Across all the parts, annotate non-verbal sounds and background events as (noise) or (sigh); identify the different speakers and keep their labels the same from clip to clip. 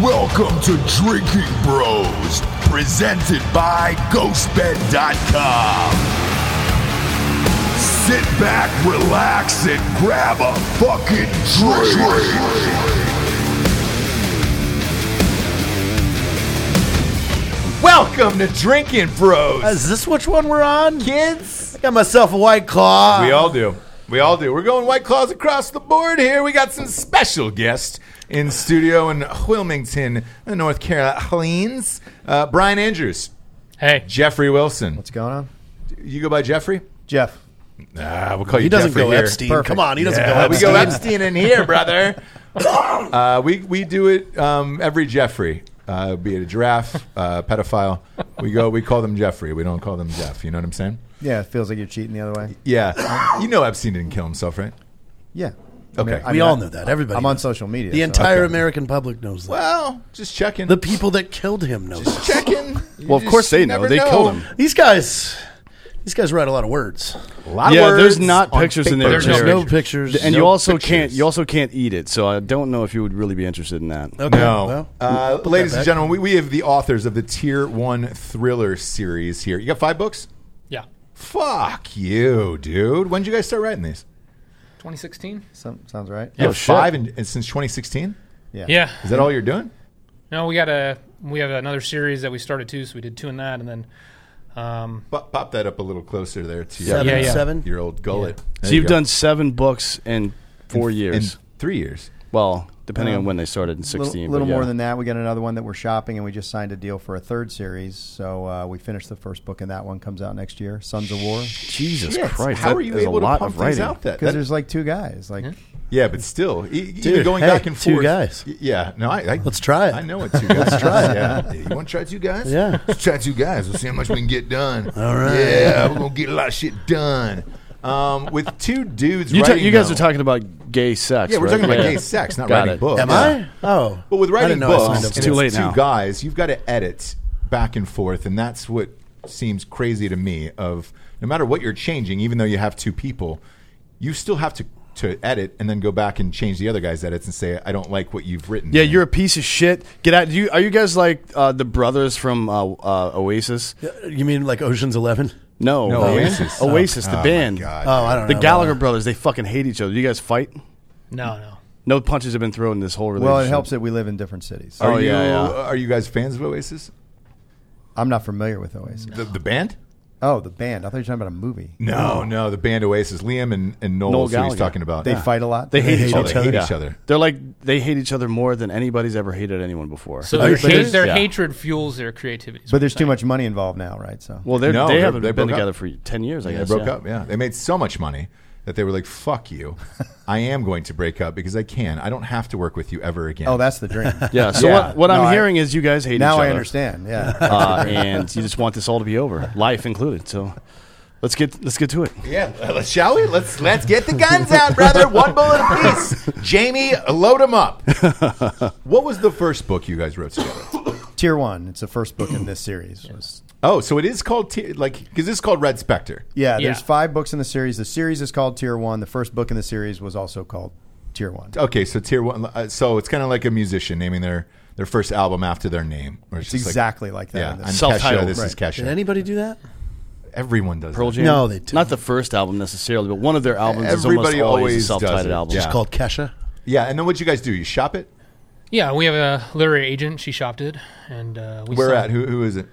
Speaker 1: Welcome to Drinking Bros, presented by GhostBed.com. Sit back, relax, and grab a fucking drink.
Speaker 2: Welcome to Drinking Bros,
Speaker 3: Is this which one we're on?
Speaker 2: kids.
Speaker 3: I got myself a white claw.
Speaker 2: We all do. We all do. We're going White Claws across the board here. We got some special guests in studio in Wilmington, North Carolina. Uh, Brian Andrews,
Speaker 4: Hey,
Speaker 2: Jeffrey Wilson.
Speaker 3: What's going on?
Speaker 2: You go by Jeffrey?
Speaker 3: Jeff.
Speaker 2: Ah, we'll call you
Speaker 3: He doesn't
Speaker 2: Jeffrey
Speaker 3: go
Speaker 2: here.
Speaker 3: Epstein. Come on, he doesn't
Speaker 2: Yeah,
Speaker 3: go
Speaker 2: we
Speaker 3: Epstein.
Speaker 2: go Epstein in here,
Speaker 3: (laughs)
Speaker 2: brother. uh, we we do it um, every Jeffrey, uh, be it a giraffe, uh, pedophile. We go. We call them Jeffrey. We don't call them Jeff. You know what I'm saying?
Speaker 3: Yeah, it feels like you're cheating the other way.
Speaker 2: Yeah. You know Epstein didn't kill himself, right?
Speaker 3: Yeah.
Speaker 2: Okay.
Speaker 3: I
Speaker 5: we
Speaker 3: mean,
Speaker 5: all
Speaker 3: I-
Speaker 5: know that. Everybody.
Speaker 3: I'm on
Speaker 5: knows.
Speaker 3: social media.
Speaker 5: The
Speaker 3: so-
Speaker 5: entire American public knows that.
Speaker 2: Well, just checking.
Speaker 5: The people that killed him know. that.
Speaker 6: (laughs)
Speaker 2: checking.
Speaker 6: Well, of course they know. They killed him.
Speaker 5: These guys. These guys write a lot of words.
Speaker 2: A lot
Speaker 6: Yeah,
Speaker 2: of words
Speaker 6: there's not
Speaker 2: on
Speaker 6: pictures
Speaker 2: paper.
Speaker 6: in there.
Speaker 4: There's
Speaker 5: There's
Speaker 4: no
Speaker 5: no pictures.
Speaker 6: And
Speaker 5: no
Speaker 6: you also
Speaker 5: pictures.
Speaker 6: can't you also can't eat it, so I don't know if you would really be interested in that.
Speaker 5: Okay,
Speaker 2: No.
Speaker 5: well,
Speaker 2: uh, ladies and
Speaker 5: back.
Speaker 2: gentlemen, we, we have the authors of the Tier 1 Thriller series here. You got five books?
Speaker 4: yeah,
Speaker 2: Fuck you, dude. When did you guys start writing these?
Speaker 4: 2016.
Speaker 3: Some, sounds right.
Speaker 2: You have
Speaker 6: Oh, shit.
Speaker 2: five in, and since 2016?
Speaker 4: Yeah,
Speaker 2: Is that all you're doing?
Speaker 4: no, we got a we have another series that we started too, so we did two in that, and then um,
Speaker 2: Pop, pop that up a little closer there to your,
Speaker 5: seven,
Speaker 4: Yeah, yeah.
Speaker 5: seven.
Speaker 2: your old gullet. There
Speaker 6: So you've
Speaker 2: you go.
Speaker 6: done seven books in four
Speaker 2: in
Speaker 6: years.
Speaker 2: three years.
Speaker 6: well, depending
Speaker 2: uh,
Speaker 6: on when they started in
Speaker 3: A little,
Speaker 6: sixteen.
Speaker 3: little
Speaker 6: but yeah.
Speaker 3: more than that. We got another one that we're shopping, and we just signed a deal for a third series. So uh, we finished the first book, and that one comes out next year. Sons of War.
Speaker 6: Jesus
Speaker 2: Yes,
Speaker 6: Christ!
Speaker 2: How
Speaker 6: that
Speaker 2: are you
Speaker 6: is
Speaker 2: able
Speaker 6: a lot
Speaker 2: to pump
Speaker 6: of
Speaker 2: things
Speaker 6: writing.
Speaker 2: out that?
Speaker 3: Because
Speaker 2: that-
Speaker 3: there's like two guys. Like
Speaker 2: yeah, but still, e- e- even
Speaker 5: Dude,
Speaker 2: going
Speaker 5: hey,
Speaker 2: back and
Speaker 5: two
Speaker 2: forth.
Speaker 5: guys.
Speaker 2: Y- Yeah, no, I, I
Speaker 5: Let's try it.
Speaker 2: I know it. Two guys. Let's try it. Yeah. You want to try two guys?
Speaker 5: Yeah.
Speaker 2: Let's try two guys. We'll see how much we can get done.
Speaker 5: All right.
Speaker 2: Yeah, we're gonna get a lot of shit done. Um, with two dudes.
Speaker 6: You, ta-
Speaker 2: writing,
Speaker 6: you guys
Speaker 2: though-
Speaker 6: are talking about gay sex.
Speaker 2: Yeah, we're
Speaker 6: right?
Speaker 2: talking about gay sex, not
Speaker 6: Got
Speaker 2: writing
Speaker 6: it.
Speaker 2: books.
Speaker 5: Am
Speaker 2: Yeah.
Speaker 5: I? Oh,
Speaker 2: But with
Speaker 5: I
Speaker 2: writing
Speaker 5: didn't know I
Speaker 2: books,
Speaker 5: signed up
Speaker 2: and
Speaker 5: for
Speaker 2: it's
Speaker 6: too
Speaker 5: that.
Speaker 6: late
Speaker 2: two
Speaker 6: now.
Speaker 2: guys, you've got to edit back and forth, and that's what seems crazy to me. Of no matter what you're changing, even though you have two people, you still have to to edit and then go back and change the other guy's edits and say, "I don't like what you've written."
Speaker 6: Yeah, you're a piece of shit. Get out. Do you, are you guys like uh, the brothers from uh, uh, Oasis?
Speaker 5: You mean like Ocean's Eleven?
Speaker 6: No,
Speaker 2: No,
Speaker 6: man.
Speaker 2: Oasis.
Speaker 6: Oasis,
Speaker 2: Oh,
Speaker 6: the
Speaker 2: my
Speaker 6: band.
Speaker 2: God.
Speaker 5: Oh, I don't
Speaker 6: The
Speaker 5: know.
Speaker 6: Gallagher brothers. They fucking hate each other. Do you guys fight?
Speaker 4: no, no,
Speaker 6: No punches have been thrown this whole relationship.
Speaker 3: well, it helps that we live in different cities.
Speaker 2: Are
Speaker 6: Oh,
Speaker 2: you
Speaker 6: yeah, yeah.
Speaker 2: are you guys fans of Oasis,
Speaker 3: I'm not familiar with Oasis.
Speaker 2: the, the band?
Speaker 3: Oh, the band. I thought you were talking about a movie.
Speaker 2: No, no, the band Oasis. Liam and and Noel.
Speaker 6: Noel
Speaker 2: is who he's
Speaker 6: Gallagher.
Speaker 2: talking about.
Speaker 3: They fight a lot.
Speaker 6: Oh, They hate, each,
Speaker 2: oh,
Speaker 6: other.
Speaker 2: They hate
Speaker 6: Yeah.
Speaker 2: each other.
Speaker 6: They're like they hate each other more than anybody's ever hated anyone before.
Speaker 4: So their,
Speaker 5: Everybody's-
Speaker 4: hate, their
Speaker 6: Yeah.
Speaker 4: hatred fuels their creativity. is
Speaker 3: But
Speaker 4: what
Speaker 3: there's
Speaker 4: I'm
Speaker 3: too
Speaker 4: saying.
Speaker 3: much money involved now, right? So
Speaker 6: well, they're,
Speaker 2: No,
Speaker 6: they
Speaker 2: they're-
Speaker 6: haven't
Speaker 2: they
Speaker 6: been
Speaker 2: broke
Speaker 6: together
Speaker 2: up.
Speaker 6: for ten years. I
Speaker 2: They
Speaker 6: guess
Speaker 2: broke
Speaker 6: yeah.
Speaker 2: up. Yeah, they made so much money that they were like, "Fuck
Speaker 6: (laughs)
Speaker 2: you, I am going to break up because I can. I don't have to work with you ever again."
Speaker 3: oh, that's the dream.
Speaker 6: (laughs) Yeah. So
Speaker 2: Yeah.
Speaker 6: what, what
Speaker 3: No,
Speaker 6: I'm
Speaker 3: I-
Speaker 6: hearing is you guys hate each
Speaker 3: now
Speaker 6: other.
Speaker 3: I understand. Yeah.
Speaker 6: (laughs) Uh, and you just want this all to be over, life included. So let's get let's get to it.
Speaker 2: Yeah, shall we? Let's let's get the guns out, brother. One bullet apiece. Jamie, load them
Speaker 6: (laughs)
Speaker 2: up. what was the first book you guys wrote together?
Speaker 3: Tier one. It's the first book in this series. Was-
Speaker 2: Oh, so it is called t- like because this is called Red Spectre.
Speaker 3: yeah, There's
Speaker 4: Yeah.
Speaker 3: five books in the series. The series is called Tier one. The first book in the series was also called Tier one.
Speaker 2: Okay, so tier one. uh, So it's kind of like a musician naming their their first album after their name. Or
Speaker 3: It's exactly like, that.
Speaker 2: yeah, I'm
Speaker 3: in this.
Speaker 2: Kesha.
Speaker 6: Self-titled,
Speaker 2: This is
Speaker 5: Did
Speaker 2: Kesha.
Speaker 5: anybody do that?
Speaker 2: Everyone does.
Speaker 6: Pearl
Speaker 2: that.
Speaker 6: Jam.
Speaker 5: No, they didn't.
Speaker 6: not the first album necessarily, but one of their albums
Speaker 2: Everybody
Speaker 6: is almost always a
Speaker 2: always does it.
Speaker 6: self-titled album.
Speaker 2: Yeah.
Speaker 5: It's called Kesha.
Speaker 2: Yeah, and then what you guys do? You shop it.
Speaker 4: Yeah, we have a literary agent. She shopped it, and uh, we
Speaker 2: Where
Speaker 4: sell-
Speaker 2: at? Who who is it?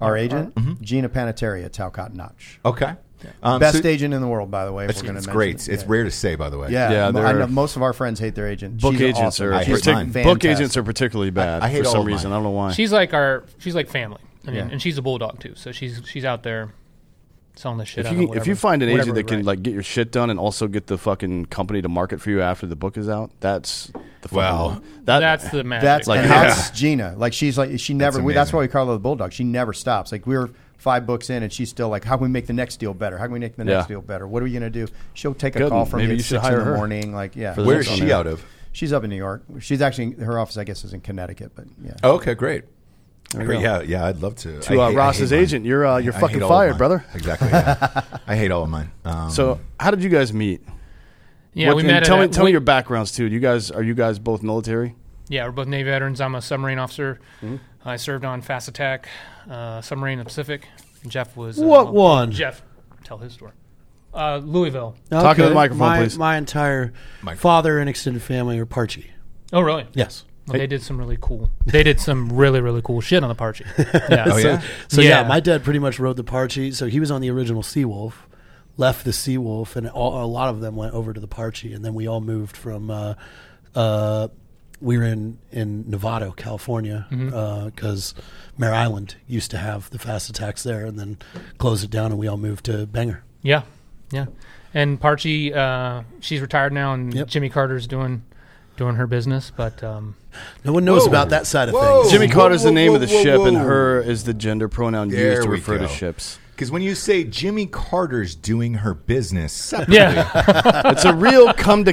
Speaker 3: Our agent, Gina Panettiere at Talcott Notch.
Speaker 2: Okay. Mm-hmm. Um,
Speaker 3: Best
Speaker 2: so-
Speaker 3: agent in the world, by the way. if
Speaker 2: It's,
Speaker 3: we're gonna
Speaker 2: it's
Speaker 3: mention
Speaker 2: great.
Speaker 3: it.
Speaker 2: It's
Speaker 3: yeah.
Speaker 2: rare to say, by the way.
Speaker 3: Yeah,
Speaker 6: Yeah,
Speaker 3: I
Speaker 6: they're-
Speaker 3: know most of our friends hate their agent.
Speaker 6: Book
Speaker 3: She's
Speaker 6: agents
Speaker 3: awesome.
Speaker 6: are
Speaker 2: I hate
Speaker 3: She's
Speaker 2: mine.
Speaker 6: partic- book agents
Speaker 3: fantastic.
Speaker 6: are particularly bad
Speaker 2: I hate
Speaker 6: for
Speaker 2: all
Speaker 6: some
Speaker 2: of
Speaker 6: reason.
Speaker 2: mine.
Speaker 6: I don't know why.
Speaker 4: She's like our, she's like family. I mean,
Speaker 3: Yeah.
Speaker 4: and she's a bulldog too, so she's she's out there selling the
Speaker 6: if
Speaker 4: shit. out
Speaker 6: you, can-
Speaker 4: of
Speaker 6: if
Speaker 4: whatever-
Speaker 6: you find an
Speaker 4: whatever
Speaker 6: agent that
Speaker 4: we
Speaker 6: can
Speaker 4: write.
Speaker 6: like get your shit done and also get the fucking company to market for you after the book is out, that's the fucking
Speaker 2: Well,
Speaker 6: one. that,
Speaker 4: that's the magic.
Speaker 3: That's
Speaker 6: Like,
Speaker 3: like
Speaker 6: yeah.
Speaker 3: that's Gina. Like she's like she never.
Speaker 2: That's
Speaker 3: we, that's
Speaker 2: amazing.
Speaker 3: why we call her the bulldog. She never stops. Like we were five books in, and she's still like, "How can we make the next deal better? How can we make the next
Speaker 6: Yeah.
Speaker 3: deal better? What are we gonna do?" She'll take a
Speaker 6: Good.
Speaker 3: call from
Speaker 6: Maybe
Speaker 3: me at
Speaker 6: you should
Speaker 3: six in
Speaker 6: hire
Speaker 3: the
Speaker 6: her.
Speaker 3: morning. Like, yeah,
Speaker 6: For the
Speaker 2: Where is
Speaker 6: next
Speaker 2: she
Speaker 6: one.
Speaker 2: out of?
Speaker 3: She's up in New York. She's actually her office. I guess is in Connecticut, but yeah.
Speaker 2: Oh, okay, great.
Speaker 6: we go.
Speaker 2: yeah, yeah, I'd love to.
Speaker 6: To,
Speaker 2: I
Speaker 6: uh,
Speaker 2: hate- I
Speaker 6: Ross's
Speaker 2: hate mine.
Speaker 6: agent, you're, uh, you're
Speaker 2: I hate
Speaker 6: fucking
Speaker 2: all of
Speaker 6: fired,
Speaker 2: mine.
Speaker 6: brother.
Speaker 2: Exactly.
Speaker 6: (laughs)
Speaker 2: yeah. I hate all of mine. Um,
Speaker 6: So how did you guys meet?
Speaker 4: yeah,
Speaker 6: What-
Speaker 4: we
Speaker 6: and
Speaker 4: met.
Speaker 6: Tell
Speaker 4: at
Speaker 6: me,
Speaker 4: a-
Speaker 6: tell
Speaker 4: we-
Speaker 6: me your backgrounds too. Do you guys are you guys both military?
Speaker 4: yeah, we're both Navy veterans. I'm a submarine officer. I served on Fast Attack uh, submarine in the Pacific. Jeff was uh,
Speaker 5: What one?
Speaker 4: Jeff, tell his story. Uh, Louisville.
Speaker 6: Talk into
Speaker 5: Okay.
Speaker 6: the microphone,
Speaker 5: my,
Speaker 6: please.
Speaker 5: My entire father and extended family are Parchi.
Speaker 4: Oh, really?
Speaker 5: Yes.
Speaker 4: Well, they did some really cool. They did some really really cool shit on
Speaker 5: (laughs)
Speaker 4: the Parchi. Yeah.
Speaker 2: Oh, yeah?
Speaker 5: So yeah.
Speaker 4: Yeah.
Speaker 5: my dad pretty much rode the Parchi. So he was on the original Seawolf, left the Seawolf, and all, a lot of them went over to the Parchi, and then we all moved from. Uh, uh, we were in in Novato, California, because Mare Island used to have the fast attacks there, and then closed it down, and we all moved to Bangor.
Speaker 4: Yeah, yeah. And Parchi, uh, she's retired now, and
Speaker 5: Yep.
Speaker 4: Jimmy Carter's doing doing her business. But um,
Speaker 5: No one knows
Speaker 2: Whoa.
Speaker 5: about that side of
Speaker 2: Whoa.
Speaker 5: things.
Speaker 6: Jimmy
Speaker 2: Whoa,
Speaker 6: Carter's
Speaker 2: whoa,
Speaker 6: the name
Speaker 2: whoa,
Speaker 6: of the
Speaker 2: whoa,
Speaker 6: ship, and
Speaker 2: whoa.
Speaker 6: her is the gender pronoun
Speaker 2: There
Speaker 6: used to
Speaker 2: we
Speaker 6: refer
Speaker 2: go.
Speaker 6: to ships.
Speaker 2: Because when you say Jimmy Carter's doing her business, separately,
Speaker 4: yeah,
Speaker 6: It's a real come to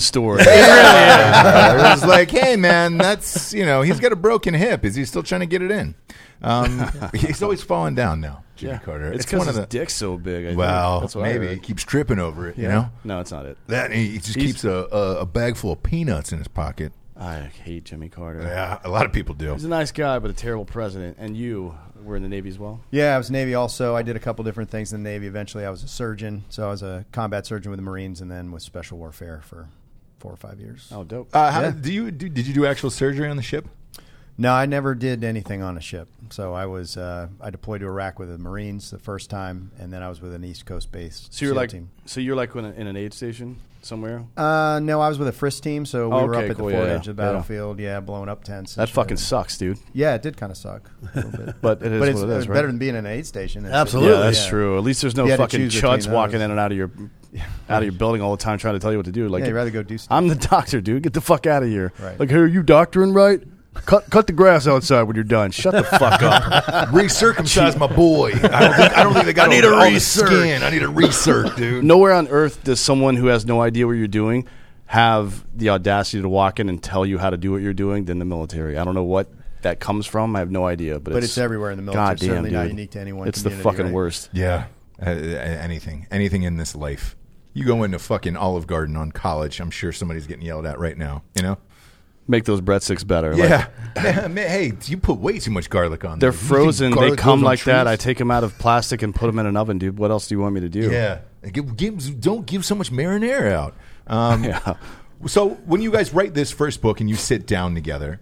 Speaker 2: (laughs)
Speaker 6: story.
Speaker 2: it (laughs) was like, hey man, that's you know, he's got a broken hip. Is he still trying to get it in? Um, (laughs) he's always falling down now, Jimmy Carter.
Speaker 6: It's
Speaker 2: It's,
Speaker 6: because
Speaker 2: one of
Speaker 6: his
Speaker 2: the
Speaker 6: dick's so big. I think.
Speaker 2: well,
Speaker 6: That's what I
Speaker 2: maybe he
Speaker 6: heard.
Speaker 2: keeps tripping over it. You know
Speaker 6: No, it's not it.
Speaker 2: that he just
Speaker 6: He's-
Speaker 2: keeps a, a, a bag full of peanuts in his pocket.
Speaker 6: I hate Jimmy Carter.
Speaker 2: Yeah, a lot of people do.
Speaker 6: He's a nice guy, but a terrible president. And you were in the Navy as well.
Speaker 3: Yeah, I was Navy also. I did a couple different things in the Navy. Eventually, I was a surgeon. So I was a combat surgeon with the Marines and then with Special Warfare for four or five years.
Speaker 6: Oh, dope.
Speaker 2: Uh, how
Speaker 3: Yeah.
Speaker 2: did, do you do, did you do actual surgery on the ship?
Speaker 3: No, I never did anything on a ship. So I was uh, I deployed to Iraq with the Marines the first time, and then I was with an East Coast base.
Speaker 6: so you're
Speaker 3: SEAL
Speaker 6: like,
Speaker 3: team.
Speaker 6: so you're like in, a, in an aid station somewhere.
Speaker 3: Uh, no, I was with a Frisk team, so we
Speaker 6: Oh,
Speaker 3: were
Speaker 6: okay,
Speaker 3: up at
Speaker 6: cool,
Speaker 3: the fort
Speaker 6: yeah,
Speaker 3: edge of the
Speaker 6: yeah.
Speaker 3: battlefield. Yeah, blowing up tents. and
Speaker 6: That
Speaker 3: shit.
Speaker 6: fucking sucks, dude.
Speaker 3: Yeah, it did kind of suck. A little bit.
Speaker 6: (laughs) But it is
Speaker 3: but it's uh,
Speaker 6: what it is, right?
Speaker 3: better than being in an aid station. It's-
Speaker 5: Absolutely.
Speaker 6: Yeah, that's
Speaker 3: Yeah.
Speaker 6: true. At least there's no
Speaker 3: You had to
Speaker 6: fucking
Speaker 3: choose between
Speaker 6: chuds walking
Speaker 3: those.
Speaker 6: in and out
Speaker 3: (laughs)
Speaker 6: of your out of your building all the time trying to tell you what to do. Like,
Speaker 3: Yeah, you'd rather go do stuff.
Speaker 6: I'm the doctor, dude. Get the fuck out of here.
Speaker 3: Right.
Speaker 6: Like, here, you doctoring, right? Cut cut the grass outside when you're done.
Speaker 3: (laughs)
Speaker 6: Shut the fuck up.
Speaker 2: Recircumcise my boy. I don't think, I don't (laughs) think they got. I
Speaker 5: need a
Speaker 2: all the
Speaker 5: recirc.
Speaker 2: skin. I need a research, dude.
Speaker 6: Nowhere on earth does someone who has no idea what you're doing have the audacity to walk in and tell you how to do what you're doing than the military. I don't know what that comes from. I have no idea. But,
Speaker 3: But it's everywhere in the military.
Speaker 6: Goddamn,
Speaker 3: Certainly not
Speaker 6: dude.
Speaker 3: unique to any one
Speaker 6: It's the
Speaker 3: community,
Speaker 6: fucking
Speaker 3: right?
Speaker 6: worst.
Speaker 2: Yeah. Uh, anything. Anything in this life. You go into fucking Olive Garden on college, I'm sure somebody's getting yelled at right now, you know?
Speaker 6: Make those breadsticks better. Like,
Speaker 2: Yeah. (laughs) Man, man, hey, you put way too much garlic on
Speaker 3: (laughs)
Speaker 6: they're
Speaker 2: there. You think
Speaker 6: frozen. They
Speaker 2: garlic
Speaker 6: come
Speaker 2: grows on
Speaker 6: like that. I
Speaker 2: trees?
Speaker 6: take them out of plastic and put them in an oven, dude. What else do you want me to do?
Speaker 2: Yeah. And Give, give, don't give so much marinara out.
Speaker 6: (laughs)
Speaker 2: Um, So when you guys write this first book and you sit down together,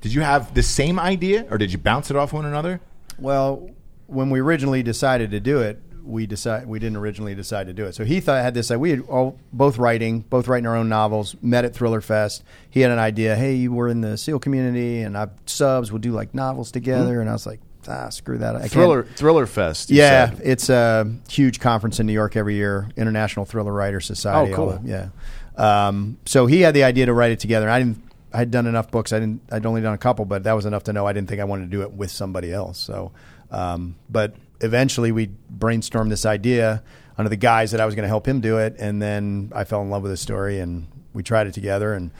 Speaker 2: did you have the same idea or did you bounce it off one another?
Speaker 3: Well, when we originally decided to do it, we decide we didn't originally decide to do it. So he thought had this. We had all both writing, both writing our own novels. Met at Thriller Fest. He had an idea. Hey, you were in the SEAL community, and I subs would do like novels together. And I was like, ah, screw that. I can't-
Speaker 6: Thriller Thriller Fest. you
Speaker 3: Yeah,
Speaker 6: said.
Speaker 3: it's a huge conference in New York every year, International Thriller Writers Society.
Speaker 6: Oh, cool.
Speaker 3: all that, yeah. Um, so he had the idea to write it together. I didn't. I had done enough books. I didn't. I'd only done a couple, but that was enough to know I didn't think I wanted to do it with somebody else. So, um, but eventually we brainstormed this idea under the guise that I was going to help him do it, and then I fell in love with the story, and we tried it together. And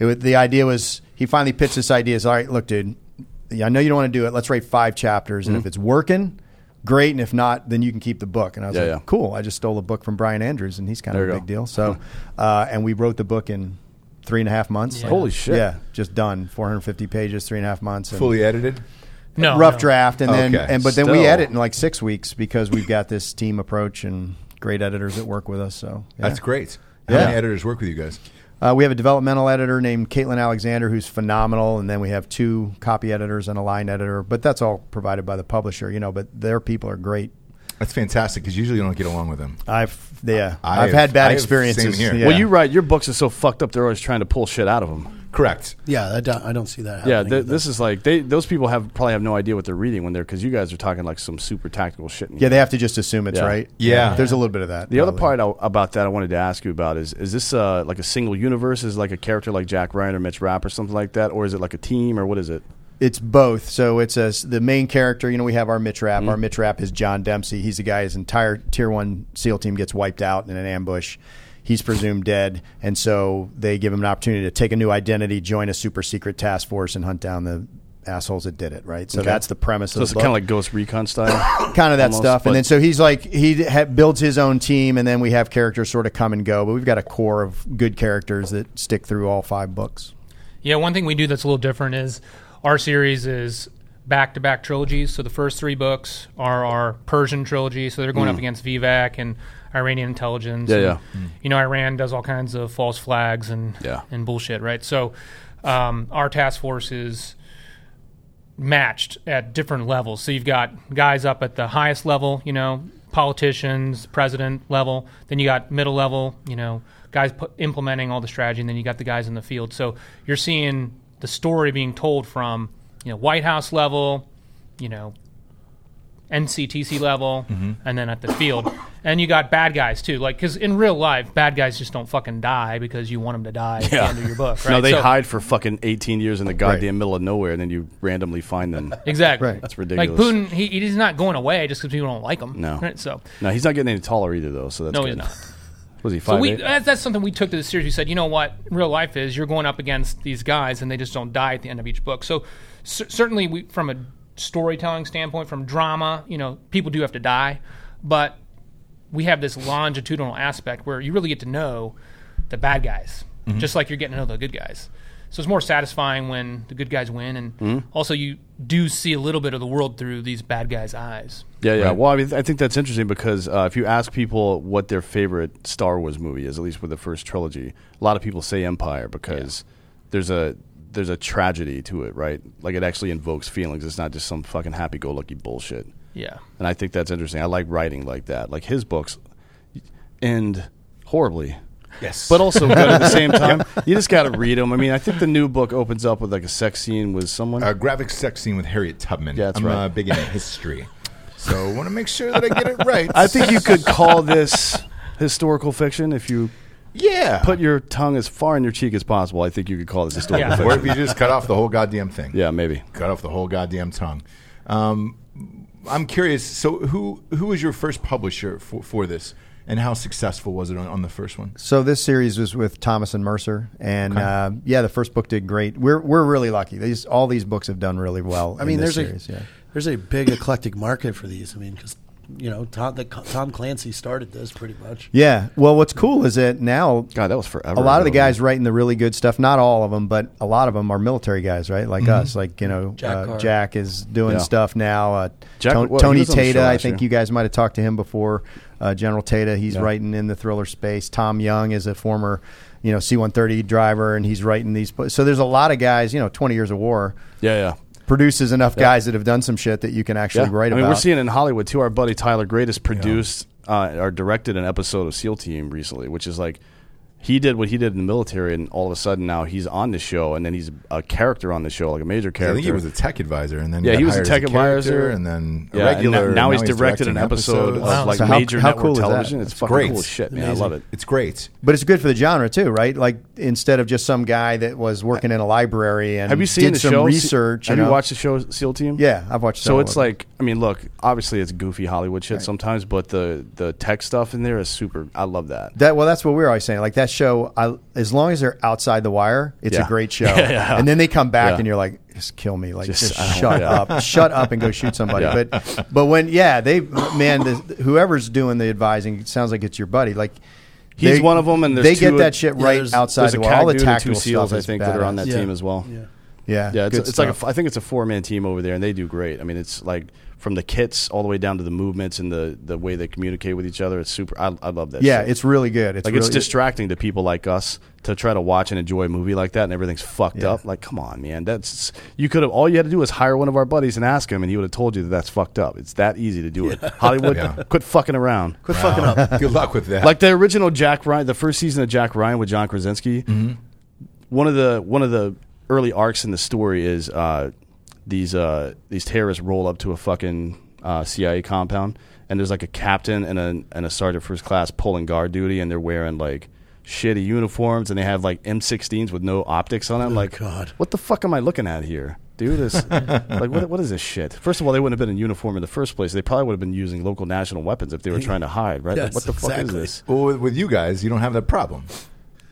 Speaker 3: it was, the idea was he finally pitched this idea. Is all right, look, dude. I know you don't want to do it. Let's write five chapters,
Speaker 6: Mm-hmm.
Speaker 3: and if it's working, great. And if not, then you can keep the book. And I was
Speaker 6: Yeah,
Speaker 3: like,
Speaker 6: yeah.
Speaker 3: cool. I just stole a book from Brian Andrews, and he's kind
Speaker 6: There
Speaker 3: of
Speaker 6: you
Speaker 3: a
Speaker 6: go.
Speaker 3: big deal.
Speaker 6: (laughs)
Speaker 3: So, uh, and we wrote the book in three and a half months.
Speaker 4: Yeah.
Speaker 6: Holy shit.
Speaker 3: Yeah, just done. Four hundred fifty pages, three and a half months. and-
Speaker 2: Fully edited?
Speaker 4: no
Speaker 3: rough
Speaker 4: Oh, no.
Speaker 3: draft, and then
Speaker 2: Okay,
Speaker 3: and but then
Speaker 6: still.
Speaker 3: we edit in like six weeks because we've got this team approach and great editors that work with us. So yeah.
Speaker 2: That's great. How
Speaker 3: Yeah.
Speaker 2: many editors work with you guys?
Speaker 3: Uh, we have a developmental editor named Caitlin Alexander who's phenomenal, and then we have two copy editors and a line editor. But that's all provided by the publisher, you know. But their people are great.
Speaker 2: That's fantastic because usually you don't get along with them.
Speaker 3: I've yeah,
Speaker 2: I
Speaker 3: I've,
Speaker 2: have-
Speaker 3: had bad
Speaker 2: I have-
Speaker 3: experiences.
Speaker 2: same here.
Speaker 3: Yeah.
Speaker 6: Well, you write your books are so fucked up. They're always trying to pull shit out of them.
Speaker 2: Correct.
Speaker 5: Yeah, I don't, I don't see that.
Speaker 6: Yeah,
Speaker 5: Happening
Speaker 6: th- this is like they those people have probably have no idea what they're reading when they're because you guys are talking like some super tactical shit. in
Speaker 3: yeah, they have to just assume it's
Speaker 6: Yeah.
Speaker 3: right.
Speaker 2: Yeah.
Speaker 3: there's a little bit of that.
Speaker 6: The other
Speaker 3: probably.
Speaker 6: part I, about that I wanted to ask you about is is this uh, like a single universe? Is it like a character like Jack Ryan or Mitch Rapp or something like that, or is it like a team or what is it?
Speaker 3: It's both. So it's a, the main character. You know, we have our Mitch Rapp.
Speaker 6: Mm-hmm.
Speaker 3: Our Mitch Rapp is John Dempsey. He's the guy. His entire Tier One SEAL team gets wiped out in an ambush. He's presumed dead, and so they give him an opportunity to take a new identity, join a super secret task force, and hunt down the assholes that did it. Right. So that's the premise.
Speaker 6: So
Speaker 3: of
Speaker 6: it's
Speaker 3: the
Speaker 6: kind of
Speaker 3: book
Speaker 6: like Ghost Recon (coughs) style,
Speaker 3: kind of that
Speaker 6: Almost,
Speaker 3: stuff.
Speaker 6: but-
Speaker 3: And then so he's like he ha- builds his own team, and then we have characters sort of come and go, but we've got a core of good characters that stick through all five books.
Speaker 4: Yeah, one thing we do that's a little different is our series is back to back trilogies. So the first three books are our Persian trilogy. So they're going up against VVAC and Iranian intelligence.
Speaker 6: Mm. Yeah,
Speaker 4: And,
Speaker 6: yeah.
Speaker 4: You know, Iran does all kinds of false flags and
Speaker 6: Yeah.
Speaker 4: and bullshit, right? So um, our task force is matched at different levels. So you've got guys up at the highest level, you know, politicians, president level. Then you got middle level, you know, guys pu- implementing all the strategy, and then you got the guys in the field. So you're seeing the story being told from, you know, White House level, you know, NCTC level,
Speaker 6: Mm-hmm.
Speaker 4: and then at the field. And you got bad guys too, like because in real life, bad guys just don't fucking die because you want them to die at the end of your book. Right?
Speaker 6: No, they
Speaker 4: So-
Speaker 6: hide for fucking 18 years in the goddamn middle of nowhere, and then you randomly find
Speaker 4: (laughs)
Speaker 6: them.
Speaker 4: Exactly.
Speaker 3: Right.
Speaker 6: That's ridiculous.
Speaker 4: Like Putin, he, he's not going away just because people don't like him.
Speaker 6: No.
Speaker 4: Right? (laughs) So,
Speaker 6: no, he's not getting any taller either, though. So that's
Speaker 4: No,
Speaker 6: good.
Speaker 4: he's not.
Speaker 6: Was he five?
Speaker 4: so we, that's, that's something we took to the series. We said, you know what? Real life is you're going up against these guys and they just don't die at the end of each book. So, cer- certainly we, from a storytelling standpoint, from drama, you know, people do have to die. But we have this longitudinal aspect where you really get to know the bad guys, just like you're getting to know the good guys. So it's more satisfying when the good guys win, and also you do see a little bit of the world through these bad guys' eyes.
Speaker 6: Yeah, yeah. Well, I mean, I think that's interesting because uh, if you ask people what their favorite Star Wars movie is, at least with the first trilogy, a lot of people say Empire because there's a there's a tragedy to it, right? Like it actually invokes feelings. It's not just some fucking happy-go-lucky bullshit.
Speaker 4: Yeah.
Speaker 6: And I think that's interesting. I like writing like that. Like his books end horribly. Yes. But also good at the same time. You just got to read them. I mean, I think the new book opens up with like a sex scene with someone.
Speaker 2: a graphic uh, sex scene with Harriet Tubman.
Speaker 6: Yeah, that's
Speaker 2: I'm
Speaker 6: right.
Speaker 2: uh, big into history, so want to make sure that I get (laughs) it right.
Speaker 6: I think you could call this historical fiction if you
Speaker 2: yeah.
Speaker 6: put your tongue as far in your cheek as possible. I think you could call this historical
Speaker 4: Yeah.
Speaker 2: or
Speaker 6: fiction.
Speaker 2: if you just cut off the whole goddamn thing.
Speaker 6: Yeah, maybe.
Speaker 2: cut off the whole goddamn tongue. Um, I'm curious. So who who was your first publisher for, for this, and how successful was it on, on the first one?
Speaker 3: So this series was with Thomas and Mercer, and uh, yeah, the first book did great. We're we're really lucky. These all these books have done really well.
Speaker 5: I mean,
Speaker 3: in
Speaker 5: there's
Speaker 3: this series,
Speaker 5: a
Speaker 3: yeah.
Speaker 5: there's a big eclectic market for these. I mean, because you know Tom the, Tom Clancy started this pretty much.
Speaker 3: Yeah. Well, what's cool is that now
Speaker 6: God, that was forever.
Speaker 3: a lot of the
Speaker 6: ago.
Speaker 3: guys writing the really good stuff, not all of them, but a lot of them are military guys, right? Like us. Like, you know,
Speaker 5: Jack
Speaker 3: uh,
Speaker 5: Carr.
Speaker 3: Jack is doing
Speaker 6: Mm-hmm. Yeah.
Speaker 3: stuff now. Uh,
Speaker 6: Jack-
Speaker 3: Ton-
Speaker 6: well, he
Speaker 3: Tony
Speaker 6: was on the show
Speaker 3: Tata, I
Speaker 6: last
Speaker 3: think
Speaker 6: year.
Speaker 3: you guys might have talked to him before. Uh, General Tata, he's writing in the thriller space. Tom Young is a former, you know, C 130 driver, and he's writing these. pla- So there's a lot of guys, you know, 20 years of war
Speaker 6: Yeah, yeah.
Speaker 3: produces enough guys that have done some shit that you can actually
Speaker 6: Yeah.
Speaker 3: write
Speaker 6: I mean,
Speaker 3: about.
Speaker 6: we're seeing in Hollywood too. Our buddy Tyler Great has produced uh, or directed an episode of SEAL Team recently, which is like he did what he did in the military, and all of a sudden now he's on the show, and then he's a character on the show, like a major character.
Speaker 2: I think he was a tech advisor, and then
Speaker 6: Yeah,
Speaker 2: got
Speaker 6: he was a
Speaker 2: hired as
Speaker 6: tech
Speaker 2: character
Speaker 6: advisor.
Speaker 2: and then a
Speaker 6: yeah, and
Speaker 2: regular.
Speaker 6: now, now he's, directed an
Speaker 2: directing
Speaker 6: episode
Speaker 2: episodes.
Speaker 6: of like
Speaker 3: So how-
Speaker 6: major
Speaker 3: how
Speaker 6: network
Speaker 3: cool is that?
Speaker 6: television. It's
Speaker 3: That's
Speaker 6: fucking
Speaker 2: great.
Speaker 6: cool shit, man. I love it.
Speaker 2: It's (laughs) great.
Speaker 3: But it's good for the genre too, right? Like instead of just some guy that was working in a library and
Speaker 6: Have you seen
Speaker 3: did
Speaker 6: the
Speaker 3: some
Speaker 6: show?
Speaker 3: research.
Speaker 6: Have
Speaker 3: you
Speaker 6: you
Speaker 3: know?
Speaker 6: watched the show SEAL Team?
Speaker 3: Yeah, I've watched.
Speaker 6: So
Speaker 3: some
Speaker 6: it's
Speaker 3: of it.
Speaker 6: like, I mean, look, obviously it's goofy Hollywood shit sometimes, but the the tech stuff in there is super. I love that.
Speaker 3: that. Well, that's what we're always saying. Like that show, I, as long as they're outside the wire, it's
Speaker 6: Yeah.
Speaker 3: a
Speaker 6: (laughs)
Speaker 3: great show.
Speaker 6: Yeah, yeah.
Speaker 3: And then they come back,
Speaker 6: Yeah.
Speaker 3: and you're like, just kill me, like
Speaker 6: Just-
Speaker 3: just,
Speaker 6: I don't-
Speaker 3: shut
Speaker 6: yeah. (laughs)
Speaker 3: up, shut up, and go shoot somebody.
Speaker 6: Yeah.
Speaker 3: But but when yeah, they man, the, whoever's doing the advising it sounds like it's your buddy. Like
Speaker 6: He's
Speaker 3: they-
Speaker 6: one of 'em, and there's
Speaker 3: they
Speaker 6: two-
Speaker 3: get that shit
Speaker 5: yeah,
Speaker 3: right
Speaker 5: there's-
Speaker 3: outside
Speaker 6: There's a
Speaker 3: the wire. All
Speaker 6: cat
Speaker 3: the
Speaker 6: dude and
Speaker 3: tactical
Speaker 6: two seals,
Speaker 3: stuff
Speaker 6: I
Speaker 3: is
Speaker 6: think, that are on
Speaker 3: badass.
Speaker 6: that
Speaker 5: Yeah.
Speaker 6: team as well.
Speaker 5: Yeah.
Speaker 3: Yeah,
Speaker 6: Yeah, it's,
Speaker 3: good
Speaker 6: it's like a,
Speaker 3: stuff.
Speaker 6: f- I think it's a four man team over there, and they do great. I mean, it's like from the kits all the way down to the movements and the, the way they communicate with each other. It's super. I, I love that.
Speaker 3: yeah,
Speaker 6: shit.
Speaker 3: it's really good. It's
Speaker 6: like
Speaker 3: really,
Speaker 6: it's distracting to people like us to try to watch and enjoy a movie like that, and everything's fucked up. Like, come on, man. That's you could have all you had to do was hire one of our buddies and ask him, and he would have told you that that's fucked up. It's that easy to do it. Hollywood,
Speaker 2: Yeah.
Speaker 6: quit fucking around.
Speaker 5: Quit fucking
Speaker 2: (laughs)
Speaker 5: up.
Speaker 2: Good luck with that.
Speaker 6: Like the original Jack Ryan, the first season of Jack Ryan with John Krasinski. One of the one of the early arcs in the story is uh, these uh, these terrorists roll up to a fucking uh, CIA compound, and there's like a captain and a and a sergeant first class pulling guard duty, and they're wearing like shitty uniforms, and they have like M16s with no optics on them. like,
Speaker 5: God.
Speaker 6: what the fuck am I looking at here? Dude, this like what, what is this shit? First of all, they wouldn't have been in uniform in the first place. They probably would have been using local national weapons if they were trying to hide, right? Like,
Speaker 5: Yes,
Speaker 6: what the fuck
Speaker 5: exactly.
Speaker 6: is this?
Speaker 2: well, with, with you guys, you don't have that problem.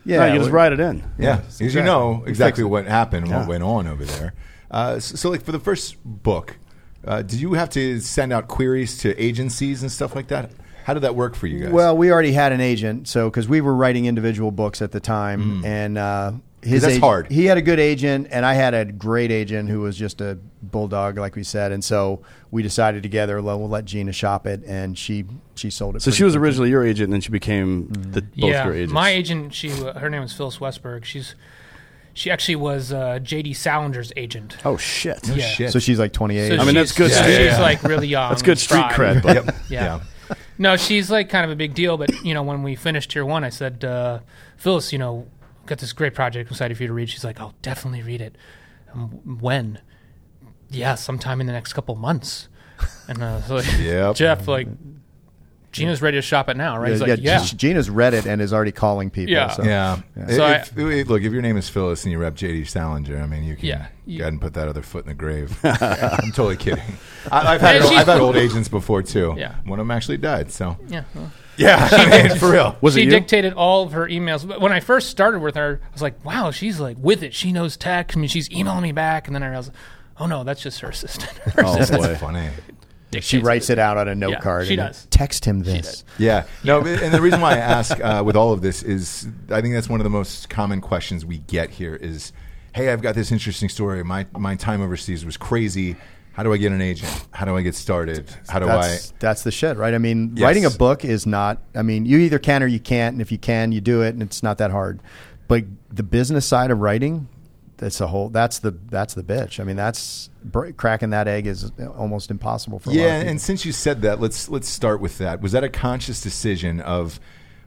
Speaker 3: yeah,
Speaker 6: no, you just
Speaker 3: we-
Speaker 6: write it in.
Speaker 2: Yeah,
Speaker 3: Yes,
Speaker 2: because you
Speaker 3: exactly.
Speaker 2: know
Speaker 3: We
Speaker 2: exactly
Speaker 3: fix it.
Speaker 2: what happened, and
Speaker 6: Yeah.
Speaker 2: what went on over there. Uh, so, so, like for the first book, uh, did you have to send out queries to agencies and stuff like that? How did that work for you guys?
Speaker 3: Well, we already had an agent, so because we were writing individual books at the time, and uh, his
Speaker 2: Mm. that's
Speaker 3: ag-
Speaker 2: hard.
Speaker 3: He had a good agent, and I had a great agent who was just a bulldog, like we said. And so we decided together, well, we'll let Gina shop it, and she she sold it.
Speaker 6: So
Speaker 3: pretty
Speaker 6: she was
Speaker 3: quick.
Speaker 6: originally your agent, and then she became the, both
Speaker 4: yeah,
Speaker 6: your agents.
Speaker 4: my agent. She uh, her name was Phyllis Westberg. She's she actually was uh, J.D. Salinger's agent.
Speaker 6: oh shit!
Speaker 2: No
Speaker 6: (laughs)
Speaker 4: Yeah.
Speaker 2: shit.
Speaker 3: So she's like 28.
Speaker 6: I mean, that's
Speaker 4: she's-
Speaker 6: good
Speaker 4: yeah,
Speaker 6: street-
Speaker 4: She's
Speaker 2: yeah.
Speaker 6: (laughs)
Speaker 4: like really young.
Speaker 6: That's good street
Speaker 4: fried.
Speaker 6: cred. But
Speaker 2: yep.
Speaker 4: (laughs) Yeah.
Speaker 2: Yeah.
Speaker 4: No, she's like kind of a big deal. But you know, when we finished tier one, I said, uh, "Phyllis, you know, got this great project I'm excited for you to read." She's like, "I'll definitely read it." Um, when? Yeah, sometime in the next couple months. And uh, (laughs) so,
Speaker 2: Yep.
Speaker 4: Jeff, like, Gina's ready to shop it now, right? He's like, "Yeah."
Speaker 3: G- Gina's read it and is already calling people.
Speaker 4: Yeah.
Speaker 3: so-
Speaker 2: Yeah.
Speaker 4: So I-
Speaker 2: If- if- look, if your name is Phyllis and you rep JD Salinger, I mean, you can
Speaker 4: Yeah.
Speaker 2: go ahead and put that other foot in the grave. I'm totally kidding.
Speaker 4: (laughs)
Speaker 2: I, I've, had,
Speaker 4: Yeah, she's-
Speaker 2: I've had old agents before, too.
Speaker 4: Yeah.
Speaker 2: One of them actually died. So,
Speaker 4: yeah. well.
Speaker 2: yeah, (laughs) I mean, for real.
Speaker 6: Was
Speaker 4: she
Speaker 6: it you?
Speaker 4: dictated all of her emails. But when I first started with her, I was like, wow, she's like with it. She knows tech. I mean, she's emailing me back. And then I realized, oh no, that's just her assistant. (laughs) Her
Speaker 6: Oh,
Speaker 4: assistant
Speaker 6: boy.
Speaker 2: That's funny.
Speaker 4: dictates
Speaker 3: She writes it out on a note
Speaker 4: Yeah,
Speaker 3: card.
Speaker 4: she
Speaker 3: and
Speaker 4: does.
Speaker 3: Text him this.
Speaker 2: Yeah. No, but- and the reason why I ask uh, with all of this is I think that's one of the most common questions we get here is, hey, I've got this interesting story. My, my time overseas was crazy. How do I get an agent? How do I get started? How do
Speaker 3: that's,
Speaker 2: I.
Speaker 3: that's the shit, right? I mean,
Speaker 2: Yes.
Speaker 3: writing a book is not. I mean, you either can or you can't, and if you can, you do it, and it's not that hard. But the business side of writing, that's a whole. That's the that's the bitch. I mean, that's br- cracking that egg is almost impossible for. a lot
Speaker 2: Yeah,
Speaker 3: of people.
Speaker 2: and since you said that, let's let's start with that. Was that a conscious decision of,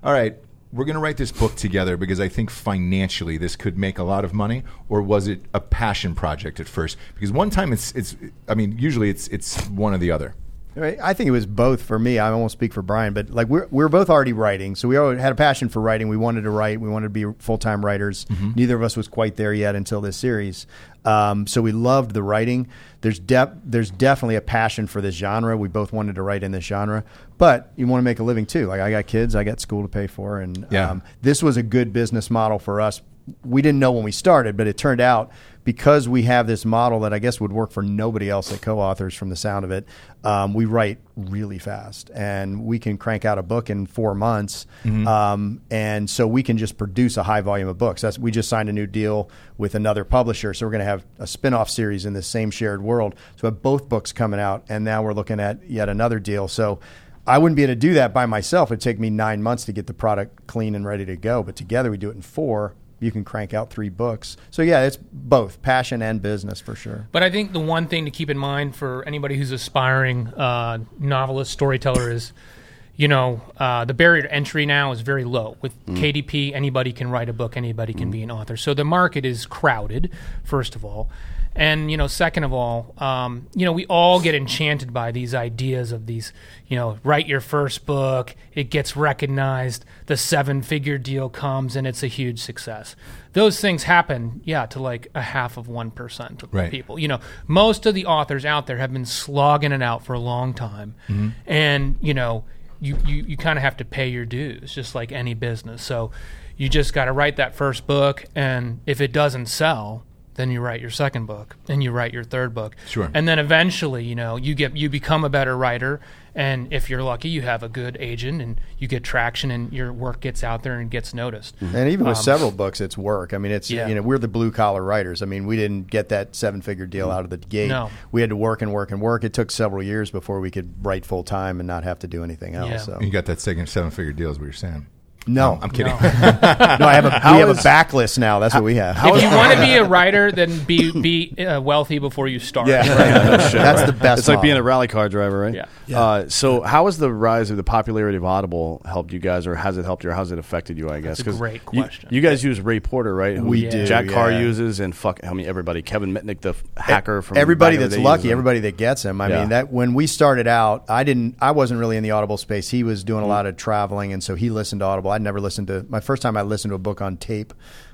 Speaker 2: all right, we're going to write this book together because I think financially this could make a lot of money, or was it a passion project at first? Because one time it's it's, I mean, usually it's it's one or the other.
Speaker 3: Right. I think it was both for me. I won't speak for Brian, but like we're we're both already writing, so we already had a passion for writing. We wanted to write. We wanted to be full time writers. Neither of us was quite there yet until this series. Um, so we loved the writing. There's dep there's definitely a passion for this genre. We both wanted to write in this genre, but you want to make a living too. Like I got kids, I got school to pay for, and um,
Speaker 2: Yeah.
Speaker 3: this was a good business model for us. We didn't know when we started, but it turned out because we have this model that I guess would work for nobody else at co-authors from the sound of it, um, we write really fast and we can crank out a book in four months. Um, and so we can just produce a high volume of books. That's, we just signed a new deal with another publisher. So we're going to have a spin-off series in this same shared world. So we have both books coming out and now we're looking at yet another deal. So I wouldn't be able to do that by myself. It'd take me nine months to get the product clean and ready to go. But together, we do it in four. You can crank out three books. So yeah, it's both passion and business for sure.
Speaker 4: But I think the one thing to keep in mind for anybody who's aspiring uh, novelist, storyteller is, you know, uh, the barrier to entry now is very low. With KDP, anybody can write a book, anybody can be an author. So the market is crowded, first of all. And, you know, second of all, um, you know, we all get enchanted by these ideas of these, you know, write your first book, it gets recognized, the seven figure deal comes, and it's a huge success. Those things happen, yeah, to like a half of 1% of
Speaker 2: Right.
Speaker 4: people people. You know, most of the authors out there have been slogging it out for a long time, and you know, you you, you kind of have to pay your dues, just like any business. So you just got to write that first book, and if it doesn't sell. Then you write your second book, and you write your third book,
Speaker 2: Sure.
Speaker 4: And then eventually, you know, you get you become a better writer, and if you're lucky, you have a good agent, and you get traction, and your work gets out there and gets noticed.
Speaker 3: And even with several books, it's work. I mean, it's
Speaker 4: Um, Yeah.
Speaker 3: you know we're the blue collar writers. I mean, we didn't get that seven figure deal out of the gate.
Speaker 4: Mm. No.
Speaker 3: We had to work and work and work. It took several years before we could write full time and not have to do anything else.
Speaker 4: Yeah.
Speaker 3: So
Speaker 2: You got that second seven figure deal, is what you're saying.
Speaker 3: no,
Speaker 2: I'm
Speaker 6: (laughs)
Speaker 2: kidding.
Speaker 3: no, I have a, we have a backlist now. That's what we have.
Speaker 4: If you want to be a writer, then be be uh, wealthy before you
Speaker 3: (laughs)
Speaker 4: start.
Speaker 3: yeah, that's the best.
Speaker 6: Oh, It's like being
Speaker 3: model.
Speaker 6: a rally car driver, right?
Speaker 4: Yeah.
Speaker 6: Uh, so, how has the rise of the popularity of Audible helped you guys, or has it helped you, or has it affected you? I guess.
Speaker 4: a
Speaker 6: 'Cause
Speaker 4: great
Speaker 6: you-
Speaker 4: question.
Speaker 6: You, guys use Ray Porter, right? Who
Speaker 3: We do,
Speaker 6: Jack Carr
Speaker 3: yeah.
Speaker 6: uses, and fuck, I mean, everybody. Kevin Mitnick, the f- hacker from
Speaker 3: E, everybody
Speaker 6: back in the
Speaker 3: that's
Speaker 6: day, uses
Speaker 3: lucky,
Speaker 6: him.
Speaker 3: everybody that gets him. I
Speaker 6: Yeah.
Speaker 3: mean, that when we started out, I didn't, I wasn't really in the Audible space. He was
Speaker 6: Mm-hmm.
Speaker 3: doing a lot of traveling, and so he listened to Audible. I'd never listened to my first time I listened to a book on tape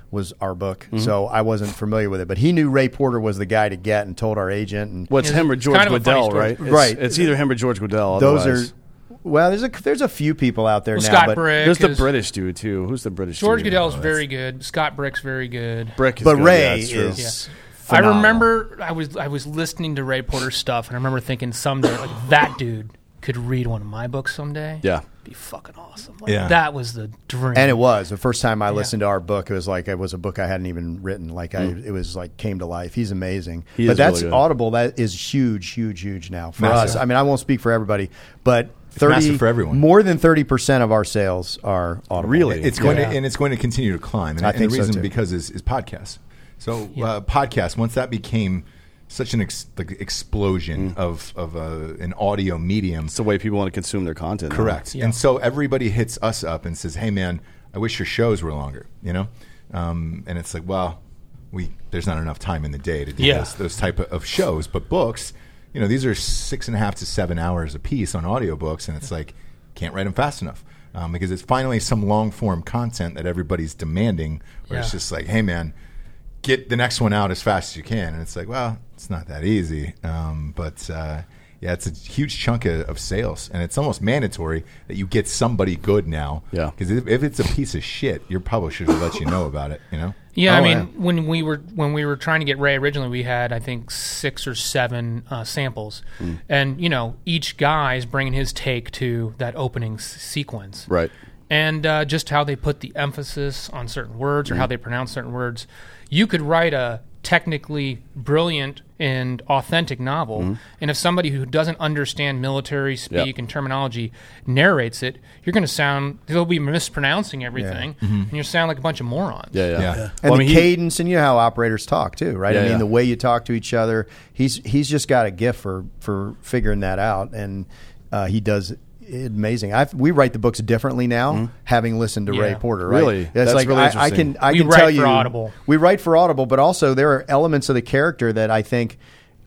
Speaker 3: was our book,
Speaker 6: Mm-hmm.
Speaker 3: so I wasn't familiar with it. But he knew Ray Porter was the guy to get, and told our agent. And
Speaker 6: Well, it's
Speaker 4: It's
Speaker 6: him or
Speaker 4: kind
Speaker 6: George
Speaker 4: of a funny
Speaker 6: Goodell,
Speaker 4: story.
Speaker 6: right? It's,
Speaker 3: Right.
Speaker 6: It's either him or George Goodell.
Speaker 3: those
Speaker 6: otherwise-
Speaker 3: are. Well, there's a there's a few people out there
Speaker 4: Well,
Speaker 3: now.
Speaker 4: Scott
Speaker 3: but,
Speaker 4: Brick.
Speaker 6: There's the
Speaker 4: is-
Speaker 6: British dude too. Who's the British?
Speaker 4: George
Speaker 6: dude?
Speaker 4: Goodell's very good. Scott Brick's very good.
Speaker 6: Brick, is
Speaker 3: but
Speaker 6: good,
Speaker 3: Ray
Speaker 6: yeah, that's true.
Speaker 3: is.
Speaker 4: I
Speaker 3: phenomenal.
Speaker 4: remember I was I was listening to Ray Porter's stuff, and I remember thinking someday like that dude could read one of my books someday.
Speaker 6: Yeah.
Speaker 4: be fucking awesome. Like,
Speaker 2: Yeah.
Speaker 4: That was the dream.
Speaker 3: And it was the first time I listened to our book. It was like it was a book I hadn't even written. Like I, it was like came to life. He's amazing.
Speaker 6: He
Speaker 3: but
Speaker 6: is
Speaker 3: that's
Speaker 6: really good.
Speaker 3: Audible. That is huge, huge, huge now for
Speaker 2: Massive.
Speaker 3: us. I mean, I won't speak for everybody, but thirty
Speaker 2: massive for everyone.
Speaker 3: More than thirty percent of our sales are Audible.
Speaker 6: Really?
Speaker 2: It's going to and it's going to continue to climb. And,
Speaker 3: I
Speaker 2: and
Speaker 3: think
Speaker 2: the
Speaker 3: so,
Speaker 2: reason
Speaker 3: too.
Speaker 2: because is, is podcasts. So uh, podcasts once that became such an ex, like
Speaker 3: Mm.
Speaker 2: explosion of of uh, an audio medium.
Speaker 6: It's the way people want to consume their content. now.
Speaker 2: Correct. And so everybody hits us up and says, "Hey, man, I wish your shows were longer." You know, um, and it's like, well, we there's not enough time in the day to do
Speaker 4: Yeah.
Speaker 2: those, those type of, of shows. But books, you know, these are six and a half to seven hours a piece on audiobooks, and it's like can't write them fast enough. Um, because it's finally some long form content that everybody's demanding, where it's
Speaker 4: Yeah.
Speaker 2: just like, hey man, get the next one out as fast as you can. And it's like, well, it's not that easy. Um, but uh, yeah, it's a huge chunk of, of sales, and it's almost mandatory that you get somebody good now.
Speaker 6: Yeah.
Speaker 2: because if, if it's a piece of shit, your publisher will let you know about it. You know.
Speaker 4: Yeah,
Speaker 3: Oh,
Speaker 4: I mean,
Speaker 3: yeah.
Speaker 4: when we were when we were trying to get Ray originally, we had I think six or seven uh, samples, and you know each guy's bringing his take to that opening s- sequence,
Speaker 6: Right.
Speaker 4: And uh, just how they put the emphasis on certain words
Speaker 6: Mm-hmm.
Speaker 4: or how they pronounce certain words. You could write a technically brilliant and authentic novel,
Speaker 6: Mm-hmm.
Speaker 4: and if somebody who doesn't understand military speak and terminology narrates it, you're going to sound they'll be mispronouncing everything, and you'll sound like a bunch of morons.
Speaker 6: Mm-hmm. Yeah. Yeah.
Speaker 2: Yeah.
Speaker 6: Well,
Speaker 3: And
Speaker 6: I
Speaker 3: the
Speaker 6: mean, he-
Speaker 3: cadence, and you know how operators talk too, right?
Speaker 6: Yeah,
Speaker 3: I mean,
Speaker 6: yeah.
Speaker 3: the way you talk to each other. He's he's just got a gift for for figuring that out, and uh, he does it amazing. I've, we write the books differently now, having listened to Ray
Speaker 4: Yeah.
Speaker 3: Porter. Right?
Speaker 6: Mm-hmm. Really?
Speaker 3: it's
Speaker 6: That's
Speaker 3: like
Speaker 6: really
Speaker 3: I, I can I
Speaker 4: We
Speaker 3: can
Speaker 4: write
Speaker 3: tell
Speaker 4: for
Speaker 3: you
Speaker 4: Audible.
Speaker 3: We write for Audible, but also there are elements of the character that I think.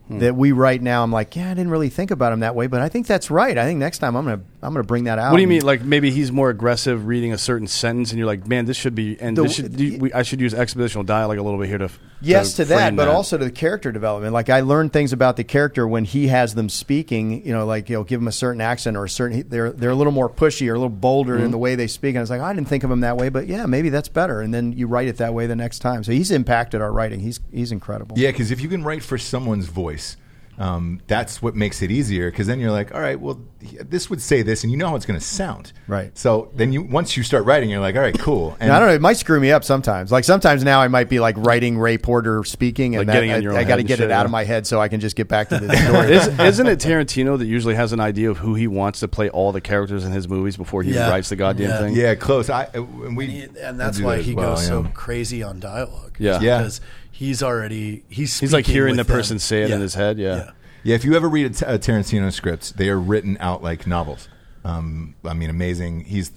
Speaker 6: Hmm.
Speaker 3: That we write now, I'm like, yeah, I didn't really think about him that way, but I think that's right. I think next time I'm gonna I'm gonna bring that out.
Speaker 6: What do you
Speaker 3: and-
Speaker 6: mean? Like maybe he's more aggressive reading a certain sentence, and you're like, "Man, this should be." And
Speaker 3: The-
Speaker 6: this should, you- we, I should use expositional dialogue a little bit here to. f-
Speaker 3: yes to, that
Speaker 6: frame
Speaker 3: but also to the character development like i learned things about the character when he has them speaking you know like you know give them a certain accent or a certain they're they're a little more pushy or a little bolder
Speaker 6: Mm-hmm.
Speaker 3: in the way they speak and i was like "Oh, i didn't think of him that way but yeah maybe that's better and then you write it that way the next time so he's impacted our writing he's he's incredible
Speaker 2: Yeah, because if you can write for someone's voice, um, that's what makes it easier. Because then you're like, all right, well, he- this would say this, and you know how it's going to sound.
Speaker 3: Right.
Speaker 2: So then you once you start writing, you're like, all right, cool. And
Speaker 3: And I don't know. It might screw me up sometimes. Like sometimes now, I might be like writing Ray Porter speaking, and
Speaker 6: Like
Speaker 3: that-
Speaker 6: getting in
Speaker 3: I-
Speaker 6: your own
Speaker 3: I, got
Speaker 6: head
Speaker 3: to
Speaker 6: and
Speaker 3: get
Speaker 6: shit,
Speaker 3: it out
Speaker 6: yeah.
Speaker 3: of my head so I can just get back to
Speaker 6: (laughs)
Speaker 3: the story.
Speaker 6: Is, isn't it Tarantino that usually has an idea of who he wants to play all the characters in his movies before he
Speaker 5: Yeah.
Speaker 6: writes the goddamn
Speaker 5: Yeah.
Speaker 6: thing?
Speaker 2: Yeah, close. I uh, and we
Speaker 5: He- and that's
Speaker 2: do that
Speaker 5: why
Speaker 2: as
Speaker 5: he
Speaker 2: well,
Speaker 5: goes so
Speaker 2: yeah.
Speaker 5: crazy on dialogue.
Speaker 6: Yeah.
Speaker 2: Yeah.
Speaker 5: because he's already he's
Speaker 6: He's like
Speaker 5: speaking
Speaker 6: hearing the
Speaker 5: with
Speaker 6: person
Speaker 5: them.
Speaker 6: say it
Speaker 5: Yeah.
Speaker 6: in his head. Yeah.
Speaker 2: Yeah, if you ever read a, Ta- a Tarantino script, they are written out like novels. Um, I mean, amazing. He's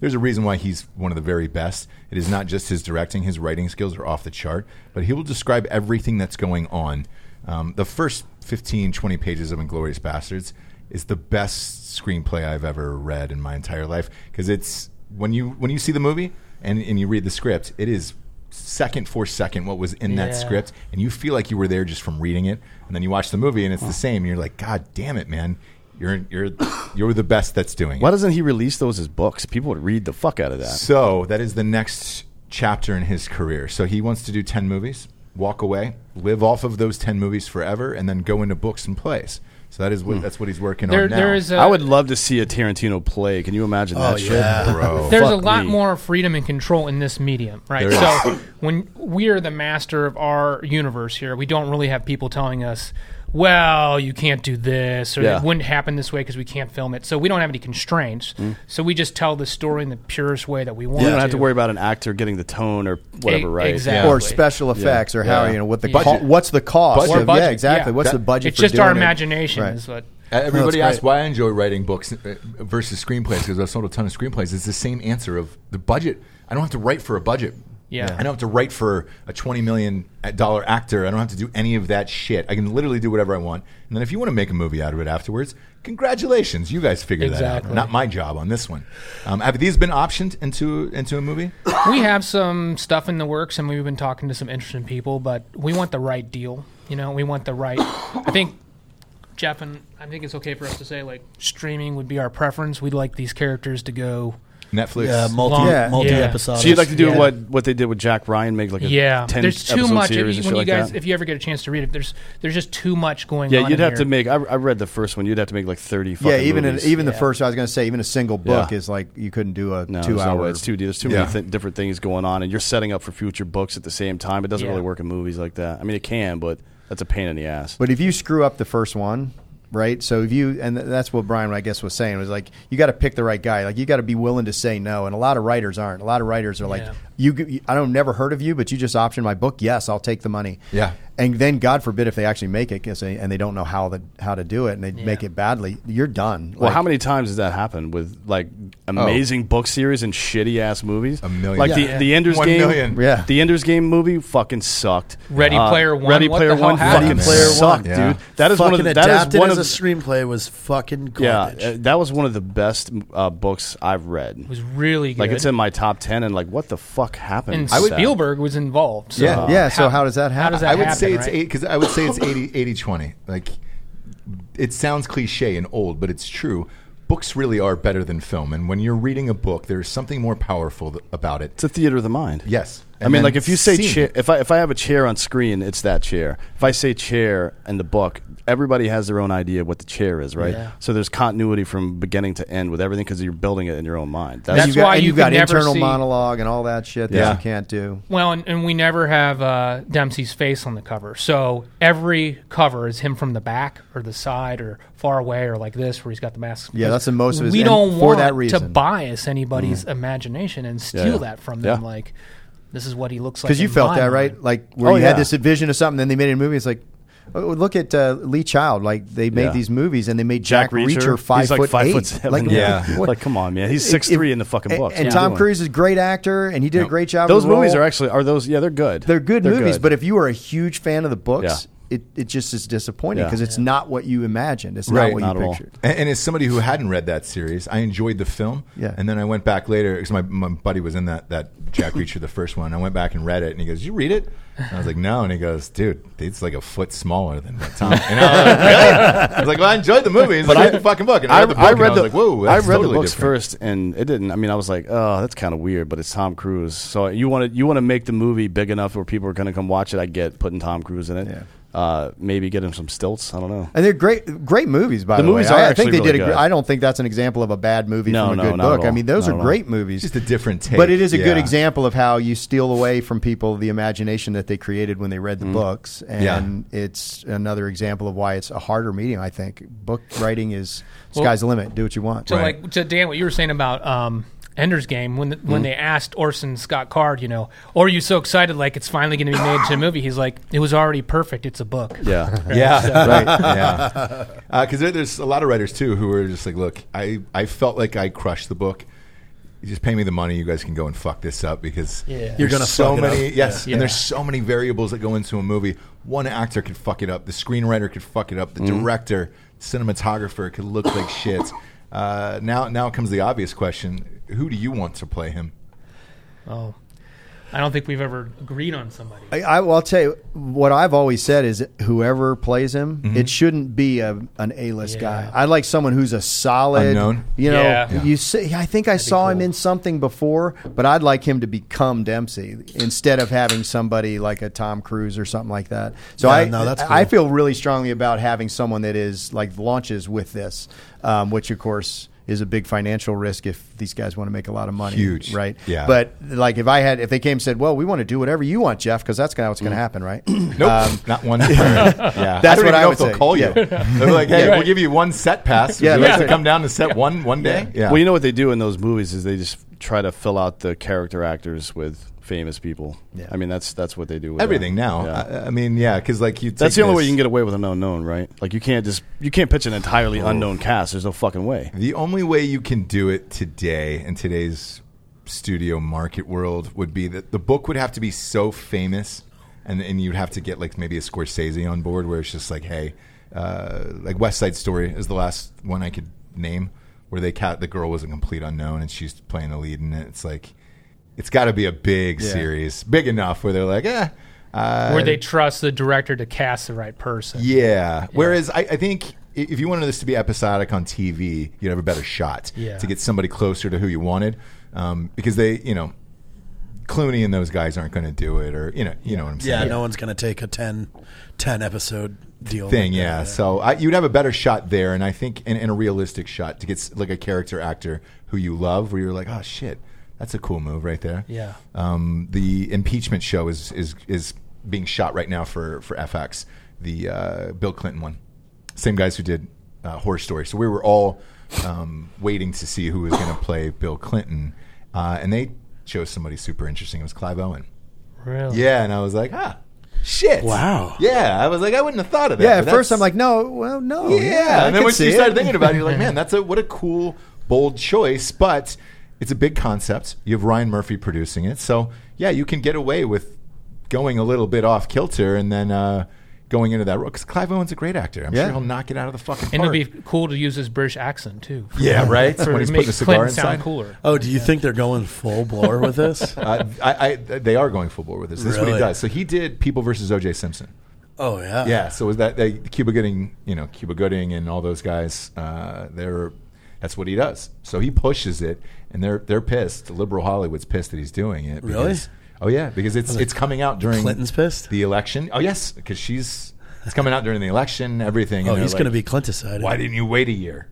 Speaker 2: there's a reason why he's one of the very best. It is not just his directing; his writing skills are off the chart. But he will describe everything that's going on. Um, the first 15, 20 pages of *Inglorious Bastards* is the best screenplay I've ever read in my entire life because it's when you when you see the movie and, and you read the script, it is second for second what was in that
Speaker 4: Yeah.
Speaker 2: script and you feel like you were there just from reading it, and then you watch the movie and it's
Speaker 4: Oh.
Speaker 2: the same. And you're like, God damn it, man! You're you're you're the best that's doing
Speaker 6: Why
Speaker 2: it.
Speaker 6: doesn't he release those as books? People would read the fuck out of that.
Speaker 2: So that is the next chapter in his career. So he wants to do ten movies, walk away, live off of those ten movies forever, and then go into books and plays. So that is what that's what he's working
Speaker 4: Hmm. There,
Speaker 2: on now.
Speaker 4: there is a,
Speaker 6: I would love to see a Tarantino play. Can you imagine
Speaker 5: Oh
Speaker 6: that shit?
Speaker 5: yeah,
Speaker 4: (laughs)
Speaker 2: bro.
Speaker 4: there's a
Speaker 6: Fuck
Speaker 4: lot
Speaker 6: me.
Speaker 4: more freedom and control in this medium, right?
Speaker 2: There is.
Speaker 4: so when we are the master of our universe here, we don't really have people telling us, "Well, you can't do this," or
Speaker 6: Yeah.
Speaker 4: "It wouldn't happen this way because we can't film it." So we don't have any constraints. So we just tell the story in the purest way that we want.
Speaker 6: Mm. You don't have to worry about an actor getting the tone or whatever
Speaker 4: E-
Speaker 6: right.
Speaker 4: exactly.
Speaker 3: or special effects, or how
Speaker 6: Yeah.
Speaker 3: you know what the
Speaker 4: Yeah.
Speaker 3: co- what's the cost?
Speaker 2: Budget.
Speaker 3: of-
Speaker 2: Or
Speaker 3: Yeah,
Speaker 4: budget,
Speaker 3: exactly.
Speaker 4: yeah.
Speaker 3: What's the
Speaker 2: That-
Speaker 3: budget?
Speaker 4: It's
Speaker 3: for
Speaker 4: just our
Speaker 3: doing it?
Speaker 4: imagination,
Speaker 3: Right.
Speaker 4: is what.
Speaker 2: Uh, Everybody
Speaker 3: No, that's
Speaker 2: asks why I enjoy writing books uh, versus screenplays because I've sold a ton of screenplays. It's the same answer of the budget. I don't have to write for a budget.
Speaker 4: Yeah.
Speaker 2: I don't have to write for a twenty million uh, dollar actor. I don't have to do any of that shit. I can literally do whatever I want. And then if you want to make a movie out of it afterwards, congratulations, you guys figured that out.
Speaker 4: Exactly.
Speaker 2: Not my job on this one. Um, have these been optioned into into a movie?
Speaker 4: we have some stuff in the works and we've been talking to some interesting people but we want the right deal you know we want the right i think jeff and i think it's okay for us to say like streaming would be our preference we'd like these characters to go
Speaker 2: Netflix.
Speaker 5: Yeah, multi
Speaker 4: Long-
Speaker 3: Yeah.
Speaker 5: multi
Speaker 4: yeah.
Speaker 5: episodic.
Speaker 6: So you'd like to do
Speaker 5: yeah.
Speaker 6: what what they did with Jack Ryan, make like a
Speaker 4: yeah,
Speaker 6: ten
Speaker 4: there's too
Speaker 6: episode
Speaker 4: much. If,
Speaker 6: series
Speaker 4: you-
Speaker 6: and
Speaker 4: when
Speaker 6: shit
Speaker 4: you
Speaker 6: like
Speaker 4: guys,
Speaker 6: that.
Speaker 4: if you ever get a chance to read it, there's there's just too much going on.
Speaker 6: yeah, you'd
Speaker 4: in
Speaker 6: have to
Speaker 4: here.
Speaker 6: make. I, I read the first one. You'd have to make like thirty.
Speaker 3: yeah,
Speaker 6: fucking
Speaker 3: even an,
Speaker 6: movies.
Speaker 3: even the
Speaker 4: Yeah.
Speaker 3: first I was going to say even a single book
Speaker 6: Yeah.
Speaker 3: is like you couldn't do a
Speaker 6: No,
Speaker 3: two
Speaker 6: there's no way.
Speaker 3: hour.
Speaker 6: It's too there's too
Speaker 2: Yeah.
Speaker 6: many th- different things going on, and you're setting up for future books at the same time. It doesn't
Speaker 4: Yeah.
Speaker 6: really work in movies like that. I mean, it can, but that's a pain in the ass.
Speaker 3: But if you screw up the first one, right? So if you and th- that's what Brian I guess was saying was like you got to pick the right guy. Like you got to be willing to say no. And a lot of writers aren't. A lot of writers are like
Speaker 4: Yeah.
Speaker 3: you. g- I don't never heard of you, but you just optioned my book. Yes, I'll take the money.
Speaker 2: Yeah.
Speaker 3: And then God forbid if they actually make it 'cause they, and they don't know how the, how to do it and they make it badly, you're done.
Speaker 6: well,
Speaker 3: Like,
Speaker 6: how many times has that happened with like amazing book series and shitty ass movies? A
Speaker 2: million.
Speaker 6: Like
Speaker 2: Yeah.
Speaker 6: the the Ender's
Speaker 2: One
Speaker 6: Game.
Speaker 2: million.
Speaker 3: Yeah.
Speaker 6: The Ender's Game movie fucking sucked. Uh,
Speaker 4: Ready Player One?
Speaker 6: Ready
Speaker 4: What
Speaker 6: Player
Speaker 4: the hell
Speaker 6: One fucking
Speaker 4: happened?
Speaker 2: Ready Player One.
Speaker 6: sucked,
Speaker 2: Yeah.
Speaker 6: dude. That is
Speaker 5: fucking
Speaker 6: one of the, that is
Speaker 5: adapted
Speaker 6: one of
Speaker 5: as a screenplay was fucking
Speaker 6: yeah.
Speaker 5: garbage.
Speaker 6: uh, that was one of the best uh, books I've read.
Speaker 4: It was really good.
Speaker 6: Like it's in my top ten, and like what the fuck happened?
Speaker 4: and
Speaker 6: with that?
Speaker 4: Spielberg was involved. So.
Speaker 3: Yeah, yeah. So how does that happen?
Speaker 4: How does that
Speaker 2: I would
Speaker 4: happen,
Speaker 2: say it's
Speaker 4: right?
Speaker 2: eight because I would say it's 80, 80 20. Like it sounds cliche and old, but it's true. Books really are better than film, and when you're reading a book, there's something more powerful th- about it.
Speaker 6: It's a theater of the mind.
Speaker 2: Yes.
Speaker 6: I
Speaker 2: And
Speaker 6: mean,
Speaker 2: then
Speaker 6: like if you say
Speaker 2: seeing
Speaker 6: chair,
Speaker 2: it.
Speaker 6: if I if I have a chair on screen, it's that chair. If I say chair in the book, everybody has their own idea what the chair is, right?
Speaker 5: Yeah.
Speaker 6: So there's continuity from beginning to end with everything because you're building it in your own mind. That's,
Speaker 4: That's
Speaker 3: you've got,
Speaker 4: why
Speaker 3: and
Speaker 4: you
Speaker 3: you've got
Speaker 4: can never
Speaker 3: internal
Speaker 4: see-
Speaker 3: monologue and all that shit that
Speaker 6: Yeah.
Speaker 3: you can't do.
Speaker 4: Well, and, and we never have uh, Dempsey's face on the cover. So every cover is him from the back or the side or far away or like this, where he's got the mask.
Speaker 3: Yeah, that's the most of his-
Speaker 4: We
Speaker 3: and
Speaker 4: don't
Speaker 3: for
Speaker 4: want
Speaker 3: that
Speaker 4: to
Speaker 3: reason. Mm-hmm.
Speaker 4: bias anybody's imagination and steal
Speaker 6: yeah.
Speaker 4: that from them.
Speaker 6: Yeah.
Speaker 4: Like, this is what he looks like.
Speaker 3: Because you
Speaker 4: in
Speaker 3: felt
Speaker 4: my
Speaker 3: that,
Speaker 4: mind.
Speaker 3: right? Like where
Speaker 6: Oh,
Speaker 3: you
Speaker 6: yeah.
Speaker 3: had this vision of something, then they made it a movie. It's like, oh, look at uh, Lee Child. Like they made
Speaker 6: Yeah.
Speaker 3: these movies, and they made Jack,
Speaker 6: Jack Reacher.
Speaker 3: Reacher, five
Speaker 6: He's like
Speaker 3: foot
Speaker 6: five
Speaker 3: eight.
Speaker 6: foot seven.
Speaker 3: Like,
Speaker 6: Yeah.
Speaker 3: what-
Speaker 6: Like, come on, man. He's 6'3" in the fucking
Speaker 3: and-
Speaker 6: books.
Speaker 3: And
Speaker 6: What are you
Speaker 3: Tom
Speaker 6: doing?
Speaker 3: Cruise is a great actor, and he did a great job. of
Speaker 6: those
Speaker 3: the
Speaker 6: movies
Speaker 3: role.
Speaker 6: are actually are those? Yeah, they're good.
Speaker 3: they're good movies, but if you are a huge fan of the books, it, it just is disappointing
Speaker 6: Yeah.
Speaker 3: because it's not what you imagined. It's
Speaker 2: Right.
Speaker 3: not what
Speaker 6: Not at
Speaker 3: you
Speaker 6: all.
Speaker 3: pictured.
Speaker 2: And, and as somebody who hadn't read that series, I enjoyed the film.
Speaker 3: Yeah.
Speaker 2: And then I went back later because my, my buddy was in that, that Jack Reacher, the first one. I went back and read it, and he goes, "You read it?" And I was like, "No." And he goes, "Dude, it's like a foot smaller than what Tom." And I was like, "Really?" I was like, "Well, I enjoyed the movie. It's but like, I the fucking book." And I, read the book. and I was like, "Whoa,
Speaker 6: I
Speaker 2: that's
Speaker 6: read
Speaker 2: totally
Speaker 6: the books
Speaker 2: different."
Speaker 6: first, and it didn't. I mean, I was like, oh, that's kind of weird, but it's Tom Cruise. So you want to you want to make the movie big enough where people are going to come watch it. I get putting Tom Cruise in it.
Speaker 3: Yeah.
Speaker 6: Uh, maybe get him some stilts. I
Speaker 2: (laughs)
Speaker 6: don't know.
Speaker 3: And they're great, great movies. By the,
Speaker 6: The movies
Speaker 3: way,
Speaker 6: are
Speaker 3: I, I
Speaker 6: actually
Speaker 3: think they
Speaker 6: really
Speaker 3: did. A,
Speaker 6: good.
Speaker 3: gr- I don't think that's an example of a bad movie
Speaker 6: No,
Speaker 3: from a
Speaker 6: no,
Speaker 3: good
Speaker 6: not at
Speaker 3: book. I
Speaker 6: all.
Speaker 3: mean, those
Speaker 6: Not
Speaker 3: are
Speaker 6: at
Speaker 3: great
Speaker 6: all.
Speaker 3: movies.
Speaker 2: Just a different take.
Speaker 3: But it is a good
Speaker 2: Yeah.
Speaker 3: example of how you steal away from people the imagination that they created when they read the
Speaker 6: Mm-hmm.
Speaker 3: books, and it's another example of why it's a harder medium. I think book writing is sky's the limit. Do what you want.
Speaker 4: So,
Speaker 2: Right.
Speaker 4: like to Dan, what you were saying about um, Ender's Game when the,
Speaker 3: Mm-hmm.
Speaker 4: when they asked Orson Scott Card, you know, or are you so excited like it's finally going to be made to
Speaker 3: (laughs)
Speaker 4: a movie? He's like, it was already perfect. It's a book.
Speaker 6: Yeah.
Speaker 2: Yeah, right. Yeah, because there, there's a lot of writers too who are just like, look, I, I felt like I crushed the book. You just pay me the money. You guys can go and fuck this up because
Speaker 4: Yeah.
Speaker 5: You're
Speaker 2: there's
Speaker 5: gonna
Speaker 2: so
Speaker 5: fuck it
Speaker 2: many
Speaker 5: up.
Speaker 2: yes,
Speaker 4: Yeah.
Speaker 2: and there's
Speaker 4: Yeah.
Speaker 2: so many variables that go into a movie. One actor could fuck it up. The screenwriter could fuck it up. The director, cinematographer could look like shit. Uh, now, now comes the obvious question: Who do you want to play him?
Speaker 4: Oh, I don't think we've ever agreed on somebody.
Speaker 3: I, I will tell you what I've always said is whoever plays him, it shouldn't be a, an A list
Speaker 4: Mm-hmm. Yeah.
Speaker 3: guy. I like someone who's a solid,
Speaker 2: Unknown?
Speaker 3: You know,
Speaker 4: Yeah. Yeah.
Speaker 3: you see, I think I saw him
Speaker 4: cool.
Speaker 3: in something before, but I'd like him to become Dempsey instead of having somebody like a Tom Cruise or something like that. So
Speaker 5: Yeah,
Speaker 3: I,
Speaker 5: no, that's
Speaker 3: I
Speaker 5: cool.
Speaker 3: feel really strongly about having someone that is like launches with this, um, which of course. Is a big financial risk if these guys want to make a lot of money,
Speaker 2: Huge.
Speaker 3: right?
Speaker 2: Yeah.
Speaker 3: but like if I had, if they came and said, "Well, we want to do whatever you want, Jeff," because that's gonna- how it's going to
Speaker 2: (clears throat)
Speaker 3: happen, right?
Speaker 2: Mm. Nope, (laughs) not one. yeah,
Speaker 3: That's
Speaker 2: I don't
Speaker 3: what
Speaker 2: even
Speaker 3: I
Speaker 2: know
Speaker 3: would
Speaker 2: if (laughs) they'll
Speaker 3: say.
Speaker 2: call
Speaker 3: Yeah.
Speaker 2: you. They're like, hey,
Speaker 4: Yeah.
Speaker 2: we'll give you one set pass. Would
Speaker 3: Yeah,
Speaker 2: you
Speaker 3: that's
Speaker 2: like to
Speaker 3: right.
Speaker 2: come down to set one one day? Yeah.
Speaker 6: Well, you know what they do in those movies is they just try to fill out the character actors with famous people. I mean, that's that's what they do. with
Speaker 2: everything
Speaker 6: that.
Speaker 2: now.
Speaker 6: Yeah.
Speaker 2: I, I mean, yeah, because like you.
Speaker 6: that's
Speaker 2: take
Speaker 6: the only way
Speaker 2: this-
Speaker 6: you can get away with an unknown, right? Like you can't just you can't pitch an entirely unknown cast. There's no fucking way.
Speaker 2: The only way you can do it today in today's studio market world would be that the book would have to be so famous, and and you'd have to get like maybe a Scorsese on board, where it's just like, hey, uh, like West Side Story is the last one I could name where they cat the girl was a complete unknown and she's playing the lead in it. It's like it's got to be a big series, big enough where they're like, eh. Uh,
Speaker 4: Where they trust the director to cast the right person.
Speaker 2: Yeah. Whereas I, I think i- if you wanted this to be episodic on TV, you'd have a better shot
Speaker 4: Yeah.
Speaker 2: to get somebody closer to who you wanted. um, because they, you know, Clooney and those guys aren't going to do it, or you know, you know what I'm saying.
Speaker 5: Yeah, no one's going to take a 10, 10 episode deal.
Speaker 2: thing.
Speaker 5: like that.
Speaker 2: Yeah. So I, you'd have a better shot there, and I think and, and a realistic shot to get s- like a character actor who you love, where you're like, oh shit, that's a cool move right there.
Speaker 5: Yeah.
Speaker 2: Um, the impeachment show is is is being shot right now for for FX, the uh, Bill Clinton one, same guys who did uh, Horror Story. So we were all um, waiting to see who was going to play Bill Clinton, uh, and they chose somebody super interesting. It was Clive Owen.
Speaker 4: Really?
Speaker 2: Yeah, and I was like, ah. Shit!
Speaker 5: Wow.
Speaker 2: Yeah, I was like, I wouldn't have thought of that.
Speaker 3: Yeah,
Speaker 2: but
Speaker 3: at first
Speaker 2: that's-
Speaker 3: I'm like, no, well, no.
Speaker 2: yeah.
Speaker 3: Oh, I
Speaker 2: and then
Speaker 3: could
Speaker 2: once
Speaker 3: see
Speaker 2: you
Speaker 3: it.
Speaker 2: start thinking
Speaker 3: (laughs)
Speaker 2: about it, you're like, man, that's a what a cool, bold choice. But it's a big concept. You have Ryan Murphy producing it, so yeah, you can get away with going a little bit off kilter and then uh, going into that role. Because Clive Owen's a great actor. I'm
Speaker 3: Yeah.
Speaker 2: sure he'll knock it out of the fucking.
Speaker 4: And
Speaker 2: park.
Speaker 4: it'd be cool to use his British accent too.
Speaker 2: yeah, right.
Speaker 4: (laughs) For
Speaker 2: when he's
Speaker 4: make
Speaker 2: putting a cigar
Speaker 4: Clinton sound
Speaker 2: inside.
Speaker 4: cooler.
Speaker 5: Oh, do you think they're going full blower with
Speaker 2: (laughs)
Speaker 5: this?
Speaker 2: Uh, I, I, they are going full bore with this. This is what he
Speaker 5: Really?
Speaker 2: does. So he did People versus O.J. Simpson.
Speaker 5: Oh yeah.
Speaker 2: Yeah, so was that they, Cuba Gooding, you know, Cuba Gooding and all those guys, uh, they're that's what he does. So he pushes it and they're they're pissed. Liberal Hollywood's pissed that he's doing it.
Speaker 5: Really?
Speaker 2: because- oh yeah, because it's it's coming out during
Speaker 5: Clinton's pissed?
Speaker 2: The election. Oh yes, because she's it's coming out during the election, everything. and
Speaker 5: Oh,
Speaker 2: they're
Speaker 5: he's going to
Speaker 2: like,
Speaker 5: be Clinticide.
Speaker 2: Why didn't you wait a year?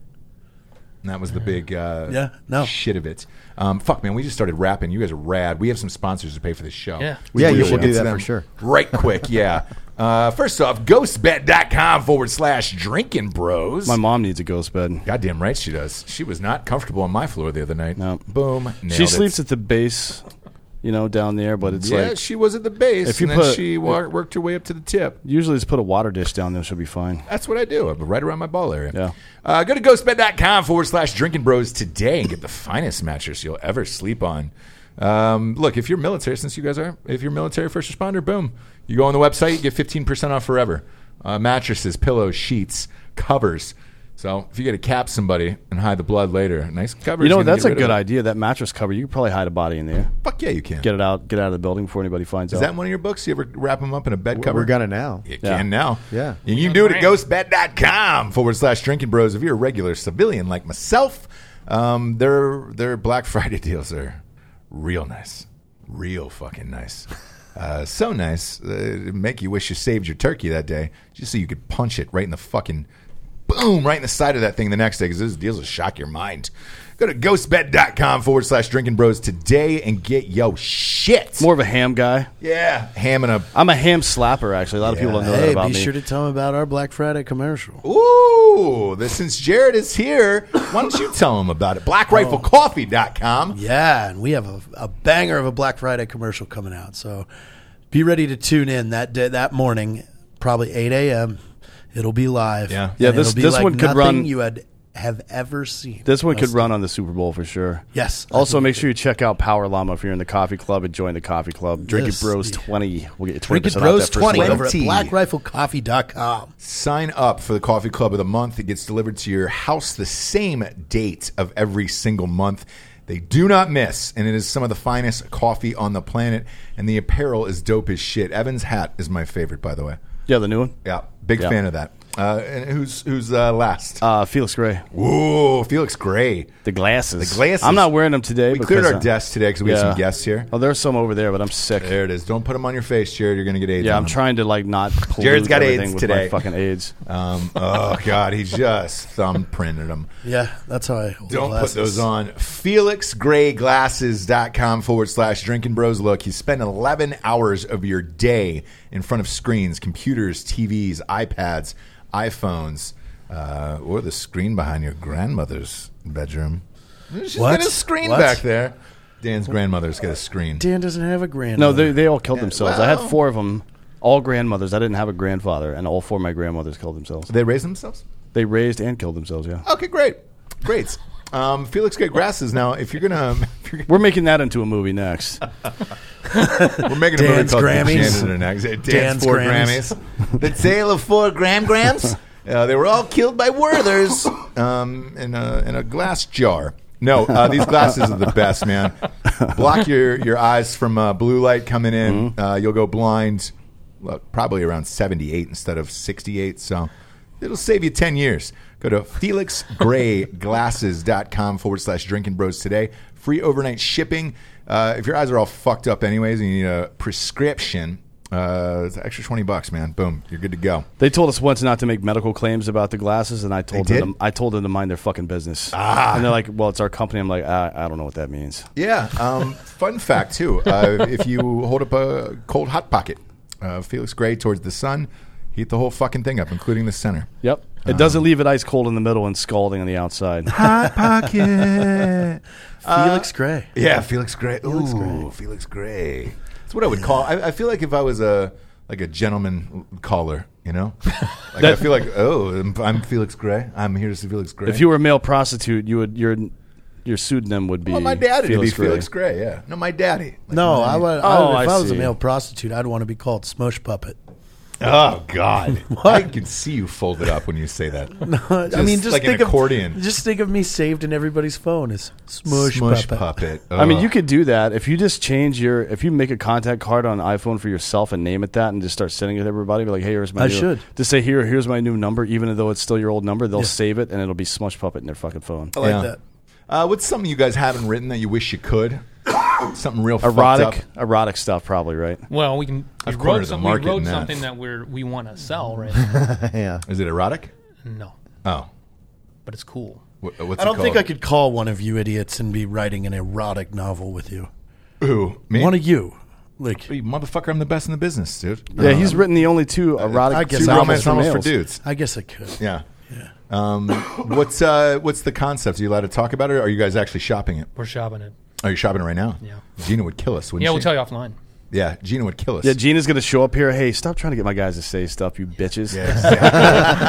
Speaker 2: And that was the big uh,
Speaker 5: Yeah, no.
Speaker 2: shit of it. Um, fuck man, we just started rapping. You guys are rad. We have some sponsors to pay for this show.
Speaker 4: Yeah.
Speaker 2: We
Speaker 3: Yeah,
Speaker 2: will
Speaker 3: you
Speaker 2: get
Speaker 3: should do
Speaker 2: to
Speaker 3: that
Speaker 2: them
Speaker 3: for sure.
Speaker 2: Right
Speaker 3: (laughs)
Speaker 2: quick, yeah. Uh, first off, ghostbet.com forward slash drinking bros.
Speaker 6: My mom needs a ghost bed.
Speaker 2: Goddamn right she does. She was not comfortable on my floor the other night.
Speaker 6: No.
Speaker 2: Boom. Nailed
Speaker 6: She
Speaker 2: it.
Speaker 6: sleeps at the base, you know, down there, but it's
Speaker 2: Yeah,
Speaker 6: like
Speaker 2: she was at the base.
Speaker 6: If you
Speaker 2: and then
Speaker 6: put-
Speaker 2: she wa- worked her way up to the tip.
Speaker 6: usually just put a water dish down there, she'll be fine.
Speaker 2: That's what I do. I'm right around my ball area.
Speaker 6: Yeah.
Speaker 2: Uh, go to ghostbed.com forward slash drinking bros today and get the finest mattress you'll ever sleep on. Um, look, if you're military, since you guys are, if you're military first responder, boom. You go on the website, you get 15% off forever. Uh, mattresses, pillows, sheets, covers. So if you get to cap somebody and hide the blood later, nice cover.
Speaker 6: You know, that's a good idea. That mattress cover, you could probably hide a body in there.
Speaker 2: Fuck yeah, you can.
Speaker 6: Get it out, get out of the building before anybody finds
Speaker 2: Is
Speaker 6: out.
Speaker 2: that one of your books? You ever wrap them up in a bed cover?
Speaker 3: We're gonna now.
Speaker 2: You
Speaker 6: Yeah.
Speaker 2: can now.
Speaker 3: Yeah.
Speaker 2: And you can do it at ghostbed.com forward slash drinking bros. If you're a regular civilian like myself, um, their, their Black (laughs) Friday deals are real nice. Real fucking
Speaker 3: (laughs)
Speaker 2: nice. Uh, so nice. Uh, it'd make you wish you saved your turkey that day just so you could punch it right in the fucking boom, right in the side of that thing the next day because those deals will shock your mind. Go to ghostbed.com forward slash drinking bros today and get yo shit.
Speaker 6: More of a ham guy.
Speaker 2: yeah. Ham and a
Speaker 6: I'm a ham slapper, actually. A lot of people don't know that
Speaker 5: Hey,
Speaker 6: about
Speaker 5: be
Speaker 6: me.
Speaker 5: sure to tell them about our Black Friday commercial.
Speaker 2: Ooh, this, since Jared is here, why don't you tell him about it? BlackRifleCoffee.com.
Speaker 5: Yeah, and we have a, a banger of a Black Friday commercial coming out. So be ready to tune in that day, that morning, probably eight a.m. It'll be live.
Speaker 2: Yeah.
Speaker 5: And
Speaker 6: Yeah, this-
Speaker 5: it'll be
Speaker 6: this
Speaker 5: like
Speaker 6: one could
Speaker 5: nothing
Speaker 6: run-
Speaker 5: You had have ever seen
Speaker 6: This one could run on the Super Bowl for sure.
Speaker 5: Yes.
Speaker 6: Also, make sure you check out Power Llama if you're in the coffee club and join the coffee club. Drink
Speaker 5: Yes.
Speaker 6: it Bros 20. We'll get you 20%
Speaker 5: Drink it,
Speaker 6: off
Speaker 5: Bros.
Speaker 6: that first
Speaker 5: Twenty
Speaker 6: order.
Speaker 5: over at
Speaker 2: 20.
Speaker 5: BlackRifleCoffee.com.
Speaker 2: Sign up for the Coffee Club of the Month. It gets delivered to your house the same date of every single month. They do not miss, and it is some of the finest coffee on the planet. And the apparel is dope as shit. Evan's hat is my favorite, by the way.
Speaker 6: Yeah, the new one.
Speaker 2: Yeah, big
Speaker 6: Yeah.
Speaker 2: fan of that. Uh, and who's who's uh, last?
Speaker 6: Uh, Felix Gray.
Speaker 2: Whoa, Felix Gray.
Speaker 6: The glasses.
Speaker 2: The glasses.
Speaker 6: I'm not wearing them today.
Speaker 2: We cleared
Speaker 6: because,
Speaker 2: our
Speaker 6: uh,
Speaker 2: desk today because we had
Speaker 6: yeah.
Speaker 2: some guests here.
Speaker 6: Oh, there's some over there, but I'm sick.
Speaker 2: There it is. Don't put them on your face, Jared. You're going to get AIDS.
Speaker 6: Yeah,
Speaker 2: on
Speaker 6: I'm
Speaker 2: them.
Speaker 6: trying to like not. pollute
Speaker 2: Jared's got
Speaker 6: everything
Speaker 2: AIDS
Speaker 6: with
Speaker 2: today.
Speaker 6: My fucking
Speaker 2: (laughs)
Speaker 6: AIDS.
Speaker 2: Um, oh God, he just thumbprinted them.
Speaker 5: Yeah, that's how I hold
Speaker 2: Don't
Speaker 5: glasses.
Speaker 2: put those on. FelixGrayGlasses.com forward slash drinking bros. Look, you spend 11 hours of your day in front of screens, computers, TVs, iPads, iPhones, uh, or the screen behind your grandmother's bedroom. She's
Speaker 5: What?
Speaker 2: got a screen
Speaker 5: What?
Speaker 2: back there. Dan's grandmother's got a screen.
Speaker 5: Dan doesn't have a grand.
Speaker 6: No, they they all killed themselves. I
Speaker 2: well-
Speaker 6: had four of them, all grandmothers. I didn't have a grandfather, and all four of my grandmothers killed themselves.
Speaker 2: They raise themselves?
Speaker 6: They raised and killed themselves.
Speaker 2: (laughs)
Speaker 6: Yeah,
Speaker 2: Okay, great. Great. Um, Felix Gray Grasses. Now, if you're gonna, (laughs) if you're
Speaker 6: we're making that into a movie next.
Speaker 2: We're making a movie
Speaker 5: Dan's
Speaker 2: called
Speaker 5: Grammys.
Speaker 2: The Janitor next. Dan's,
Speaker 5: Dan's
Speaker 2: four Grammys.
Speaker 5: Grammys.
Speaker 2: the tale of four Gram Grams.
Speaker 5: (laughs)
Speaker 2: Uh, they were all killed by Werthers um, in a in a glass jar. No, uh, these glasses are the best, man. Block your your eyes from uh, blue light coming
Speaker 5: Mm-hmm.
Speaker 2: in. Uh, you'll go blind. Look, probably around seventy eight instead of sixty eight. So It'll save you 10 years. Go to felixgrayglasses.com forward slash drinking bros today. Free overnight shipping. Uh, if your eyes are all fucked up, anyways, and you need a prescription, uh, it's an extra 20 bucks, man. Boom. You're good to go.
Speaker 6: They told us once not to make medical claims about the glasses, and I told
Speaker 2: They
Speaker 6: them
Speaker 2: did?
Speaker 6: I told them to mind their fucking business. Ah. And they're like, "Well, it's our company." I'm like, "I, I don't know what that means."
Speaker 2: Yeah. Um, (laughs) fun fact too: uh, if you hold up a cold hot pocket, uh, Felix Gray towards the sun, heat the whole fucking thing up, including the center.
Speaker 6: Yep, it
Speaker 2: Ah.
Speaker 6: doesn't leave it ice cold in the middle and scalding on
Speaker 2: (laughs)
Speaker 6: the outside. Uh,
Speaker 2: Hot pocket.
Speaker 5: Felix Gray.
Speaker 2: yeah, Felix Gray. Ooh, Felix Gray. That's what I would call. I, I feel like if I was a like a gentleman caller,
Speaker 5: (laughs)
Speaker 2: you know, like I feel like oh, I'm, I'm Felix Gray. I'm here to see Felix Gray.
Speaker 6: if you were a male prostitute, you would your your pseudonym would be.
Speaker 2: well, my daddy would be
Speaker 6: Gray.
Speaker 2: Felix Gray. Yeah, no, my daddy. Like,
Speaker 5: No,
Speaker 2: my-
Speaker 5: I would.
Speaker 6: Oh,
Speaker 5: I, if
Speaker 6: I
Speaker 5: I, was a
Speaker 6: see.
Speaker 5: male prostitute, I'd want to be called Smush Puppet. (laughs)
Speaker 2: Oh God, I can see you folded up when you
Speaker 5: (laughs)
Speaker 2: say that.
Speaker 5: I mean, just
Speaker 2: like an
Speaker 5: think of
Speaker 2: accordion.
Speaker 5: Just think of me saved in everybody's phone as Smush, Puppet.
Speaker 2: Oh.
Speaker 6: I mean, you could do that if you just change your if you make a contact card on iPhone for yourself and name it that, and just start sending it to everybody. Be like, hey, here's my.
Speaker 5: I
Speaker 6: new,
Speaker 5: should.
Speaker 6: just say here, here's my new number, even though it's still your old number. They'll save it and it'll be Smush Puppet in their fucking phone.
Speaker 5: I like
Speaker 2: Yeah.
Speaker 5: that.
Speaker 2: Uh, what's something you guys haven't written that you wish you could? something real fucked
Speaker 6: Erotic,
Speaker 2: up.
Speaker 6: erotic stuff, probably right.
Speaker 5: Uh,
Speaker 4: Well, we can. We
Speaker 2: I've cornered
Speaker 4: wrote,
Speaker 2: the
Speaker 4: some, we
Speaker 2: market in
Speaker 4: wrote
Speaker 2: that.
Speaker 4: something that we're we want to sell
Speaker 2: (laughs)
Speaker 4: right now.
Speaker 3: yeah.
Speaker 2: Is it erotic?
Speaker 4: no,
Speaker 2: Oh,
Speaker 4: but it's cool.
Speaker 2: Wh- what's
Speaker 5: I don't
Speaker 2: it
Speaker 5: think I
Speaker 2: called?
Speaker 5: could call one of you idiots and be writing an erotic novel with you.
Speaker 2: Who me?
Speaker 5: One of you, like
Speaker 2: Hey, motherfucker, I'm the best in the business, dude.
Speaker 5: Uh,
Speaker 6: Yeah, he's written the only two erotic
Speaker 5: I guess
Speaker 6: two
Speaker 5: I-
Speaker 6: novels
Speaker 2: romance
Speaker 6: for
Speaker 2: novels for
Speaker 6: males.
Speaker 2: dudes.
Speaker 5: I guess I could.
Speaker 2: Yeah.
Speaker 5: (coughs)
Speaker 2: Um, what's uh, what's the concept? Are you allowed to talk about it? or Are you guys actually shopping it?
Speaker 4: We're shopping it.
Speaker 2: Are you shopping it right now?
Speaker 4: Yeah.
Speaker 2: Gina would kill us. Wouldn't
Speaker 4: Yeah,
Speaker 2: she?
Speaker 4: we'll tell you offline.
Speaker 2: Yeah, Gina would kill us.
Speaker 6: Yeah, Gina's gonna show up here. Hey, stop trying to get my guys to say stuff, you bitches.
Speaker 2: Yeah,
Speaker 6: (laughs)
Speaker 2: exactly.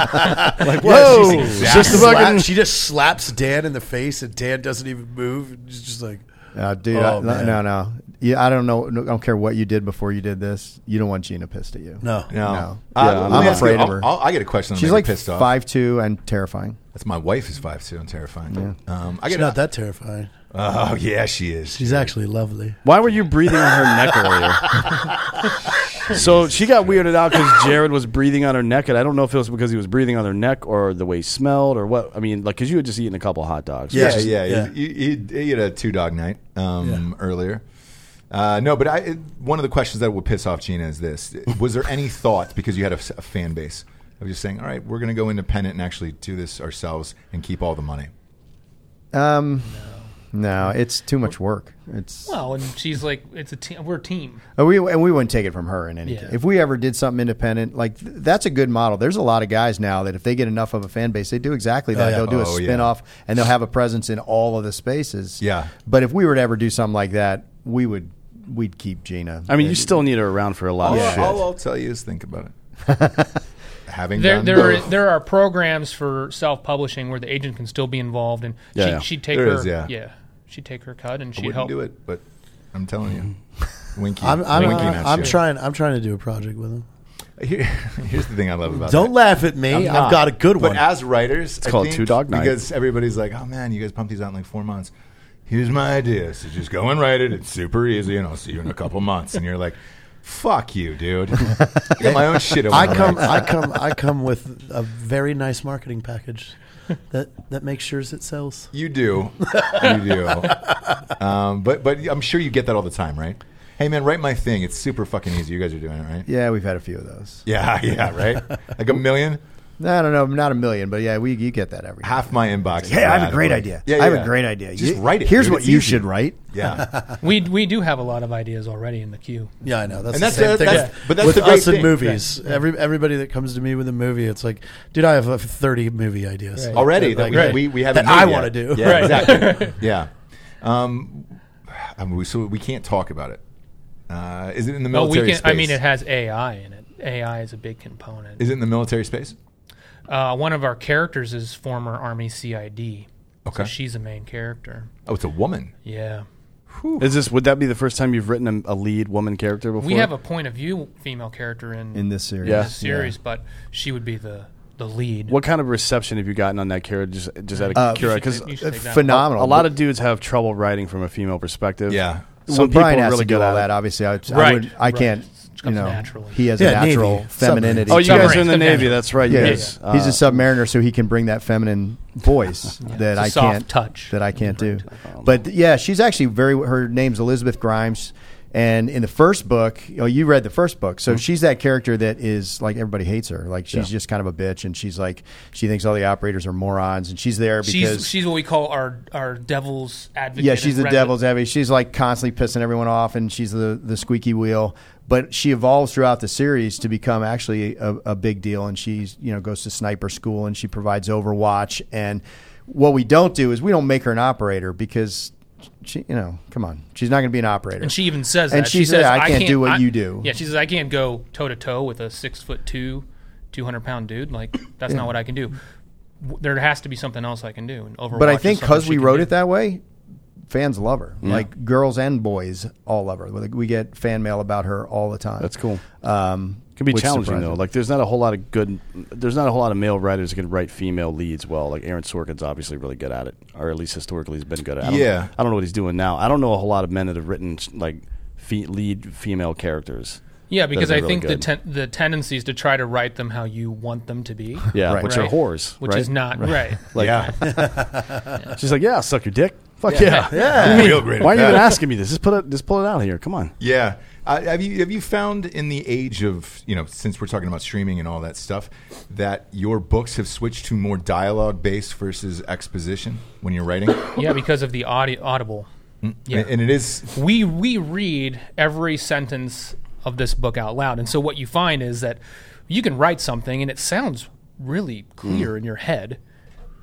Speaker 5: Like
Speaker 6: Whoa!
Speaker 5: she's-
Speaker 6: It's just a
Speaker 5: slap-
Speaker 6: fucking-
Speaker 5: she just slaps Dan in the face, and Dan doesn't even move. She's just like,
Speaker 3: Uh, dude,
Speaker 5: Oh,
Speaker 3: I,
Speaker 5: man.
Speaker 3: no, no. Yeah, I don't know. I don't care what you did before you did this. You don't want Gina pissed at you.
Speaker 5: no,
Speaker 2: No.
Speaker 3: No.
Speaker 2: Uh,
Speaker 6: Yeah,
Speaker 2: let
Speaker 6: I'm
Speaker 2: me ask
Speaker 3: afraid
Speaker 2: you-
Speaker 3: of her.
Speaker 2: I'll- I'll- I get a question. that'll
Speaker 3: She's
Speaker 2: make me
Speaker 3: like
Speaker 2: pissed off.
Speaker 3: five two and terrifying.
Speaker 2: That's my wife is five two and terrifying. Um, I
Speaker 5: she's
Speaker 2: get
Speaker 5: not that terrifying.
Speaker 2: Oh yeah, she is.
Speaker 5: She's actually lovely.
Speaker 6: Why were you breathing on her neck earlier? so she got weirded out because Jared was breathing on her neck, and I don't know if it was because he was breathing on her neck or the way he smelled or what. I mean, like, because you had just eaten a couple hot dogs.
Speaker 2: Yeah,
Speaker 5: Yes.
Speaker 2: yeah.
Speaker 5: Yeah.
Speaker 2: He, he- he had a two dog night um, earlier. Uh, no, but I, it, one of the questions that would piss off Gina is this: Was there any thought because you had a, s- a fan base of just saying, "All right, we're going to go independent and actually do this ourselves and keep all the money"?
Speaker 3: Um, no. it's too much work. It's
Speaker 4: Well, and she's like, it's a team. We're a team.
Speaker 3: Uh, we and we wouldn't take it from her in any
Speaker 4: Yeah.
Speaker 3: case. If we ever did something independent, like th- that's a good model. There's a lot of guys now that if they get enough of a fan base, they do exactly that.
Speaker 5: yeah.
Speaker 3: They'll do a
Speaker 2: Oh, yeah.
Speaker 3: spin off and they'll have a presence in all of the spaces.
Speaker 2: Yeah.
Speaker 3: But if we were to ever do something like that, we would we'd keep Gina.
Speaker 6: I mean, you still need her around for a lot
Speaker 2: All,
Speaker 6: of shit.
Speaker 3: Oh.
Speaker 2: all I'll tell you is think about it.
Speaker 5: (laughs)
Speaker 2: Having
Speaker 4: There,
Speaker 2: done
Speaker 4: there, are,
Speaker 2: both.
Speaker 4: there are programs for self-publishing where the agent can still be involved, and
Speaker 6: Yeah,
Speaker 4: she,
Speaker 6: yeah.
Speaker 4: she'd take
Speaker 2: There
Speaker 4: her,
Speaker 2: is, yeah.
Speaker 4: she'd take her cut, and
Speaker 2: I
Speaker 4: she'd
Speaker 2: wouldn't
Speaker 4: help.
Speaker 2: do it, but I'm telling
Speaker 5: (laughs)
Speaker 2: you, Winky,
Speaker 5: I'm, I'm,
Speaker 2: Winky
Speaker 5: I'm,
Speaker 2: not
Speaker 5: I'm
Speaker 2: you.
Speaker 5: trying. I'm trying to do a project with him.
Speaker 2: Here- (laughs) here's the thing I love about
Speaker 5: Don't
Speaker 2: that.
Speaker 5: laugh at me.
Speaker 2: I'm
Speaker 5: I've
Speaker 2: not.
Speaker 5: got a good
Speaker 2: but
Speaker 5: one.
Speaker 2: as writers, it's
Speaker 6: called Two Dog Night.
Speaker 2: because everybody's like, "Oh man, you guys pumped these out in like four months." Here's my idea: so just go and write it. It's super easy, and I'll see you in a couple months. And you're like, "Fuck you, dude." I got my own shit. I
Speaker 5: I
Speaker 2: wanna
Speaker 5: come, (laughs)
Speaker 2: write.
Speaker 5: I come, I come with a very nice marketing package that that makes sure it sells.
Speaker 2: You do. You do. um, but but I'm sure you get that all the time, right? Hey man, write my thing. It's super fucking easy. You guys are doing it, right?
Speaker 3: yeah, we've had a few of those. (laughs)
Speaker 2: Yeah, yeah, right. Like a million,
Speaker 3: I don't know, not a million, but yeah, we you get that every.
Speaker 2: half my inbox. is
Speaker 3: Hey, I have
Speaker 2: bad,
Speaker 3: a great
Speaker 2: but-
Speaker 3: idea.
Speaker 2: Yeah,
Speaker 3: I have
Speaker 2: yeah.
Speaker 3: a great idea.
Speaker 2: Just
Speaker 3: You-
Speaker 2: write it.
Speaker 3: Here's
Speaker 2: dude.
Speaker 3: what
Speaker 2: It's
Speaker 3: you
Speaker 2: easy.
Speaker 3: should write.
Speaker 2: Yeah.
Speaker 4: We we do have a lot of ideas already in the queue.
Speaker 5: Yeah, I know. That's
Speaker 2: And
Speaker 5: the
Speaker 2: that's-
Speaker 5: same thing.
Speaker 2: that's-
Speaker 5: with-
Speaker 2: but that's
Speaker 5: with
Speaker 2: the great
Speaker 5: us in
Speaker 2: thing.
Speaker 5: movies. Every everybody that comes to me with a movie, it's like, dude, I have uh, thirty movie ideas
Speaker 4: Right.
Speaker 2: already
Speaker 5: Like,
Speaker 2: that we,
Speaker 5: right.
Speaker 2: we, we haven't
Speaker 5: that I
Speaker 2: made
Speaker 5: want to
Speaker 2: yet.
Speaker 5: do.
Speaker 2: Yeah,
Speaker 5: (laughs)
Speaker 2: exactly. yeah. Um, I mean, we- so we can't talk about it. Uh, is it in the
Speaker 4: No, we
Speaker 2: military
Speaker 4: can.
Speaker 2: space?
Speaker 4: I mean, it has AI in it. AI is a big component.
Speaker 2: is it in the military space?
Speaker 4: Uh, one of our characters is former Army CID.
Speaker 2: Okay.
Speaker 4: So she's a main character.
Speaker 2: Oh, it's a woman.
Speaker 4: Yeah.
Speaker 6: Is this would that be the first time you've written a, a lead woman character before?
Speaker 4: We have a point of view female character in,
Speaker 3: In this series.
Speaker 6: Yeah.
Speaker 4: the series, but she would be the, the lead.
Speaker 6: what kind of reception have you gotten on that character? Just just out of
Speaker 4: You should-
Speaker 6: because
Speaker 4: you
Speaker 3: Uh,
Speaker 4: should take that.
Speaker 3: Phenomenal.
Speaker 6: a lot of dudes have trouble writing from a female perspective.
Speaker 2: Yeah.
Speaker 6: some
Speaker 3: Well, Brian
Speaker 6: people
Speaker 3: has
Speaker 6: really
Speaker 3: to do
Speaker 6: good
Speaker 3: all
Speaker 6: at
Speaker 3: that.
Speaker 6: it.
Speaker 3: Obviously, I, I
Speaker 4: Right.
Speaker 3: would. I
Speaker 4: Right.
Speaker 3: can't.
Speaker 4: It
Speaker 3: you
Speaker 4: comes
Speaker 3: know,
Speaker 4: naturally.
Speaker 3: he has a
Speaker 5: Yeah, Navy.
Speaker 3: natural femininity.
Speaker 6: Oh, you guys are in
Speaker 4: Submarine.
Speaker 6: the Navy. That's right.
Speaker 3: yeah,
Speaker 6: Yes.
Speaker 3: he's a submariner, so he can bring that feminine
Speaker 4: (laughs)
Speaker 3: voice that
Speaker 4: It's a
Speaker 3: I
Speaker 4: soft
Speaker 3: can't
Speaker 4: touch.
Speaker 3: That I can't do. But yeah, she's actually very. Her name's Elizabeth Grimes, and in the first book, oh, you read the first book,
Speaker 4: Mm-hmm.
Speaker 3: so she's that character that is like everybody hates her. Like she's just kind of a bitch, and she's like she thinks all the operators are morons, and she's there because
Speaker 4: she's she's what we call our our devil's advocate.
Speaker 3: yeah, she's
Speaker 4: in
Speaker 3: the
Speaker 4: Reddit.
Speaker 3: devil's advocate. She's like constantly pissing everyone off, and she's the the squeaky wheel. But she evolves throughout the series to become actually a, a big deal, and she's you know goes to sniper school and she provides Overwatch. And what we don't do is we don't make her an operator because she you know come on she's not going to be an operator.
Speaker 4: And she even says
Speaker 3: And
Speaker 4: that.
Speaker 3: she said,
Speaker 4: says,
Speaker 3: "I can't do what you do."
Speaker 4: Yeah, she says I can't go toe to toe with a six foot two, two hundred pound dude. Like that's not what I can do. W- There has to be something else I can do. And Overwatch
Speaker 3: but I
Speaker 4: is
Speaker 3: think
Speaker 4: something
Speaker 3: because
Speaker 4: she
Speaker 3: we
Speaker 4: can
Speaker 3: wrote
Speaker 4: do.
Speaker 3: it that way, fans love her. Like girls and boys all love her. Like, We get fan mail about her all the time.
Speaker 6: That's cool.
Speaker 3: Um,
Speaker 6: It can be
Speaker 3: which
Speaker 6: challenging
Speaker 3: surprises-
Speaker 6: though. Like there's not a whole lot of good. There's not a whole lot of male writers that can write female leads well. Like Aaron Sorkin's obviously really good at it, or at least historically he's been good at. it. I don't-
Speaker 2: Yeah.
Speaker 6: I don't know what he's doing now. I don't know a whole lot of men that have written like fe- lead female characters.
Speaker 4: Yeah,
Speaker 6: that have
Speaker 4: because
Speaker 6: been
Speaker 4: I
Speaker 6: really
Speaker 4: think
Speaker 6: good.
Speaker 4: the ten- the tendency is to try to write them how you want them to be.
Speaker 6: yeah,
Speaker 3: Right.
Speaker 6: which are
Speaker 4: Right.
Speaker 6: whores,
Speaker 4: Which
Speaker 6: right?
Speaker 4: is not right.
Speaker 6: (laughs) Like,
Speaker 2: yeah.
Speaker 6: She's like, yeah, I'll suck your dick. Fuck yeah,
Speaker 2: I'm real great at
Speaker 6: Why are you even
Speaker 2: that.
Speaker 6: asking me this? Just put it. Just pull it out here. Come on.
Speaker 2: (laughs) Yeah. Uh, have you have you found in the age of you know since we're talking about streaming and all that stuff that your books have switched to more dialogue based versus exposition when you're writing?
Speaker 4: yeah, because of the audi- audible. Yeah.
Speaker 2: And, and it is
Speaker 4: we we read every sentence of this book out loud and so what you find is that you can write something and it sounds really clear
Speaker 5: Mm.
Speaker 4: in your head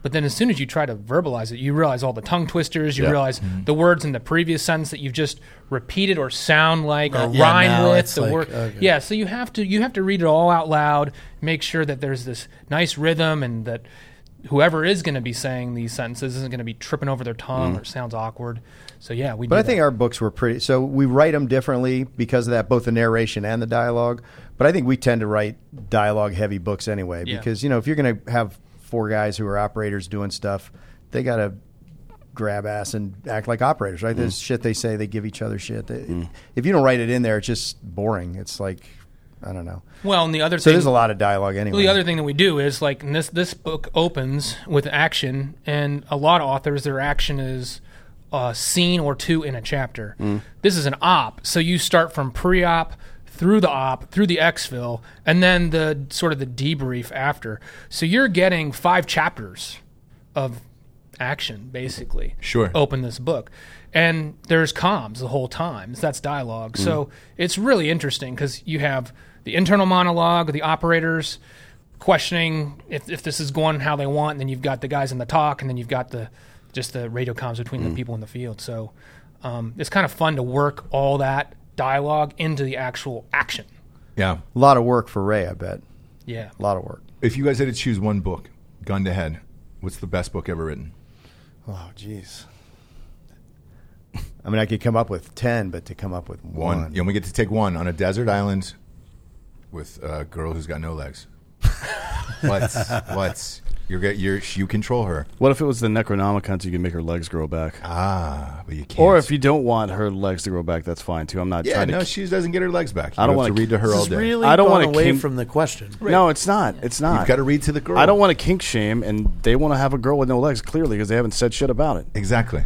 Speaker 4: but then as soon as you try to verbalize it you realize all the tongue twisters you
Speaker 6: Yeah.
Speaker 4: realize
Speaker 5: Mm-hmm.
Speaker 4: the words in the previous sentence that you've just repeated or sound like or
Speaker 5: Right, yeah,
Speaker 4: rhyme
Speaker 5: now
Speaker 4: with
Speaker 5: it's
Speaker 4: the
Speaker 5: like,
Speaker 4: word
Speaker 5: okay.
Speaker 4: yeah so you have to you have to read it all out loud make sure that there's this nice rhythm and that whoever is going to be saying these sentences isn't going to be tripping over their
Speaker 5: Mm.
Speaker 4: tongue or sounds awkward so yeah we
Speaker 3: But
Speaker 4: do
Speaker 3: I think
Speaker 4: that.
Speaker 3: our books were pretty. So we write them differently because of that, both the narration and the dialogue. But I think we tend to write dialogue-heavy books anyway,
Speaker 4: Yeah.
Speaker 3: because you know if you're going to have four guys who are operators doing stuff, they got to grab ass and act like operators,
Speaker 4: Mm.
Speaker 3: right? There's shit they say, they give each other shit. They, If you don't write it in there, it's just boring. It's like I don't know.
Speaker 4: Well, and the other
Speaker 3: So
Speaker 4: thing,
Speaker 3: there's a lot of dialogue anyway.
Speaker 4: well, the other thing that we do is like and this this book opens with action, and a lot of authors their action is a scene or two in a chapter.
Speaker 3: Mm.
Speaker 4: This is an op, so you start from pre-op through the op, through the exfil, and then the sort of the debrief after. So you're getting five chapters of action basically.
Speaker 2: Sure.
Speaker 4: Open this book. And there's comms the whole time. So that's dialogue.
Speaker 2: Mm-hmm.
Speaker 4: So it's really interesting because you have the internal monologue, the operators questioning if, if this is going how they want. And then you've got the guys in the talk, and then you've got the just the radio comms between
Speaker 2: Mm-hmm.
Speaker 4: the people in the field. So um, it's kind of fun to work all that dialogue into the actual action.
Speaker 2: yeah.
Speaker 3: a lot of work for Ray, I bet.
Speaker 4: Yeah.
Speaker 3: A lot of work.
Speaker 2: If you guys had to choose one book, gun to head, what's the best book ever written?
Speaker 6: Oh, jeez.
Speaker 3: I mean, I could come up with ten, but to come up with
Speaker 2: One.
Speaker 3: one,
Speaker 2: You only get to take one on a desert island with a girl who's got no
Speaker 6: (laughs)
Speaker 2: legs. what's what's you're get you're you control her.
Speaker 6: What if it was the Necronomicon? So you can make her legs grow back.
Speaker 2: Ah, but you can't.
Speaker 6: Or if you don't want her legs to grow back, that's fine too. I'm not
Speaker 2: yeah,
Speaker 6: trying
Speaker 2: no,
Speaker 6: to.
Speaker 2: she doesn't get her legs back. You
Speaker 6: I don't
Speaker 2: have to
Speaker 6: wanna-
Speaker 2: read to her
Speaker 6: this
Speaker 2: all
Speaker 5: This
Speaker 2: day.
Speaker 5: is really
Speaker 6: I don't
Speaker 5: gone
Speaker 6: wanna
Speaker 5: away
Speaker 6: kink-
Speaker 5: from the question.
Speaker 6: No, it's not. It's not.
Speaker 2: You've got to read to the girl.
Speaker 6: I don't want to kink shame, and they want to have a girl with no legs clearly because they haven't said shit about it.
Speaker 2: exactly.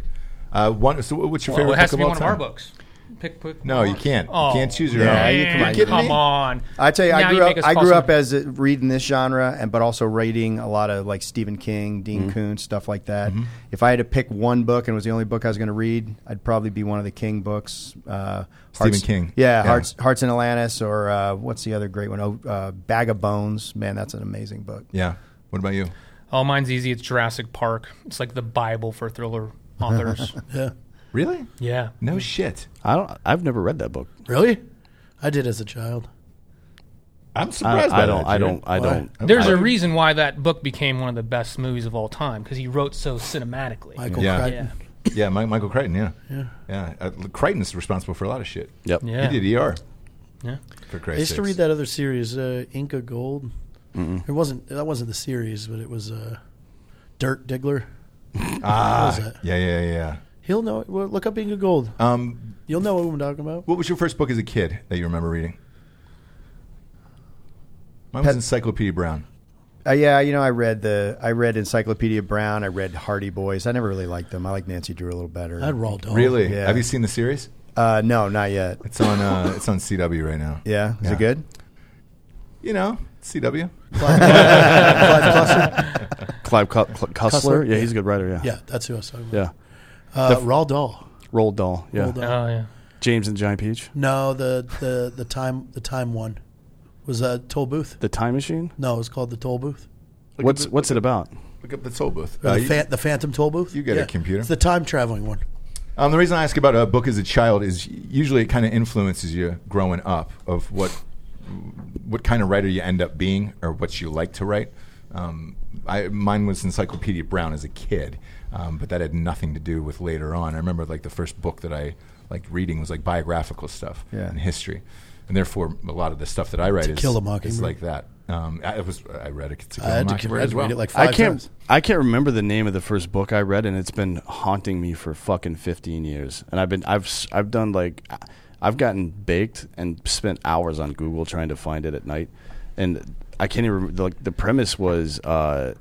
Speaker 2: Uh, one. So, what's your
Speaker 4: Well,
Speaker 2: favorite
Speaker 4: it
Speaker 2: book
Speaker 4: has to be
Speaker 2: of all
Speaker 4: one of our
Speaker 2: time?
Speaker 4: books. Pick, pick
Speaker 2: No,
Speaker 4: one.
Speaker 2: you can't.
Speaker 4: Oh,
Speaker 2: you can't choose your
Speaker 3: Yeah,
Speaker 2: own.
Speaker 3: you
Speaker 4: man,
Speaker 3: come on,
Speaker 2: You're kidding
Speaker 4: come
Speaker 2: me?
Speaker 4: on.
Speaker 3: I tell you,
Speaker 4: Now
Speaker 3: I grew
Speaker 4: make
Speaker 3: up.
Speaker 4: us
Speaker 3: I
Speaker 4: call
Speaker 3: grew
Speaker 4: some-
Speaker 3: up as it, reading this genre, and but also reading a lot of like Stephen King, Dean
Speaker 2: Mm-hmm.
Speaker 3: Koontz, stuff like that. If I had to pick one book and it was the only book I was going to read, I'd probably be one of the King books. Uh,
Speaker 2: Stephen
Speaker 3: Hearts-
Speaker 2: King.
Speaker 3: yeah,
Speaker 2: Yeah.
Speaker 3: Hearts Hearts in Atlantis, or uh, what's the other great one? Oh, uh, Bag of Bones. Man, that's an amazing book.
Speaker 2: Yeah. What about you?
Speaker 4: Oh, mine's easy. It's Jurassic Park. It's like the Bible for thriller authors.
Speaker 5: Yeah.
Speaker 2: Really?
Speaker 4: yeah.
Speaker 2: No shit.
Speaker 6: I don't. I've never read that book.
Speaker 5: Really? I did as a child.
Speaker 2: I'm
Speaker 6: I,
Speaker 2: surprised by
Speaker 6: I don't.
Speaker 2: that,
Speaker 6: I
Speaker 2: Jared.
Speaker 6: don't. I
Speaker 5: Why?
Speaker 6: don't.
Speaker 4: There's
Speaker 6: I-
Speaker 4: a reason why that book became one of the best movies of all time because he wrote so cinematically.
Speaker 5: Michael
Speaker 2: Yeah.
Speaker 5: Crichton.
Speaker 2: Yeah, Mi- Michael Crichton. Yeah. Yeah. Yeah. Uh, Crichton's responsible for a lot of shit.
Speaker 6: Yep.
Speaker 4: Yeah.
Speaker 2: He did ER.
Speaker 4: Yeah.
Speaker 2: For
Speaker 5: I
Speaker 2: Christ's
Speaker 5: used to read
Speaker 2: sakes.
Speaker 5: that other series, uh, Inca Gold. It wasn't that wasn't the series, but it was uh, Dirk Diggler. Ah, was that?
Speaker 2: Yeah, yeah, yeah.
Speaker 5: he'll know. Well, look up Inca Gold.
Speaker 2: Um,
Speaker 5: You'll know what I'm talking about.
Speaker 2: what was your first book as a kid that you remember reading? Mine was Encyclopedia Brown.
Speaker 3: Uh, yeah, you know, I read the I read Encyclopedia Brown. I read Hardy Boys. I never really liked them. I like Nancy Drew a little better.
Speaker 5: I had Roald Dahl.
Speaker 2: Really?
Speaker 3: Oh, yeah.
Speaker 2: Have you seen the series?
Speaker 3: Uh, no, not yet.
Speaker 2: It's on. Uh, it's on CW right now.
Speaker 3: Yeah, is it good?
Speaker 2: You know, CW.
Speaker 6: Clive Cu- Cl- Cussler. Yeah, he's a good writer. Yeah.
Speaker 5: Yeah, that's who I was talking about.
Speaker 6: Yeah.
Speaker 5: Uh, Roald Dahl.
Speaker 6: Roll Doll. Yeah.
Speaker 5: Roald Dahl.
Speaker 4: Oh yeah.
Speaker 6: James and the Giant Peach.
Speaker 5: No, the, the, the time the time one was uh, Toll Booth.
Speaker 6: The Time Machine.
Speaker 5: No, it was called the Toll Booth.
Speaker 6: What's What's it about?
Speaker 2: Look up the toll booth.
Speaker 5: Or
Speaker 2: Uh,
Speaker 5: the,
Speaker 2: you-
Speaker 5: fan, the Phantom Toll Booth.
Speaker 2: you get a computer.
Speaker 5: It's the time traveling one.
Speaker 2: Um, the reason I ask about a book as a child is usually it kind of influences you growing up of what what kind of writer you end up being or what you like to write. Um, I, mine was Encyclopedia Brown as a kid, um, but that had nothing to do with later on. I remember like the first book that I liked reading was like biographical stuff
Speaker 3: Yeah.
Speaker 2: and history, and therefore a lot of the stuff that I write is,
Speaker 5: Kill a
Speaker 2: is
Speaker 5: Mockingbird.
Speaker 2: like that. Um, I it was I read it. To kill
Speaker 5: I
Speaker 2: a
Speaker 5: had to, I
Speaker 2: Mockingbird
Speaker 5: had
Speaker 2: as
Speaker 5: to
Speaker 2: well.
Speaker 5: read it like five
Speaker 6: I can't.
Speaker 5: times.
Speaker 6: I can't remember the name of the first book I read, and it's been haunting me for fucking fifteen years. And I've been, I've, s- I've done like, I've gotten baked and spent hours on Google trying to find it at night, and I can't even. remember. Like the premise was, uh,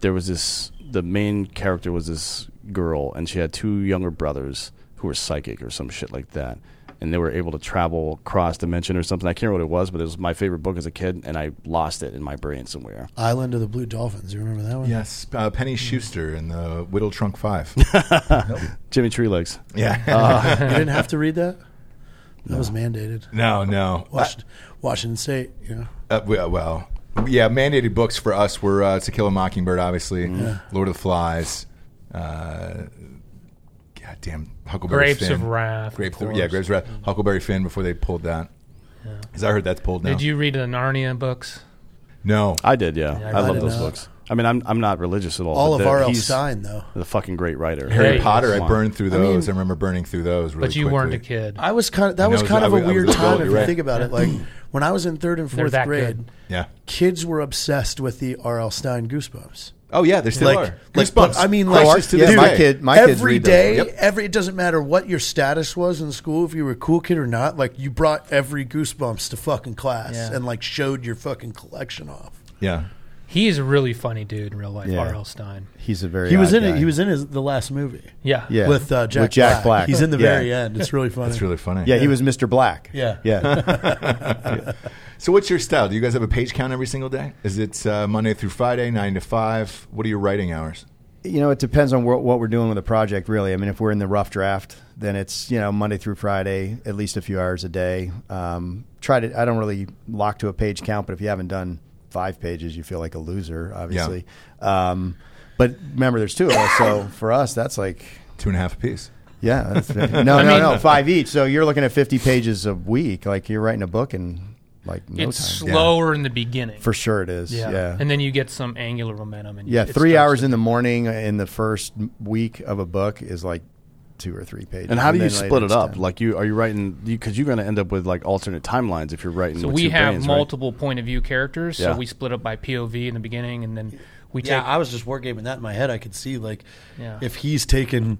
Speaker 6: there was this. The main character was this girl, and she had two younger brothers who were psychic or some shit like that. And they were able to travel cross dimension or something. I can't remember what it was, but it was my favorite book as a kid, and I lost it in my brain somewhere.
Speaker 5: Island of the Blue Dolphins. You remember that one?
Speaker 2: Yes, uh, Penny Schuster and the Whittle
Speaker 5: (laughs)
Speaker 2: Trunk Five.
Speaker 6: Jimmy Tree Legs.
Speaker 2: yeah.
Speaker 5: you didn't have to read (laughs) that. That was mandated.
Speaker 2: (laughs) no, no.
Speaker 5: Washington, Washington State. You know.
Speaker 2: Uh, we- uh, well, yeah, mandated books for us were uh, To Kill a Mockingbird, obviously, Lord of the Flies, uh, goddamn Huckleberry
Speaker 4: Grapes
Speaker 2: Finn.
Speaker 4: of Wrath,
Speaker 2: Grape-
Speaker 4: of
Speaker 2: yeah,
Speaker 4: course. Mm-hmm.
Speaker 2: Grapes of Wrath. Huckleberry Finn before they pulled that. Because I heard that's pulled now.
Speaker 4: Did you read the Narnia books?
Speaker 2: No.
Speaker 6: I did, yeah.
Speaker 4: Yeah,
Speaker 6: I,
Speaker 4: I
Speaker 6: love
Speaker 5: did
Speaker 6: those
Speaker 5: not.
Speaker 6: books. I mean, I'm I'm not religious at all.
Speaker 5: All
Speaker 6: but
Speaker 5: of
Speaker 6: they're-
Speaker 5: R.L.
Speaker 6: he's
Speaker 5: Stein, though.
Speaker 6: the fucking great writer.
Speaker 2: Harry
Speaker 4: Hey,
Speaker 2: Potter,
Speaker 6: come
Speaker 2: I
Speaker 6: on.
Speaker 2: burned through
Speaker 5: mean-
Speaker 2: those. I, remember burning through those really
Speaker 4: But you weren't a
Speaker 2: quickly.
Speaker 4: kid.
Speaker 5: I was kind of that
Speaker 2: No,
Speaker 5: was
Speaker 2: it was-
Speaker 5: kind
Speaker 2: I
Speaker 5: of a
Speaker 2: was- I was
Speaker 5: weird
Speaker 2: an adult,
Speaker 5: time if
Speaker 2: you're
Speaker 5: you
Speaker 2: right.
Speaker 5: think about it. (clears throat) Like when I was in third and
Speaker 4: They're
Speaker 5: fourth
Speaker 4: that
Speaker 5: grade,
Speaker 4: good.
Speaker 2: Yeah.
Speaker 5: kids were obsessed with the R.L. Stein Goosebumps.
Speaker 2: Oh, yeah, there still
Speaker 5: Like,
Speaker 2: are.
Speaker 5: like, but
Speaker 2: Goosebumps.
Speaker 5: I mean,
Speaker 2: Crushes
Speaker 5: like,
Speaker 2: to this
Speaker 3: yeah, my
Speaker 2: day.
Speaker 3: kid, my kids
Speaker 5: every
Speaker 3: read
Speaker 5: day,
Speaker 3: Those. Yep.
Speaker 5: every it doesn't matter what your status was in school, if you were a cool kid or not. Like you brought every Goosebumps to fucking class
Speaker 4: Yeah.
Speaker 5: and like showed your fucking collection off.
Speaker 2: Yeah.
Speaker 4: He is a really funny dude in real life,
Speaker 3: Yeah.
Speaker 4: R.L. Stein.
Speaker 3: He's a very
Speaker 5: He was
Speaker 3: odd
Speaker 5: in it.
Speaker 3: guy.
Speaker 5: He was in his the last movie.
Speaker 4: Yeah.
Speaker 3: Yeah.
Speaker 5: with uh, Jack,
Speaker 3: With Jack Black.
Speaker 5: He's in the
Speaker 3: Yeah.
Speaker 5: very end. It's really funny.
Speaker 2: That's really funny.
Speaker 3: Yeah, he was Mr. Black.
Speaker 5: Yeah.
Speaker 3: yeah. (laughs)
Speaker 2: So, what's your style? Do you guys have a page count every single day? Is it uh, Monday through Friday, nine to five? What are your writing hours?
Speaker 3: you know, it depends on what, what we're doing with the project, really. I mean, if we're in the rough draft, then it's you know Monday through Friday, at least a few hours a day. Um, try to. I don't really lock to a page count, but if you haven't done five pages, you feel like a loser, obviously. Um, but remember, there's two of us, so for us, that's like.
Speaker 2: Two and a half a piece.
Speaker 3: Yeah, that's, (laughs) no, no,
Speaker 4: mean-
Speaker 3: no, five each. So you're looking at 50 pages a week. Like you're writing a book in like no
Speaker 4: it's
Speaker 3: time.
Speaker 4: slower in the beginning.
Speaker 3: For sure, it is. Yeah, yeah.
Speaker 4: And then you get some angular momentum. And
Speaker 3: Yeah,
Speaker 4: it
Speaker 3: three
Speaker 4: starts
Speaker 3: hours
Speaker 4: to-
Speaker 3: in the morning in the first week of a book is like two or three pages.
Speaker 6: And how do you
Speaker 3: then later
Speaker 6: split it
Speaker 3: it's
Speaker 6: up?
Speaker 3: done.
Speaker 6: Like, you are you writing because you, are going to end up with like alternate timelines if you're writing.
Speaker 4: So
Speaker 6: with
Speaker 4: we
Speaker 6: two
Speaker 4: have
Speaker 6: brains, right?
Speaker 4: multiple point of view characters.
Speaker 6: Yeah.
Speaker 4: So we split up by POV in the beginning, and then we
Speaker 5: Yeah,
Speaker 4: take.
Speaker 5: I was just wargaming that in my head. I could see like
Speaker 4: Yeah.
Speaker 5: if he's taken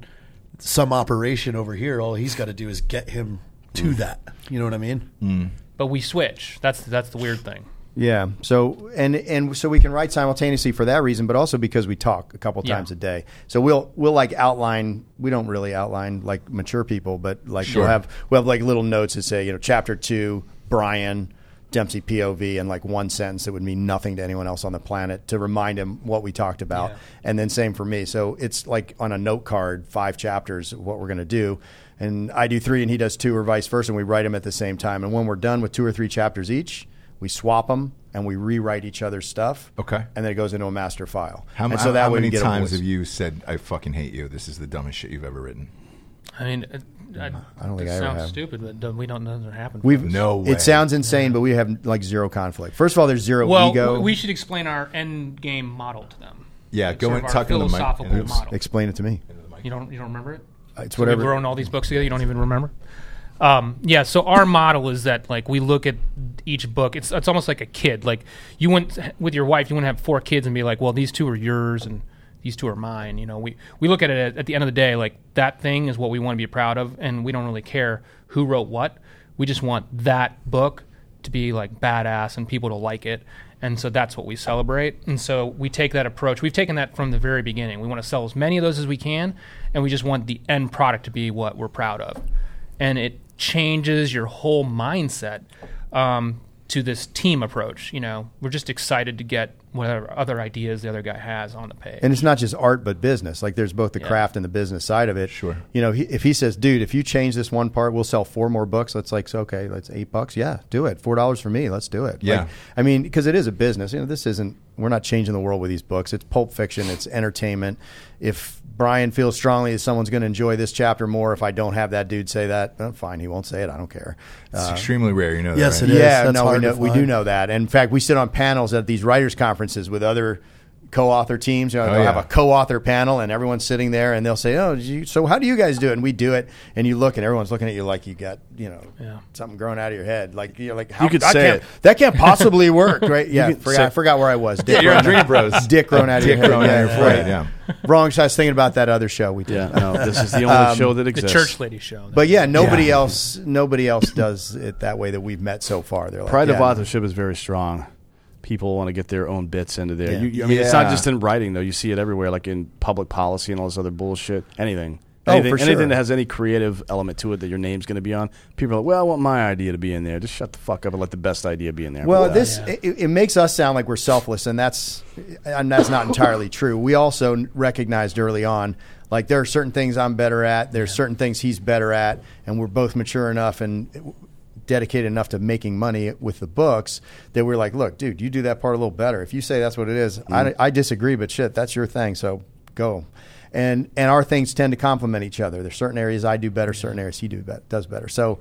Speaker 5: some operation over here, all he's got to do is get him to
Speaker 3: Mm.
Speaker 5: that. You know what I mean?
Speaker 4: but we switch. That's that's the weird thing.
Speaker 3: yeah. So and and so we can write simultaneously for that reason, but also because we talk a couple
Speaker 4: Yeah.
Speaker 3: times a day. So we'll we'll like outline. We don't really outline like mature people, but like
Speaker 2: Sure.
Speaker 3: we'll have we'll have like little notes that say you know chapter two Brian. Dempsey POV and like one sentence that would mean nothing to anyone else on the planet to remind him what we talked about.
Speaker 4: Yeah.
Speaker 3: and then same for me. So it's like on a note card, five chapters of what we're going to do, and I do three and he does two, or vice versa, and we write them at the same time. And when we're done with two or three chapters each, we swap them and we rewrite each other's stuff.
Speaker 2: Okay.
Speaker 3: and then it goes into a master file.
Speaker 2: How,
Speaker 3: and
Speaker 2: how- how
Speaker 3: way we
Speaker 2: many
Speaker 3: get a
Speaker 2: times
Speaker 3: voice.
Speaker 2: have you said, I fucking hate you? This is the dumbest shit you've ever written?
Speaker 4: I mean, it, I,
Speaker 3: don't think I
Speaker 4: that
Speaker 3: ever
Speaker 4: sounds
Speaker 3: have.
Speaker 4: stupid, but don't- we don't know that happened.
Speaker 3: We've
Speaker 2: No way.
Speaker 3: It sounds insane, but we have like zero conflict. First of all, there's zero
Speaker 4: well,
Speaker 3: ego.
Speaker 4: w- we should explain our end game model to them.
Speaker 2: Yeah,
Speaker 4: Like
Speaker 2: go
Speaker 4: sort
Speaker 2: and
Speaker 4: of our
Speaker 2: tuck in the mic.
Speaker 4: philosophical
Speaker 2: Oops.
Speaker 4: model.
Speaker 3: Explain it to me.
Speaker 4: You don't you don't remember it?
Speaker 3: It's
Speaker 4: So
Speaker 3: whatever.
Speaker 4: We've thrown all these books together. You don't even remember. Um, yeah. So our model is that like we look at each book. It's it's almost like a kid. Like you wouldn't with your wife. You wouldn't have four kids and be like, well, these two are yours and these two are mine. You know, we we look at it at, at the end of the day like that thing is what we want to be proud of, and we don't really care who wrote what. We just want that book to be like badass and people to like it. And so that's what we celebrate. And so we take that approach. We've taken that from the very beginning. We want to sell as many of those as we can, and we just want the end product to be what we're proud of. And it changes your whole mindset um, to this team approach. You know, we're just excited to get whatever other ideas the other guy has on the page.
Speaker 3: And it's not just art, but business. Like there's both the craft and the business side of it. Sure. You know, he, if he says, dude, if you change this one part, we'll sell four more books. That's like, so, okay, that's eight bucks. Yeah, do it. Four dollars for me. Let's do it.
Speaker 2: Yeah.
Speaker 3: Like, I mean, because it is a business. You know, this isn't, we're not changing the world with these books. It's pulp fiction, it's entertainment. If Brian feels strongly that someone's going to enjoy this chapter more, if I don't have that dude say that, well, fine, he won't say it. I don't care.
Speaker 2: It's extremely rare, you know. That,
Speaker 5: yes,
Speaker 2: right?
Speaker 5: it is.
Speaker 3: Yeah,
Speaker 5: That's
Speaker 3: no, we,
Speaker 5: hard to
Speaker 3: know, we do
Speaker 5: find.
Speaker 3: know that. In fact, we sit on panels at these writers' conferences with other co-author teams. You know,
Speaker 2: Oh,
Speaker 3: they'll
Speaker 2: yeah.
Speaker 3: have a co-author panel, and everyone's sitting there, and they'll say, "Oh, did you, so how do you guys do it?" And we do it, and you look, and everyone's looking at you like you got, you know, something growing out of your head. Like you're like, how,
Speaker 6: could
Speaker 3: that
Speaker 6: say
Speaker 3: can't,
Speaker 6: it.
Speaker 2: (laughs)
Speaker 3: That can't possibly work, right? Yeah, I forgot,
Speaker 6: say-
Speaker 3: I forgot where I was. Dick
Speaker 2: Yeah, you're on
Speaker 3: growing
Speaker 2: Dream
Speaker 3: out-
Speaker 2: Bros.
Speaker 3: (laughs) Dick growing out of
Speaker 2: Dick
Speaker 3: your
Speaker 2: growing
Speaker 3: head.
Speaker 2: out of your forehead, yeah.
Speaker 3: (laughs) Wrong. So I was thinking about that other show we did.
Speaker 6: Yeah, no, this is
Speaker 4: (laughs)
Speaker 6: the only show that
Speaker 4: Um, the
Speaker 6: exists.
Speaker 4: church lady show.
Speaker 3: But yeah, nobody
Speaker 6: Yeah.
Speaker 3: else, nobody else does it that way that we've met so far. They're like,
Speaker 6: Pride
Speaker 3: yeah,
Speaker 6: of authorship is very strong. People want to get their own bits into there.
Speaker 3: Yeah.
Speaker 6: You, you- I mean, it's not
Speaker 2: Yeah.
Speaker 6: just in writing though. You see it everywhere, like in public policy and all this other bullshit. Anything.
Speaker 3: Oh,
Speaker 6: Anything,
Speaker 3: for sure.
Speaker 6: anything that has any creative element to it that your name's going to be on, people are like, well, I want my idea to be in there. Just shut the fuck up and let the best idea be in there.
Speaker 3: Well, this it, it makes us sound like we're selfless, and that's and that's not entirely true. We also recognized early on, like there are certain things I'm better at, there's certain things he's better at, and we're both mature enough and dedicated enough to making money with the books that we're like, look, dude, you do that part a little better. If you say that's what it is, I, I disagree, but shit, that's your thing, so go. And and our things tend to complement each other. There's certain areas I do better, certain areas he do be- does better. So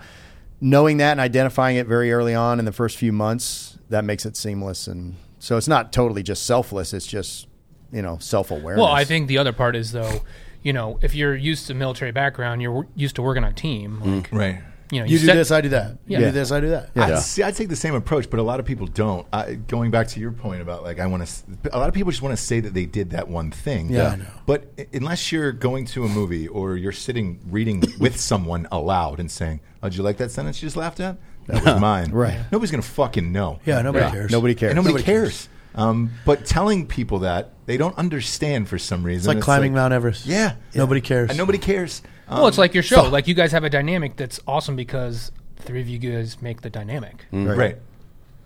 Speaker 3: knowing that and identifying it very early on in the first few months, that makes it seamless. And so it's not totally just selfless. It's just, you know, self awareness.
Speaker 4: Well, I think the other part is though, you know, if you're used to military background, you're w- used to working on a team. Like,
Speaker 2: Right.
Speaker 4: You know,
Speaker 5: You do
Speaker 4: set-
Speaker 5: this, uh, I do that. You
Speaker 4: Yeah.
Speaker 5: do this, I do that.
Speaker 2: I, see, I take the same approach, but a lot of people don't. I, going back to your point about like, I want to. A lot of people just want to say that they did that one thing.
Speaker 5: Yeah, I know.
Speaker 2: But i- unless you're going to a movie or you're sitting reading with someone aloud and saying, "Oh, did you like that sentence you just laughed at? That was mine."
Speaker 3: Right.
Speaker 2: Nobody's gonna fucking know.
Speaker 5: Yeah, nobody cares.
Speaker 3: Nobody cares.
Speaker 2: And nobody, cares. Um, but telling people that they don't understand for some reason.
Speaker 5: It's like climbing Mount Everest.
Speaker 2: Yeah.
Speaker 5: Nobody cares.
Speaker 2: And nobody cares.
Speaker 4: well, it's like your show. Like you guys have a dynamic that's awesome because the three of you guys make the dynamic.
Speaker 2: Um, right.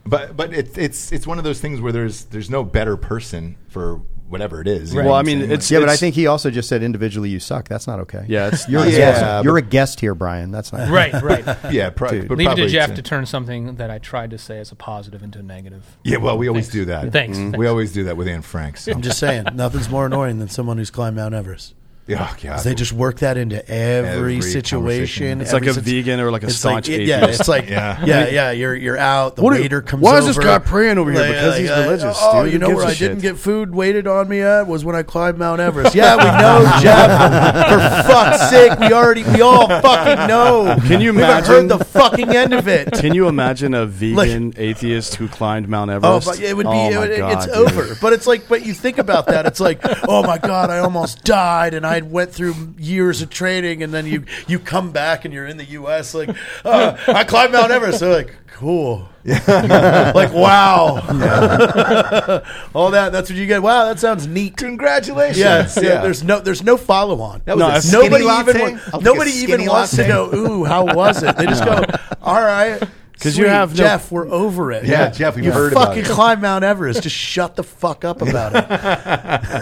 Speaker 2: But but it's it's it's one of those things where there's there's no better person for whatever it is. you know
Speaker 6: well,
Speaker 2: what
Speaker 6: I
Speaker 2: I'm
Speaker 6: mean,
Speaker 2: saying?
Speaker 6: it's
Speaker 3: Yeah, but I
Speaker 6: it's-
Speaker 3: think he also just said individually you suck. That's not okay.
Speaker 6: yeah, it's
Speaker 3: You're, a
Speaker 2: Yeah,
Speaker 3: guest.
Speaker 2: but-
Speaker 3: You're a guest here, Brian. That's not
Speaker 4: (laughs) Right, right.
Speaker 2: Like, (laughs) yeah, pro- but
Speaker 4: Leave it to
Speaker 2: probably
Speaker 4: Jeff
Speaker 2: it's-
Speaker 4: to turn something that I tried to say as a positive into a negative.
Speaker 2: Yeah, well, we always do that. Mm-hmm.
Speaker 4: Thanks, thanks.
Speaker 2: We always do that with Anne Frank. So.
Speaker 5: (laughs) I'm just saying, nothing's more annoying than someone who's climbed Mount Everest.
Speaker 2: Yeah, oh, God.
Speaker 5: They just work that into every,
Speaker 2: Every conversation.
Speaker 5: situation.
Speaker 6: It's like
Speaker 5: every
Speaker 6: a
Speaker 5: sit-
Speaker 6: vegan or like a
Speaker 5: it's
Speaker 6: staunch
Speaker 5: like, Yeah,
Speaker 6: atheist.
Speaker 5: it's
Speaker 6: (laughs)
Speaker 5: like
Speaker 2: Yeah.
Speaker 5: yeah, yeah, You're you're out. The
Speaker 6: What are-
Speaker 5: waiter comes.
Speaker 6: why is
Speaker 5: over.
Speaker 6: this guy praying over here? Because he's religious,
Speaker 5: Oh,
Speaker 6: dude.
Speaker 5: you
Speaker 6: Who
Speaker 5: know
Speaker 6: gives
Speaker 5: where
Speaker 6: a
Speaker 5: I
Speaker 6: shit?"
Speaker 5: didn't get food waited on me at was when I climbed Mount
Speaker 6: (laughs)
Speaker 5: Everest. Yeah, we know, Jeff. For fuck's sake, we already we all fucking know.
Speaker 6: Can you
Speaker 5: We've
Speaker 6: imagine-
Speaker 5: heard the fucking end of it.
Speaker 6: (laughs) Can you
Speaker 5: (laughs)
Speaker 6: imagine a vegan atheist who climbed Mount
Speaker 5: Oh,
Speaker 6: Everest?
Speaker 5: but it would be.
Speaker 6: Oh
Speaker 5: it
Speaker 6: my
Speaker 5: would,
Speaker 6: God,
Speaker 5: it's
Speaker 6: dude.
Speaker 5: over. But it's like, but you think about that. It's
Speaker 6: (laughs)
Speaker 5: like, oh my god, I almost died, and I went through years of training, and then you you come back, and you're in the U.S. Like, uh, I climbed Mount Everest. They're like,
Speaker 6: (laughs)
Speaker 5: cool. like wow, (laughs) all that. That's what you get. Wow, that sounds neat.
Speaker 2: congratulations.
Speaker 5: Yeah, (laughs) yeah, There's no, there's no follow on.
Speaker 2: was a skinny
Speaker 5: nobody even,
Speaker 2: latte. I'll
Speaker 5: wa-
Speaker 2: take a
Speaker 5: nobody
Speaker 2: skinny
Speaker 5: even wants to
Speaker 2: latte.
Speaker 5: go. Ooh, how was it? They just
Speaker 2: (laughs)
Speaker 5: go, all right.
Speaker 6: 'Cause you
Speaker 5: sweet,
Speaker 6: have no-
Speaker 5: Jeff. we're over it.
Speaker 2: Yeah, Jeff, we've
Speaker 5: you
Speaker 2: heard about
Speaker 5: fucking
Speaker 2: it.
Speaker 5: climb Mount Everest. Just shut the fuck up about
Speaker 2: (laughs)
Speaker 5: it.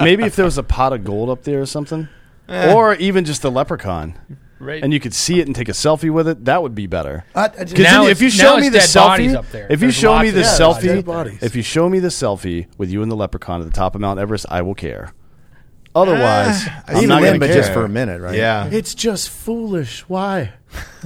Speaker 6: Maybe if there was a pot of gold up there or something,
Speaker 5: Eh.
Speaker 6: or even just a leprechaun,
Speaker 4: Right.
Speaker 6: and you could see it and take a selfie with it, that would be better.
Speaker 5: I- I
Speaker 6: 'Cause
Speaker 5: just-
Speaker 4: Now
Speaker 6: if,
Speaker 4: it's-
Speaker 6: if you
Speaker 4: now
Speaker 6: show
Speaker 4: it's
Speaker 6: me the
Speaker 4: dead bodies
Speaker 6: selfie,
Speaker 4: up there.
Speaker 6: if you
Speaker 4: There's
Speaker 6: show me
Speaker 4: lots
Speaker 6: the
Speaker 4: of-
Speaker 5: Yeah, lots of dead
Speaker 6: selfie,
Speaker 5: bodies.
Speaker 6: if you show me the selfie with you and the leprechaun at the top of Mount Everest, I will care. Otherwise,
Speaker 3: Ah,
Speaker 6: I'm
Speaker 3: Even
Speaker 6: not
Speaker 3: then,
Speaker 6: going
Speaker 3: but
Speaker 6: to
Speaker 3: just
Speaker 6: care.
Speaker 3: for a minute, right?
Speaker 2: Yeah.
Speaker 5: it's just foolish. Why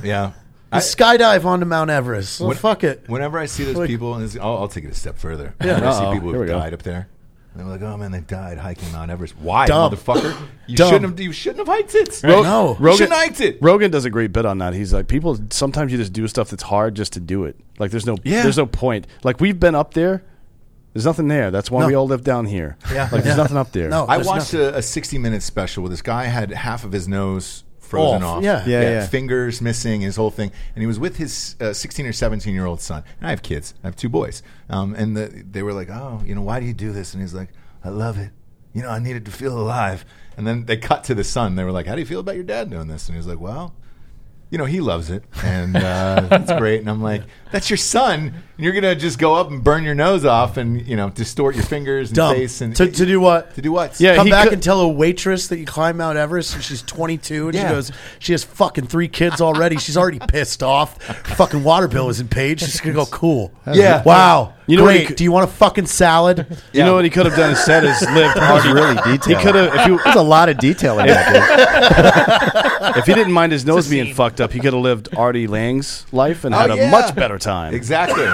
Speaker 2: yeah.
Speaker 5: I, skydive onto Mount Everest? Well, fuck it.
Speaker 2: Whenever I see those
Speaker 5: Like-
Speaker 2: people, and it's- I'll, I'll take it a step further. Yeah. I see
Speaker 6: Uh-oh.
Speaker 2: people
Speaker 6: Here
Speaker 2: who
Speaker 6: we go.
Speaker 2: died up there. And I'm like, oh man, they died hiking Mount Everest. Why,
Speaker 5: Dumb.
Speaker 2: motherfucker? You
Speaker 5: Dumb.
Speaker 2: shouldn't have. You shouldn't have hiked it.
Speaker 6: Ro-
Speaker 5: No.
Speaker 2: You
Speaker 6: Rogan,
Speaker 2: shouldn't have hiked it.
Speaker 6: Rogan does a great bit on that. He's like, people sometimes you just do stuff that's hard just to do it. Like there's no
Speaker 2: Yeah.
Speaker 6: there's no point. Like we've been up there. There's nothing there. That's why we all live down here.
Speaker 5: Yeah.
Speaker 6: Like
Speaker 5: Yeah.
Speaker 6: there's nothing up there.
Speaker 5: No.
Speaker 2: I
Speaker 5: There's
Speaker 2: watched a, a 60 minute special where this guy had half of his nose frozen
Speaker 5: Off,
Speaker 2: off.
Speaker 5: yeah.
Speaker 3: Yeah, yeah.
Speaker 2: Fingers missing, his whole thing. And he was with his uh, 16 or 17 year old son. And I have kids. I have two boys. Um, and the, they were like, oh, you know, why do you do this? And he's like, I love it. You know, I needed to feel alive. And then they cut to the son. They were like, how do you feel about your dad doing this? And he was like, well, you know, he loves it,
Speaker 5: (laughs)
Speaker 2: and uh, that's great. And I'm like, that's your son, and you're gonna just go up and burn your nose off, and you know, distort your fingers and
Speaker 5: Dumb.
Speaker 2: face, and
Speaker 5: To- to do what?
Speaker 2: To do what?
Speaker 6: Yeah,
Speaker 5: Come
Speaker 6: he
Speaker 5: back
Speaker 6: could-
Speaker 5: and tell a waitress that you climb Mount Everest and she's 22 and she
Speaker 2: Yeah.
Speaker 5: goes, she has fucking three kids already. She's
Speaker 6: (laughs)
Speaker 5: already pissed off. Fucking water bill isn't paid. She's going to go, cool.
Speaker 2: Yeah.
Speaker 5: Wow.
Speaker 6: You know what
Speaker 5: Great.
Speaker 6: he could-
Speaker 5: do you want a fucking
Speaker 6: (laughs)
Speaker 5: salad?
Speaker 6: You know what he could have done
Speaker 3: (laughs)
Speaker 6: instead is lived
Speaker 3: That was
Speaker 6: Harvey.
Speaker 3: really
Speaker 6: He
Speaker 3: detailed.
Speaker 6: could have if he
Speaker 3: There's a lot of detail in that. dude.
Speaker 6: if he didn't mind his nose being
Speaker 4: scene.
Speaker 6: fucked up, he could have lived Artie Lang's life and had
Speaker 2: Oh,
Speaker 6: a
Speaker 2: yeah.
Speaker 6: much better time. (coughs)
Speaker 2: Exactly.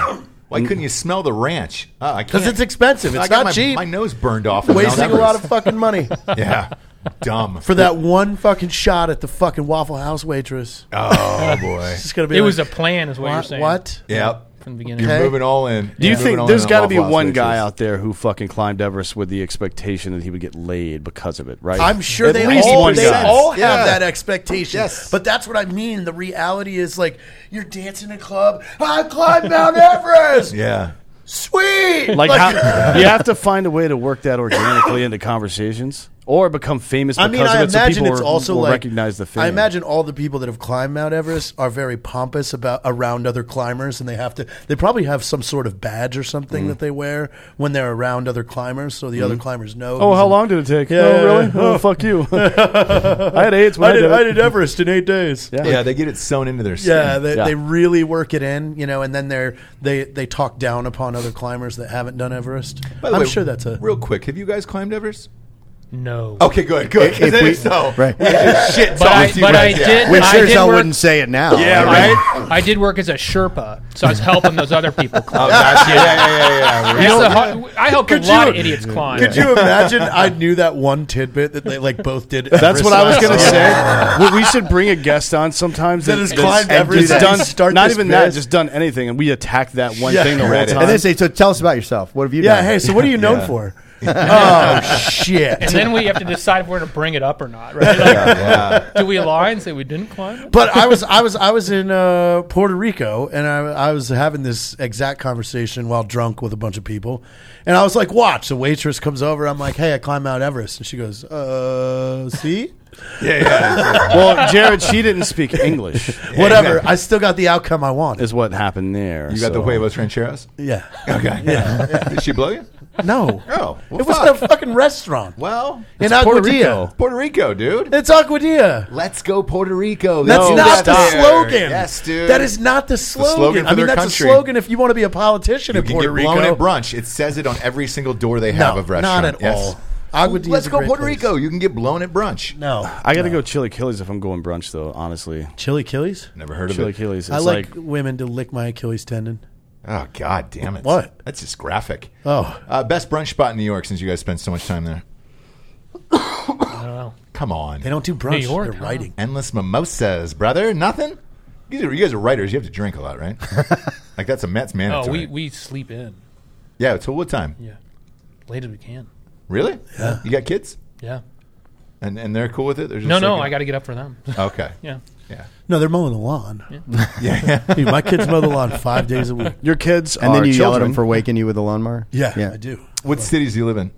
Speaker 2: Why couldn't you smell the ranch? Oh, I
Speaker 5: Because
Speaker 2: can't.
Speaker 5: it's expensive.
Speaker 2: I
Speaker 5: It's
Speaker 2: got
Speaker 5: not
Speaker 2: my,
Speaker 5: cheap.
Speaker 2: My nose burned off. in
Speaker 5: Wasting
Speaker 2: Mount
Speaker 5: a lot of
Speaker 2: Everest.
Speaker 5: fucking
Speaker 6: (laughs)
Speaker 5: money
Speaker 2: yeah,
Speaker 5: (laughs)
Speaker 2: dumb.
Speaker 5: for that one fucking shot at the fucking Waffle House waitress.
Speaker 2: Oh boy.
Speaker 5: It's going to be
Speaker 4: It
Speaker 5: like,
Speaker 4: was a plan, is what, you're
Speaker 5: what?
Speaker 4: saying.
Speaker 5: what?
Speaker 2: Yep.
Speaker 4: From the beginning.
Speaker 2: You're
Speaker 5: Okay.
Speaker 2: moving all in.
Speaker 6: Do you
Speaker 2: You're moving
Speaker 6: think
Speaker 2: all
Speaker 6: there's
Speaker 2: in
Speaker 6: got to
Speaker 2: on
Speaker 6: be
Speaker 2: Waffle House
Speaker 6: one
Speaker 2: bitches.
Speaker 6: guy out there who fucking climbed Everest with the expectation that he would get laid because of it, right?
Speaker 5: I'm sure
Speaker 6: At
Speaker 5: they
Speaker 6: least
Speaker 5: all,
Speaker 6: one
Speaker 5: they
Speaker 6: guy.
Speaker 5: all have
Speaker 2: Yeah.
Speaker 5: that expectation.
Speaker 2: Yes.
Speaker 5: But that's what I mean. The reality is like you're dancing in a club. Ah, I climbed Mount Everest.
Speaker 2: Yeah.
Speaker 5: Sweet.
Speaker 6: like, how, you have to find a way to work that organically into conversations or become famous.
Speaker 5: I
Speaker 6: Because
Speaker 5: mean, I
Speaker 6: of it, so
Speaker 5: imagine
Speaker 6: people
Speaker 5: it's
Speaker 6: are-
Speaker 5: also
Speaker 6: will
Speaker 5: like
Speaker 6: recognize the fame.
Speaker 5: I imagine all the people that have climbed Mount Everest are very pompous about around other climbers, and they have to. They probably have some sort of badge or something
Speaker 6: Mm.
Speaker 5: that they wear when they're around other climbers, so the other climbers know.
Speaker 6: Oh,
Speaker 5: he's
Speaker 6: how
Speaker 5: in-
Speaker 6: long did it take?
Speaker 5: Yeah,
Speaker 6: oh,
Speaker 5: yeah,
Speaker 6: really?
Speaker 5: yeah.
Speaker 6: Oh, fuck you.
Speaker 5: (laughs)
Speaker 6: I had AIDS when
Speaker 5: I
Speaker 6: I,
Speaker 5: did,
Speaker 6: it.
Speaker 5: I did Everest in eight days.
Speaker 6: Yeah.
Speaker 2: Yeah, they get it sewn into their skin.
Speaker 5: Yeah, they,
Speaker 6: Yeah.
Speaker 5: they really work it in, you know, and then they're they they talk down upon other climbers that haven't done Everest.
Speaker 2: By the
Speaker 5: I'm
Speaker 2: way,
Speaker 5: sure that's a
Speaker 2: real quick. Have you guys climbed Everest?
Speaker 4: No.
Speaker 2: Okay, good, good.
Speaker 3: If we-
Speaker 2: so,
Speaker 3: right.
Speaker 2: shit,
Speaker 4: But I- but I did-
Speaker 3: Which
Speaker 4: I
Speaker 3: sure as hell
Speaker 4: work-
Speaker 3: wouldn't say it now.
Speaker 2: Yeah,
Speaker 3: I mean,
Speaker 2: right.
Speaker 4: I did work as a Sherpa, so I was helping those other people
Speaker 2: Oh, (laughs)
Speaker 4: climb.
Speaker 2: gosh, yeah, yeah, yeah, (laughs) yeah, yeah.
Speaker 4: That's the hard- I helped a
Speaker 5: Could
Speaker 4: lot of
Speaker 5: you-
Speaker 4: idiots climb.
Speaker 5: Could you imagine? I knew that one tidbit that they like both did.
Speaker 6: (laughs) That's what I was gonna
Speaker 5: Everest. (laughs)
Speaker 6: say. We- we should bring a guest on sometimes
Speaker 5: That has climbed
Speaker 6: and
Speaker 5: Everest
Speaker 6: just
Speaker 5: and
Speaker 6: done.
Speaker 5: start
Speaker 6: not
Speaker 5: this
Speaker 6: even that,
Speaker 5: biz.
Speaker 6: just done anything, and we attack that one
Speaker 5: Yeah.
Speaker 6: thing the whole
Speaker 2: Right.
Speaker 6: time.
Speaker 3: And then say, so tell us about yourself. What have you
Speaker 5: Yeah.
Speaker 3: done?
Speaker 5: Hey, so what are you known
Speaker 2: Yeah.
Speaker 5: for? oh shit!
Speaker 4: And then we have to decide if we're going to bring it up or not,
Speaker 2: (laughs)
Speaker 4: right? Like, Do we lie and say we didn't climb? it?
Speaker 5: but I was I was I was in uh, Puerto Rico and I, I was having this exact conversation while drunk with a bunch of people, and I was like, "Watch!" The waitress comes over. I'm like, "Hey, I climbed Mount Everest," and she goes, "Uh, see,
Speaker 2: yeah, yeah.
Speaker 6: (laughs) well, Jared, she didn't speak English,
Speaker 5: (laughs) whatever. I still got the outcome I want."
Speaker 6: is what happened there.
Speaker 2: You got the
Speaker 6: so-
Speaker 2: huevos rancheros?
Speaker 5: yeah,
Speaker 2: Okay. Yeah. (laughs) Did she blow you?
Speaker 5: no,
Speaker 2: Oh, well,
Speaker 5: it was
Speaker 2: fuck.
Speaker 5: at a fucking restaurant
Speaker 2: Well,
Speaker 5: in
Speaker 6: Puerto
Speaker 5: Aguadilla.
Speaker 6: Rico.
Speaker 2: Puerto Rico, dude.
Speaker 5: It's Aguadilla.
Speaker 2: Let's go Puerto Rico.
Speaker 5: That's
Speaker 2: Let's do
Speaker 5: not
Speaker 2: that
Speaker 5: the
Speaker 2: there.
Speaker 5: slogan.
Speaker 2: Yes, dude.
Speaker 5: That is not the slogan.
Speaker 2: slogan for
Speaker 5: I mean,
Speaker 2: their
Speaker 5: that's
Speaker 2: country.
Speaker 5: a slogan if you want to be a politician
Speaker 2: You
Speaker 5: in
Speaker 2: can
Speaker 5: Puerto
Speaker 2: get blown
Speaker 5: Rico.
Speaker 2: at brunch. It says it on every single door they have
Speaker 5: no,
Speaker 2: of restaurant.
Speaker 5: not at
Speaker 2: Yes.
Speaker 5: all. Aguadilla's
Speaker 2: Let's
Speaker 5: a
Speaker 2: go
Speaker 5: great
Speaker 2: Puerto
Speaker 5: place.
Speaker 2: Rico. You can get blown at brunch.
Speaker 5: No,
Speaker 6: I got to go Chili Killies if I'm going brunch, though. Honestly,
Speaker 5: Chili Achilles?
Speaker 2: Never heard of
Speaker 6: Chili
Speaker 2: it.
Speaker 6: Killies. It's
Speaker 5: I like,
Speaker 6: like,
Speaker 5: women to lick my Achilles tendon.
Speaker 2: Oh God, damn it!
Speaker 5: What?
Speaker 2: That's just graphic.
Speaker 5: Oh.
Speaker 2: uh, best brunch spot in New York since you guys spend so much
Speaker 5: (coughs)
Speaker 2: time there.
Speaker 4: I don't know.
Speaker 2: Come on,
Speaker 5: They don't do brunch.
Speaker 4: York,
Speaker 5: They're
Speaker 4: huh?
Speaker 5: writing.
Speaker 2: endless mimosas, brother. Nothing. You guys are, you guys are writers. You have to drink a lot, right? like that's a Mets
Speaker 4: Oh,
Speaker 2: mandatory.
Speaker 4: we, we sleep in.
Speaker 2: yeah. Till what time?
Speaker 4: Yeah. Late as we can.
Speaker 2: Really? Yeah. You got kids,
Speaker 4: Yeah.
Speaker 2: and and they're cool with it. They're just
Speaker 4: No, no, I
Speaker 2: like-
Speaker 4: got to get up for them.
Speaker 2: Okay.
Speaker 4: (laughs) Yeah.
Speaker 2: Yeah.
Speaker 5: No, they're mowing the lawn.
Speaker 2: (laughs) Yeah.
Speaker 5: Dude, my kids mow the lawn five days a
Speaker 2: (laughs)
Speaker 5: week.
Speaker 6: your kids
Speaker 3: And
Speaker 6: are
Speaker 3: then you yell at
Speaker 6: children.
Speaker 3: him for waking you with a lawnmower?
Speaker 5: Yeah, I do.
Speaker 2: what cities do you live in?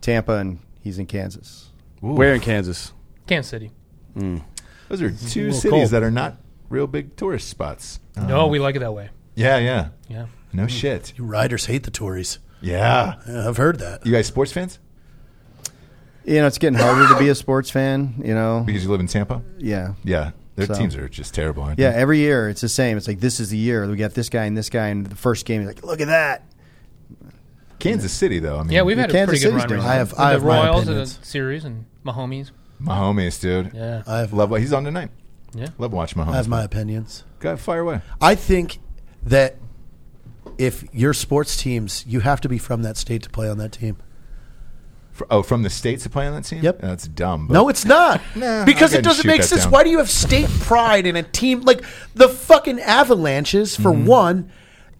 Speaker 3: Tampa, and he's in Kansas.
Speaker 6: Where in Kansas?
Speaker 4: Kansas City.
Speaker 2: Those are two
Speaker 5: little
Speaker 2: cities
Speaker 5: cold.
Speaker 2: that are not real big tourist spots. Uh,
Speaker 4: No, we like it that way.
Speaker 2: yeah, yeah.
Speaker 4: Yeah.
Speaker 2: No shit.
Speaker 5: You riders hate the Tories.
Speaker 2: Yeah.
Speaker 5: Yeah, I've heard that.
Speaker 2: You guys sports fans?
Speaker 3: You know, it's getting harder to be a sports fan, you know?
Speaker 2: Because you live in Tampa?
Speaker 3: Yeah.
Speaker 2: Yeah. Their
Speaker 3: So-
Speaker 2: teams are just terrible, aren't
Speaker 3: Yeah,
Speaker 2: they?
Speaker 3: every year it's the same. It's like, this is the year. We got this guy and this guy, and the first game, he's like, look at that.
Speaker 2: Kansas City, though. I mean,
Speaker 4: Yeah, we've
Speaker 3: Yeah,
Speaker 4: had a
Speaker 3: Kansas
Speaker 4: pretty
Speaker 3: City's
Speaker 4: good run.
Speaker 3: doing
Speaker 4: recently.
Speaker 3: it. I
Speaker 5: have-
Speaker 4: With
Speaker 5: I have
Speaker 4: the
Speaker 5: my
Speaker 4: Royals in the
Speaker 5: opinions.
Speaker 4: series and Mahomes.
Speaker 2: Mahomes, dude.
Speaker 4: Yeah.
Speaker 5: I have,
Speaker 2: Love what he's on tonight.
Speaker 4: Yeah.
Speaker 2: Love watching Mahomes.
Speaker 5: I have my opinions.
Speaker 2: Go ahead, fire away.
Speaker 5: I think that if your sports teams, you have to be from that state to play on that team.
Speaker 2: Fr- oh, from the states to play on that team?
Speaker 5: Yep.
Speaker 2: That's dumb. But
Speaker 5: No, it's not.
Speaker 2: (laughs) Nah,
Speaker 5: because it
Speaker 2: I'll go and
Speaker 5: doesn't
Speaker 2: shoot
Speaker 5: make
Speaker 2: that
Speaker 5: sense.
Speaker 2: down.
Speaker 5: Why do you have state pride in a team like the fucking Avalanches? For
Speaker 2: Mm-hmm.
Speaker 5: one,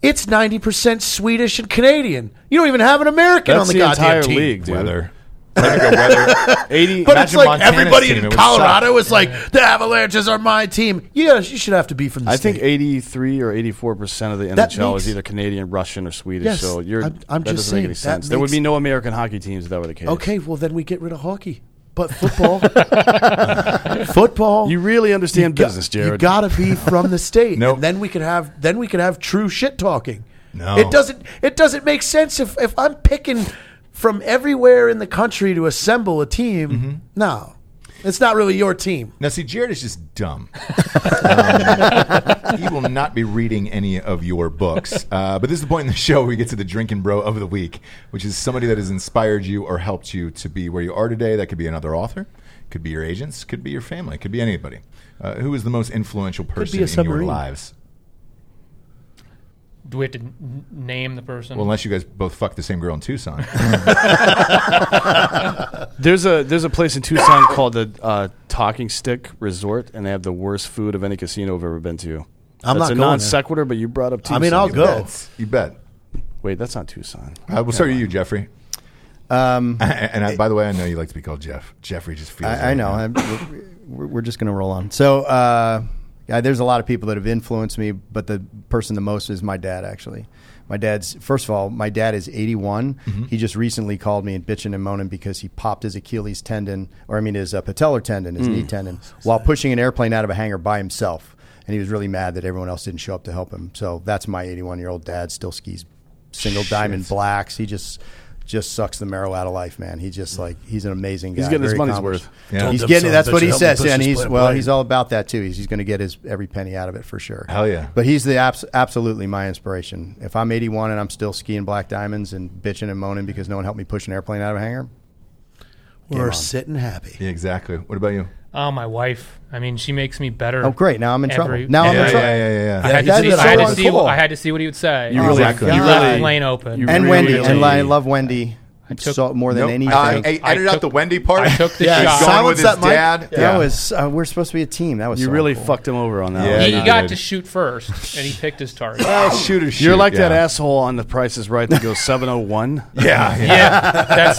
Speaker 5: it's ninety percent Swedish and Canadian. You don't even have an American
Speaker 6: That's
Speaker 5: on the,
Speaker 6: the
Speaker 5: goddamn
Speaker 6: entire
Speaker 5: team.
Speaker 6: league, dude.
Speaker 2: weather. like a weather. (laughs)
Speaker 6: 80
Speaker 5: But
Speaker 2: Imagine
Speaker 5: it's like
Speaker 2: Montana's
Speaker 5: everybody
Speaker 2: team, it
Speaker 5: in
Speaker 2: would
Speaker 5: Colorado is like the Avalanches are my team. Yeah, you should have to be from the
Speaker 6: I
Speaker 5: state.
Speaker 6: think 83 or 84 percent of the
Speaker 5: That
Speaker 6: NHL is
Speaker 5: makes-
Speaker 6: either Canadian, Russian, or Swedish.
Speaker 5: Yes,
Speaker 6: so you're
Speaker 5: I'm- I'm
Speaker 6: that
Speaker 5: just
Speaker 6: doesn't make any
Speaker 5: saying, that
Speaker 6: sense. there would
Speaker 5: makes-
Speaker 6: be no American hockey teams if that were the case.
Speaker 5: Okay, well then we get rid of hockey, but
Speaker 2: (laughs)
Speaker 5: football, football.
Speaker 6: you really understand
Speaker 5: got-
Speaker 6: business, Jared.
Speaker 5: You gotta be from the
Speaker 2: (laughs)
Speaker 5: state.
Speaker 2: Nope.
Speaker 5: and then we could have then we could have true shit talking.
Speaker 2: No.
Speaker 5: it doesn't. It doesn't make sense if if I'm picking from everywhere in the country to assemble a team.
Speaker 2: Mm-hmm.
Speaker 5: No, it's not really your team.
Speaker 2: Now, see, Jared is just dumb. Um, (laughs) he will not be reading any of your books. Uh, but this is the point in the show where we get to the drinking bro of the week, which is somebody that has inspired you or helped you to be where you are today. That could be another author, could be your agents, could be your family, could be anybody. Uh, who is the most influential
Speaker 5: a
Speaker 2: person in your
Speaker 5: submarine.
Speaker 2: lives?
Speaker 4: Do we have to n- name the person?
Speaker 2: Well, unless you guys both fuck the same girl
Speaker 5: (laughs)
Speaker 2: in Tucson.
Speaker 6: There's a there's a place in Tucson called the uh, Talking Stick Resort, and they have the worst food of any casino I've ever been to.
Speaker 5: I'm
Speaker 6: that's
Speaker 5: not going
Speaker 6: a
Speaker 5: there.
Speaker 6: non sequitur, but you brought up Tucson.
Speaker 5: I mean, I'll
Speaker 2: You
Speaker 5: go.
Speaker 2: bet. You bet.
Speaker 6: Wait, that's not Tucson.
Speaker 2: Uh, well, so are you, Jeffrey.
Speaker 3: Um,
Speaker 2: And I, by the way, I know you like to be called Jeff. Jeffrey just feels.
Speaker 3: I, I
Speaker 2: it.
Speaker 3: know. I'm, we're, we're just going to roll on. So, uh, yeah, there's a lot of people that have influenced me, but the person the most is my dad, actually. My dad's, first of all, my dad is 81. He just recently called me and bitching and moaning because he popped his Achilles tendon, or I mean, his uh, patellar tendon, his knee tendon, while pushing an airplane out of a hangar by himself. And he was really mad that everyone else didn't show up to help him. So that's my 81 year old dad, still skis single diamond blacks. He just. Just sucks the marrow out of life, man. He just like he's an amazing guy.
Speaker 6: He's getting his
Speaker 3: very
Speaker 6: money's
Speaker 3: accomplished.
Speaker 6: worth.
Speaker 2: Yeah.
Speaker 5: Told
Speaker 3: He's
Speaker 5: them
Speaker 3: getting
Speaker 5: so.
Speaker 3: it. That's
Speaker 5: Bet
Speaker 3: what
Speaker 5: you
Speaker 3: he
Speaker 5: helped him
Speaker 3: says,
Speaker 5: push
Speaker 3: and
Speaker 5: this
Speaker 3: he's
Speaker 5: play-
Speaker 3: well,
Speaker 5: play.
Speaker 3: he's all about that too. He's, he's going to get his every penny out of it for sure.
Speaker 2: Hell yeah.
Speaker 3: But he's the abs- absolutely my inspiration. If I'm 81 and I'm still skiing black diamonds and bitching and moaning because no one helped me push an airplane out of a hangar,
Speaker 5: We're sitting happy.
Speaker 2: Yeah, exactly. What about you?
Speaker 4: oh, my wife. I mean, she makes me better.
Speaker 3: oh great, now I'm in
Speaker 4: Every-
Speaker 3: trouble. Now I'm
Speaker 2: yeah,
Speaker 3: in
Speaker 2: yeah,
Speaker 3: trouble.
Speaker 2: yeah, yeah, yeah.
Speaker 4: I had, to
Speaker 3: That's
Speaker 4: see,
Speaker 3: so
Speaker 4: I, had to
Speaker 3: on
Speaker 4: see,
Speaker 3: call.
Speaker 4: I had to see what he would say.
Speaker 6: You
Speaker 2: Oh
Speaker 6: really,
Speaker 2: my God.
Speaker 6: you
Speaker 4: Left
Speaker 6: really,
Speaker 4: lane open.
Speaker 6: you
Speaker 3: And Wendy,
Speaker 6: really-
Speaker 3: and I love Wendy
Speaker 4: took-
Speaker 3: so, more than
Speaker 2: Nope.
Speaker 3: anything.
Speaker 2: I, I edited
Speaker 4: I
Speaker 2: out
Speaker 4: took-
Speaker 2: the Wendy part.
Speaker 4: I took
Speaker 2: (laughs)
Speaker 4: the
Speaker 2: He's
Speaker 4: shot.
Speaker 2: Going with
Speaker 3: Silence
Speaker 2: his
Speaker 3: that mic.
Speaker 2: dad. (laughs)
Speaker 3: That was uh, we're supposed to be a team. That was
Speaker 6: You
Speaker 3: so
Speaker 6: really
Speaker 3: cool.
Speaker 6: fucked him over on that.
Speaker 2: Yeah,
Speaker 6: one.
Speaker 4: he
Speaker 2: you
Speaker 4: got
Speaker 2: did.
Speaker 4: to shoot first, and he picked his target.
Speaker 3: Oh.
Speaker 2: Well, Oh, shoot or shoot.
Speaker 6: You're like that
Speaker 2: yeah.
Speaker 6: asshole on The Price Is Right that (laughs) goes 701.
Speaker 2: Yeah, yeah.
Speaker 4: yeah, that's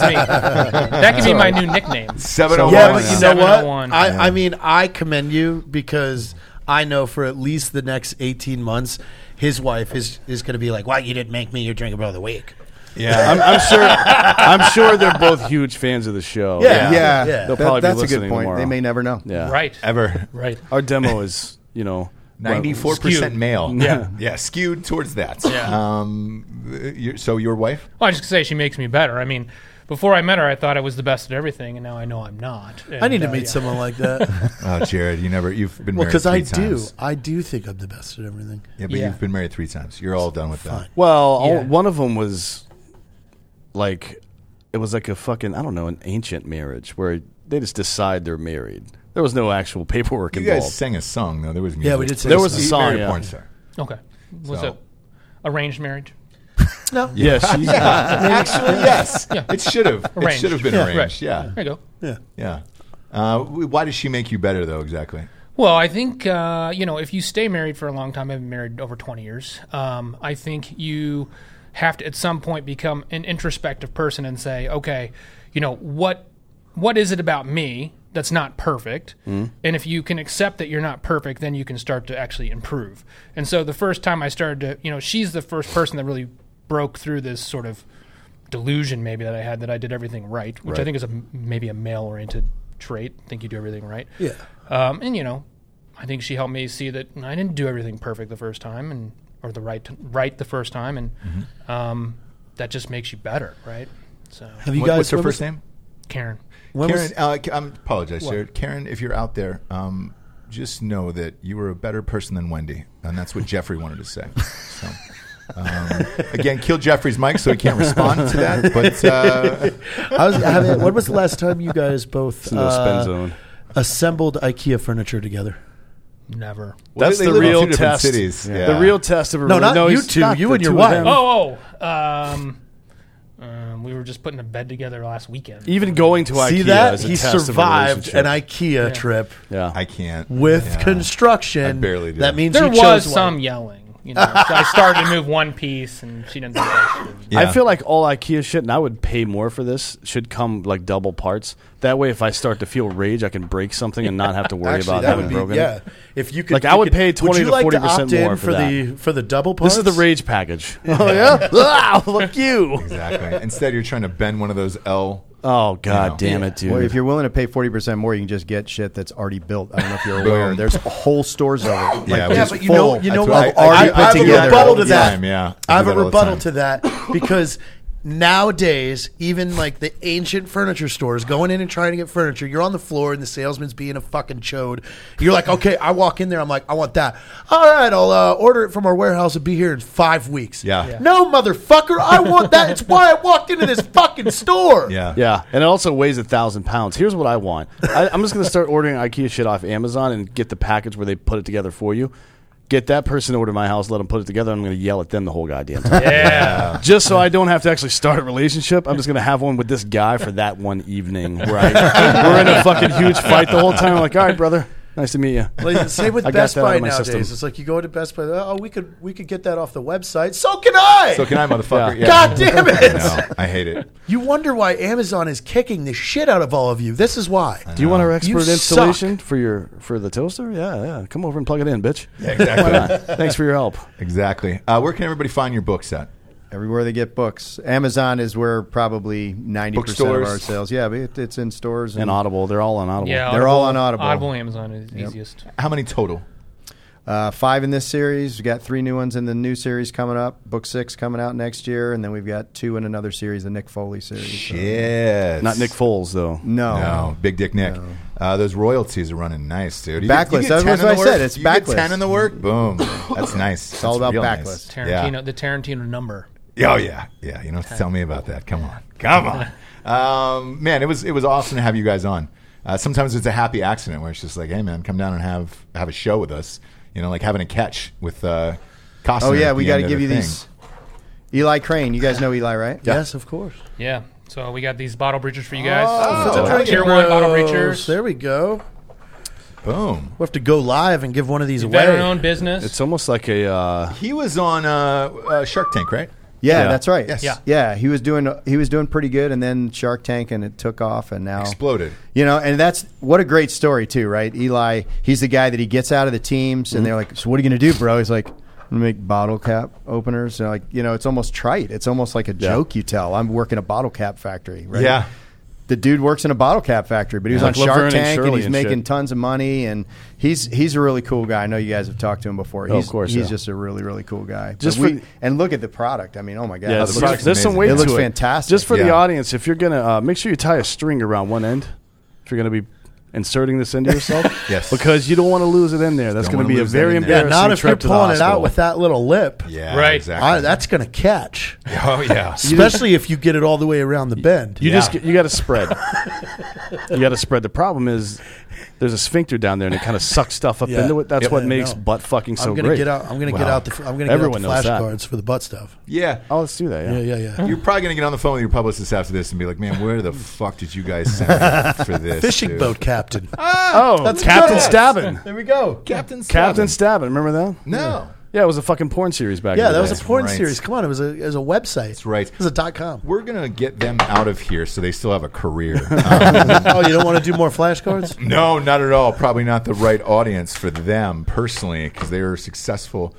Speaker 3: (laughs)
Speaker 4: me. That could be my new nickname.
Speaker 2: Seven oh
Speaker 5: Yeah,
Speaker 6: Well,
Speaker 5: but
Speaker 2: one.
Speaker 5: you know
Speaker 6: yeah.
Speaker 5: what?
Speaker 4: 701.
Speaker 5: I, I mean, I commend you because I know for at least the next 18 months, his wife is, is going to be like, why you didn't make me your drinking bro of the week?
Speaker 2: Yeah,
Speaker 6: I'm, I'm sure. I'm sure they're both huge fans of the show.
Speaker 5: Yeah.
Speaker 3: Yeah,
Speaker 5: Yeah.
Speaker 6: They'll
Speaker 3: That-
Speaker 6: probably be
Speaker 3: that's a good
Speaker 6: listening
Speaker 3: point.
Speaker 6: tomorrow.
Speaker 3: They may never know.
Speaker 6: Yeah.
Speaker 4: Right.
Speaker 2: ever
Speaker 4: Right.
Speaker 6: Our demo is, you know,
Speaker 2: ninety four percent
Speaker 4: Skewed.
Speaker 2: male.
Speaker 4: Yeah.
Speaker 2: yeah, skewed towards that.
Speaker 4: Yeah.
Speaker 2: Um, you so your wife?
Speaker 4: Well, I just say she makes me better. I mean, before I met her, I thought I was the best at everything, and now I know I'm not.
Speaker 5: I need
Speaker 4: And,
Speaker 5: to
Speaker 4: uh,
Speaker 5: meet
Speaker 4: yeah.
Speaker 5: someone like
Speaker 2: (laughs)
Speaker 5: that.
Speaker 2: Oh, Jared, you never. You've been
Speaker 5: well,
Speaker 2: married
Speaker 5: because
Speaker 2: three
Speaker 5: I do.
Speaker 2: times.
Speaker 5: I do think I'm the best at everything.
Speaker 2: Yeah, but
Speaker 4: Yeah.
Speaker 2: you've been married three times. You're all done with that.
Speaker 6: Well, all-
Speaker 4: Yeah.
Speaker 6: one of them was like it was like a fucking I don't know an ancient marriage where they just decide they're married. There was no actual paperwork
Speaker 2: You
Speaker 6: involved.
Speaker 2: guys sang a song though. There was music.
Speaker 5: Yeah, we did sing
Speaker 6: There was a
Speaker 5: He
Speaker 6: song,
Speaker 2: Married a
Speaker 6: yeah.
Speaker 2: porn star.
Speaker 4: Okay. Was
Speaker 2: So-
Speaker 4: it arranged marriage?
Speaker 5: No. (laughs)
Speaker 6: yeah, (laughs) she's,
Speaker 2: Actually, yes. It should have. It
Speaker 4: Arranged.
Speaker 2: should have been
Speaker 4: Yeah.
Speaker 2: arranged.
Speaker 4: Right.
Speaker 2: Yeah,
Speaker 4: There you go.
Speaker 5: Yeah.
Speaker 2: yeah. Uh, w- why does she make you better though? Exactly.
Speaker 4: Well, I think uh, you know if you stay married for a long time. I've been married over twenty years. Um, I think you have to at some point become an introspective person and say, okay, you know what what is it about me that's not perfect? And if you can accept that you're not perfect, then you can start to actually improve. And so the first time I started to, you know, she's the first person that really broke through this sort of delusion maybe that I had that I did everything right, which I think is a maybe a male oriented trait. Think you do everything right.
Speaker 5: Yeah.
Speaker 4: Um, and you know, I think she helped me see that I didn't do everything perfect the first time, and or the right right the first time, and um, that just makes you better, right? So,
Speaker 5: Have you
Speaker 2: What-
Speaker 5: guys?
Speaker 2: what's her
Speaker 5: when was-
Speaker 2: first name?
Speaker 4: Karen,
Speaker 5: When
Speaker 2: Karen,
Speaker 5: was,
Speaker 2: uh, I apologize, Jared. Karen, if you're out there, um, just know that you were a better person than Wendy, and that's what Jeffrey wanted to say. So, um, again, kill Jeffrey's mic so he can't respond to that. But uh,
Speaker 5: I was
Speaker 2: (laughs)
Speaker 5: having, when was the last time you guys both
Speaker 6: in the
Speaker 5: uh,
Speaker 6: spin zone.
Speaker 5: assembled IKEA furniture together?
Speaker 4: never.
Speaker 6: That's
Speaker 2: they
Speaker 6: the
Speaker 2: live in
Speaker 6: real
Speaker 2: two different
Speaker 6: test.
Speaker 2: cities. Yeah.
Speaker 6: The real test of a
Speaker 5: No,
Speaker 6: rela-
Speaker 5: not you
Speaker 6: he's-
Speaker 5: two, you
Speaker 6: the
Speaker 5: and your
Speaker 6: two of
Speaker 5: wife.
Speaker 6: them.
Speaker 4: Oh, oh, um, um, we were just putting a bed together last weekend.
Speaker 6: Even going to IKEA
Speaker 5: See that?
Speaker 6: is a
Speaker 5: He
Speaker 6: test of a
Speaker 5: survived an
Speaker 6: relationship.
Speaker 5: IKEA trip
Speaker 6: Yeah.
Speaker 2: I can't
Speaker 5: with
Speaker 2: yeah.
Speaker 5: construction.
Speaker 2: I barely do.
Speaker 5: That means
Speaker 4: there
Speaker 5: he
Speaker 4: was
Speaker 5: chose one.
Speaker 4: some yelling. You know, so I started to move one piece, and she didn't. Think I should.
Speaker 6: I feel like all IKEA shit, and I would pay more for this, should come like double parts. That way, if I start to feel rage, I can break something and not have to worry
Speaker 5: Actually,
Speaker 6: about
Speaker 5: that
Speaker 6: having
Speaker 5: would be
Speaker 6: broken. it.
Speaker 5: yeah. If you could,
Speaker 6: Like, I
Speaker 5: you
Speaker 6: would
Speaker 5: could-
Speaker 6: pay 20
Speaker 5: you
Speaker 6: to
Speaker 5: like
Speaker 6: 40%
Speaker 5: opt in
Speaker 6: more for
Speaker 5: the for the double parts.
Speaker 6: This is the rage (laughs) package.
Speaker 5: Oh yeah.
Speaker 6: wow, look Ah, you.
Speaker 2: Exactly. Instead, you're trying to bend one of those L.
Speaker 6: Oh god
Speaker 2: No.
Speaker 6: damn it, dude.
Speaker 3: Well, if you're willing to pay forty percent more, you can just get shit that's already built. I don't know if
Speaker 2: (laughs)
Speaker 3: you're aware.
Speaker 2: Boom.
Speaker 3: There's whole stores of it. Like,
Speaker 2: Yeah,
Speaker 5: yeah,
Speaker 2: Just
Speaker 5: but you know, you know
Speaker 2: That's
Speaker 5: what?
Speaker 2: what
Speaker 5: I,
Speaker 2: I- I do- I
Speaker 5: have
Speaker 2: do
Speaker 5: a
Speaker 2: that
Speaker 5: rebuttal
Speaker 2: all
Speaker 5: to
Speaker 2: the
Speaker 5: that.
Speaker 2: time, yeah. I
Speaker 5: I have
Speaker 2: do
Speaker 5: a
Speaker 2: that all the
Speaker 5: rebuttal
Speaker 2: time.
Speaker 5: to that
Speaker 2: (laughs)
Speaker 5: because nowadays, even like the ancient furniture stores, going in and trying to get furniture, you're on the floor and the salesman's being a fucking chode. You're like, okay, I walk in there, I'm like, I want that. All right, I'll uh, order it from our warehouse and be here in five weeks.
Speaker 2: Yeah. Yeah.
Speaker 5: No, motherfucker, I want that. It's why I walked into this fucking store.
Speaker 2: Yeah.
Speaker 6: yeah, and it also weighs a thousand pounds. Here's what I want. I, I'm just gonna start ordering IKEA shit off Amazon and get the package where they put it together for you. Get that person to order my house, let them put it together. and I'm gonna yell at them the whole goddamn time.
Speaker 4: Yeah.
Speaker 6: (laughs) just so I don't have to actually start a relationship, I'm just gonna have one with this guy for that one (laughs) evening. Right? We're in a fucking huge fight the whole time. I'm like, all right, brother, nice to meet you.
Speaker 5: Like, same with
Speaker 6: (laughs) I got
Speaker 5: Best
Speaker 6: that out
Speaker 5: Buy
Speaker 6: of my
Speaker 5: nowadays.
Speaker 6: system.
Speaker 5: It's like you go to Best Buy. Oh, we could we could get that off the website. So can I.
Speaker 2: So can I, motherfucker?
Speaker 6: Yeah.
Speaker 2: Yeah.
Speaker 5: God damn it!
Speaker 2: No, I hate it.
Speaker 5: You wonder why Amazon is kicking the shit out of all of you. This is why.
Speaker 6: Do you want our expert
Speaker 5: Uh, You
Speaker 6: installation for your for the toaster? Yeah, yeah. Come over and plug it in, bitch. Why not? Thanks for your help.
Speaker 2: Exactly. Uh, where can everybody find your books at?
Speaker 3: Everywhere they get books. Amazon is where probably ninety percent of
Speaker 2: Bookstores.
Speaker 3: our sales. Yeah, but it, it's in stores
Speaker 6: And Audible, they're all on Audible.
Speaker 4: Yeah,
Speaker 3: They're all on Audible.
Speaker 4: Audible, Amazon is easiest.
Speaker 2: How many total?
Speaker 3: Uh, five in this series. We got three new ones in the new series coming up. Book six coming out next year, and then we've got two in another series, the Nick Foley series.
Speaker 2: Yes.
Speaker 6: Not Nick Foles though.
Speaker 3: No.
Speaker 2: No, Big Dick Nick. Uh, those royalties are running nice, dude. You
Speaker 3: Backlist. That's
Speaker 2: 10 in
Speaker 3: what
Speaker 2: the
Speaker 3: I said.
Speaker 2: work,
Speaker 3: It's
Speaker 2: you get
Speaker 3: backlist.
Speaker 2: Ten in the work. Boom. That's nice. It's
Speaker 3: all about
Speaker 4: Tarantino, the Tarantino number.
Speaker 2: Yeah. Oh yeah, yeah. You don't have to tell me about that. Come on, come on, um, man. It was it was awesome to have you guys on. Uh, sometimes it's a happy accident where it's just like, hey man, come down and have have a show with us. You know, like having a catch with. Uh, Costner
Speaker 3: Oh yeah,
Speaker 2: at
Speaker 3: we
Speaker 2: the
Speaker 3: got to
Speaker 2: end of
Speaker 3: give
Speaker 2: the
Speaker 3: you
Speaker 2: thing.
Speaker 3: these. Eli Crane. You guys know Eli, right?
Speaker 5: Yes, of course.
Speaker 4: Yeah. So we got these bottle breachers for you guys.
Speaker 2: Oh,
Speaker 4: Tier
Speaker 5: Dragon
Speaker 4: one bottle
Speaker 5: Bros.
Speaker 4: breachers.
Speaker 5: There we go.
Speaker 2: Boom.
Speaker 5: We'll have to go live and give one of these away.
Speaker 4: Veteran-owned business.
Speaker 6: It's almost like a uh,
Speaker 2: He was on uh, uh, Shark Tank, right?
Speaker 3: Yeah,
Speaker 6: Yeah.
Speaker 3: that's right.
Speaker 2: Yes.
Speaker 4: Yeah.
Speaker 3: Yeah, he was doing he was doing pretty good, and then Shark Tank, and it took off, and now
Speaker 2: Exploded.
Speaker 3: You know, and that's what a great story too, right? Eli, he's the guy that he gets out of the teams, and they're
Speaker 6: Mm-hmm.
Speaker 3: like, "So what are you going to do, bro?" He's like, "I'm gonna make bottle cap openers." And like, you know, it's almost trite. It's almost like a joke you tell. I'm working a bottle cap factory, right?
Speaker 2: Yeah.
Speaker 3: The dude works in a bottle cap factory, but he's
Speaker 6: Yeah.
Speaker 3: on
Speaker 6: Like
Speaker 3: Shark
Speaker 6: Laverne and
Speaker 3: Tank and,
Speaker 6: Shirley
Speaker 3: he's
Speaker 6: and
Speaker 3: making
Speaker 6: shit.
Speaker 3: tons of money, and he's he's a really cool guy. I know you guys have talked to him before.
Speaker 6: Oh, of
Speaker 3: He's,
Speaker 6: course,
Speaker 3: he's
Speaker 6: yeah.
Speaker 3: just a really really cool guy. But
Speaker 6: Just for-
Speaker 3: we, and look at the product. I mean, oh my god,
Speaker 6: yeah.
Speaker 2: the
Speaker 6: it's-
Speaker 2: product's
Speaker 6: there's some
Speaker 2: amazing.
Speaker 6: weight.
Speaker 3: It looks
Speaker 6: to
Speaker 3: fantastic.
Speaker 6: Just for the
Speaker 2: Yeah.
Speaker 6: audience, if you're gonna uh, make sure you tie a string around one end, if you're gonna be inserting this into yourself,
Speaker 2: (laughs) Yes.
Speaker 6: because you don't want to lose it in there. That's
Speaker 2: Don't
Speaker 6: going
Speaker 2: wanna
Speaker 6: to be a
Speaker 2: lose that
Speaker 6: very
Speaker 2: in there. Yeah,
Speaker 6: embarrassing
Speaker 5: Yeah, not if you're
Speaker 6: trip to the
Speaker 5: pulling it out
Speaker 6: hospital.
Speaker 5: with that little lip.
Speaker 2: Yeah.
Speaker 4: Right.
Speaker 2: Exactly.
Speaker 5: I- that's going to
Speaker 6: (laughs)
Speaker 5: catch,
Speaker 2: (laughs) oh yeah.
Speaker 5: especially if you get it all the way around the bend.
Speaker 6: You
Speaker 2: Yeah.
Speaker 6: just just you got to spread.
Speaker 5: (laughs)
Speaker 6: you got to spread. The problem is there's a sphincter down there and it kind of sucks stuff up
Speaker 5: Yeah.
Speaker 6: into it. That's
Speaker 5: Yep.
Speaker 6: what
Speaker 5: Yeah,
Speaker 6: makes
Speaker 5: no.
Speaker 6: butt fucking so
Speaker 5: I'm gonna
Speaker 6: great.
Speaker 5: get out. I'm going to get
Speaker 2: Wow.
Speaker 5: out the. I'm going to get out
Speaker 6: Everyone
Speaker 5: the
Speaker 6: knows that.
Speaker 5: flashcards for the butt stuff.
Speaker 2: Yeah.
Speaker 6: Oh, let's do that. Yeah.
Speaker 5: Yeah, yeah, yeah.
Speaker 2: You're probably gonna get on the phone with your publicist after this and be like, "Man, where the fuck did you guys send me for this
Speaker 5: Fishing
Speaker 2: dude?"
Speaker 5: boat
Speaker 6: (laughs)
Speaker 5: captain.
Speaker 6: Oh, Captain
Speaker 5: good.
Speaker 6: Stabbin.
Speaker 5: there we go.
Speaker 2: Captain
Speaker 6: Captain
Speaker 2: Stabbing.
Speaker 6: Stabbin. Remember that?
Speaker 2: No,
Speaker 6: Yeah, it was a fucking porn series back.
Speaker 5: Yeah,
Speaker 6: in the
Speaker 5: that was a
Speaker 6: day.
Speaker 5: porn
Speaker 2: right.
Speaker 5: series. Come on, it was a it was a website. That's
Speaker 2: right.
Speaker 5: It was a dot com.
Speaker 2: we're gonna get them out of here so they still have a career. (laughs) Um,
Speaker 5: oh, you don't want to do more flashcards?
Speaker 2: no, not at all. Probably not the right audience for them personally because they are successful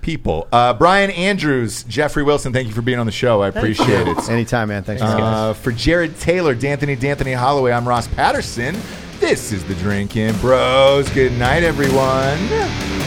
Speaker 2: people. Uh, Brian Andrews, Jeffrey Wilson, thank you for being on the show. I appreciate it.
Speaker 3: Anytime, man. Thanks. for having us.
Speaker 2: Uh, for Jared Taylor, D'Anthony, D'Anthony Holloway, I'm Ross Patterson. This is the Drinking Bros. Good night, everyone.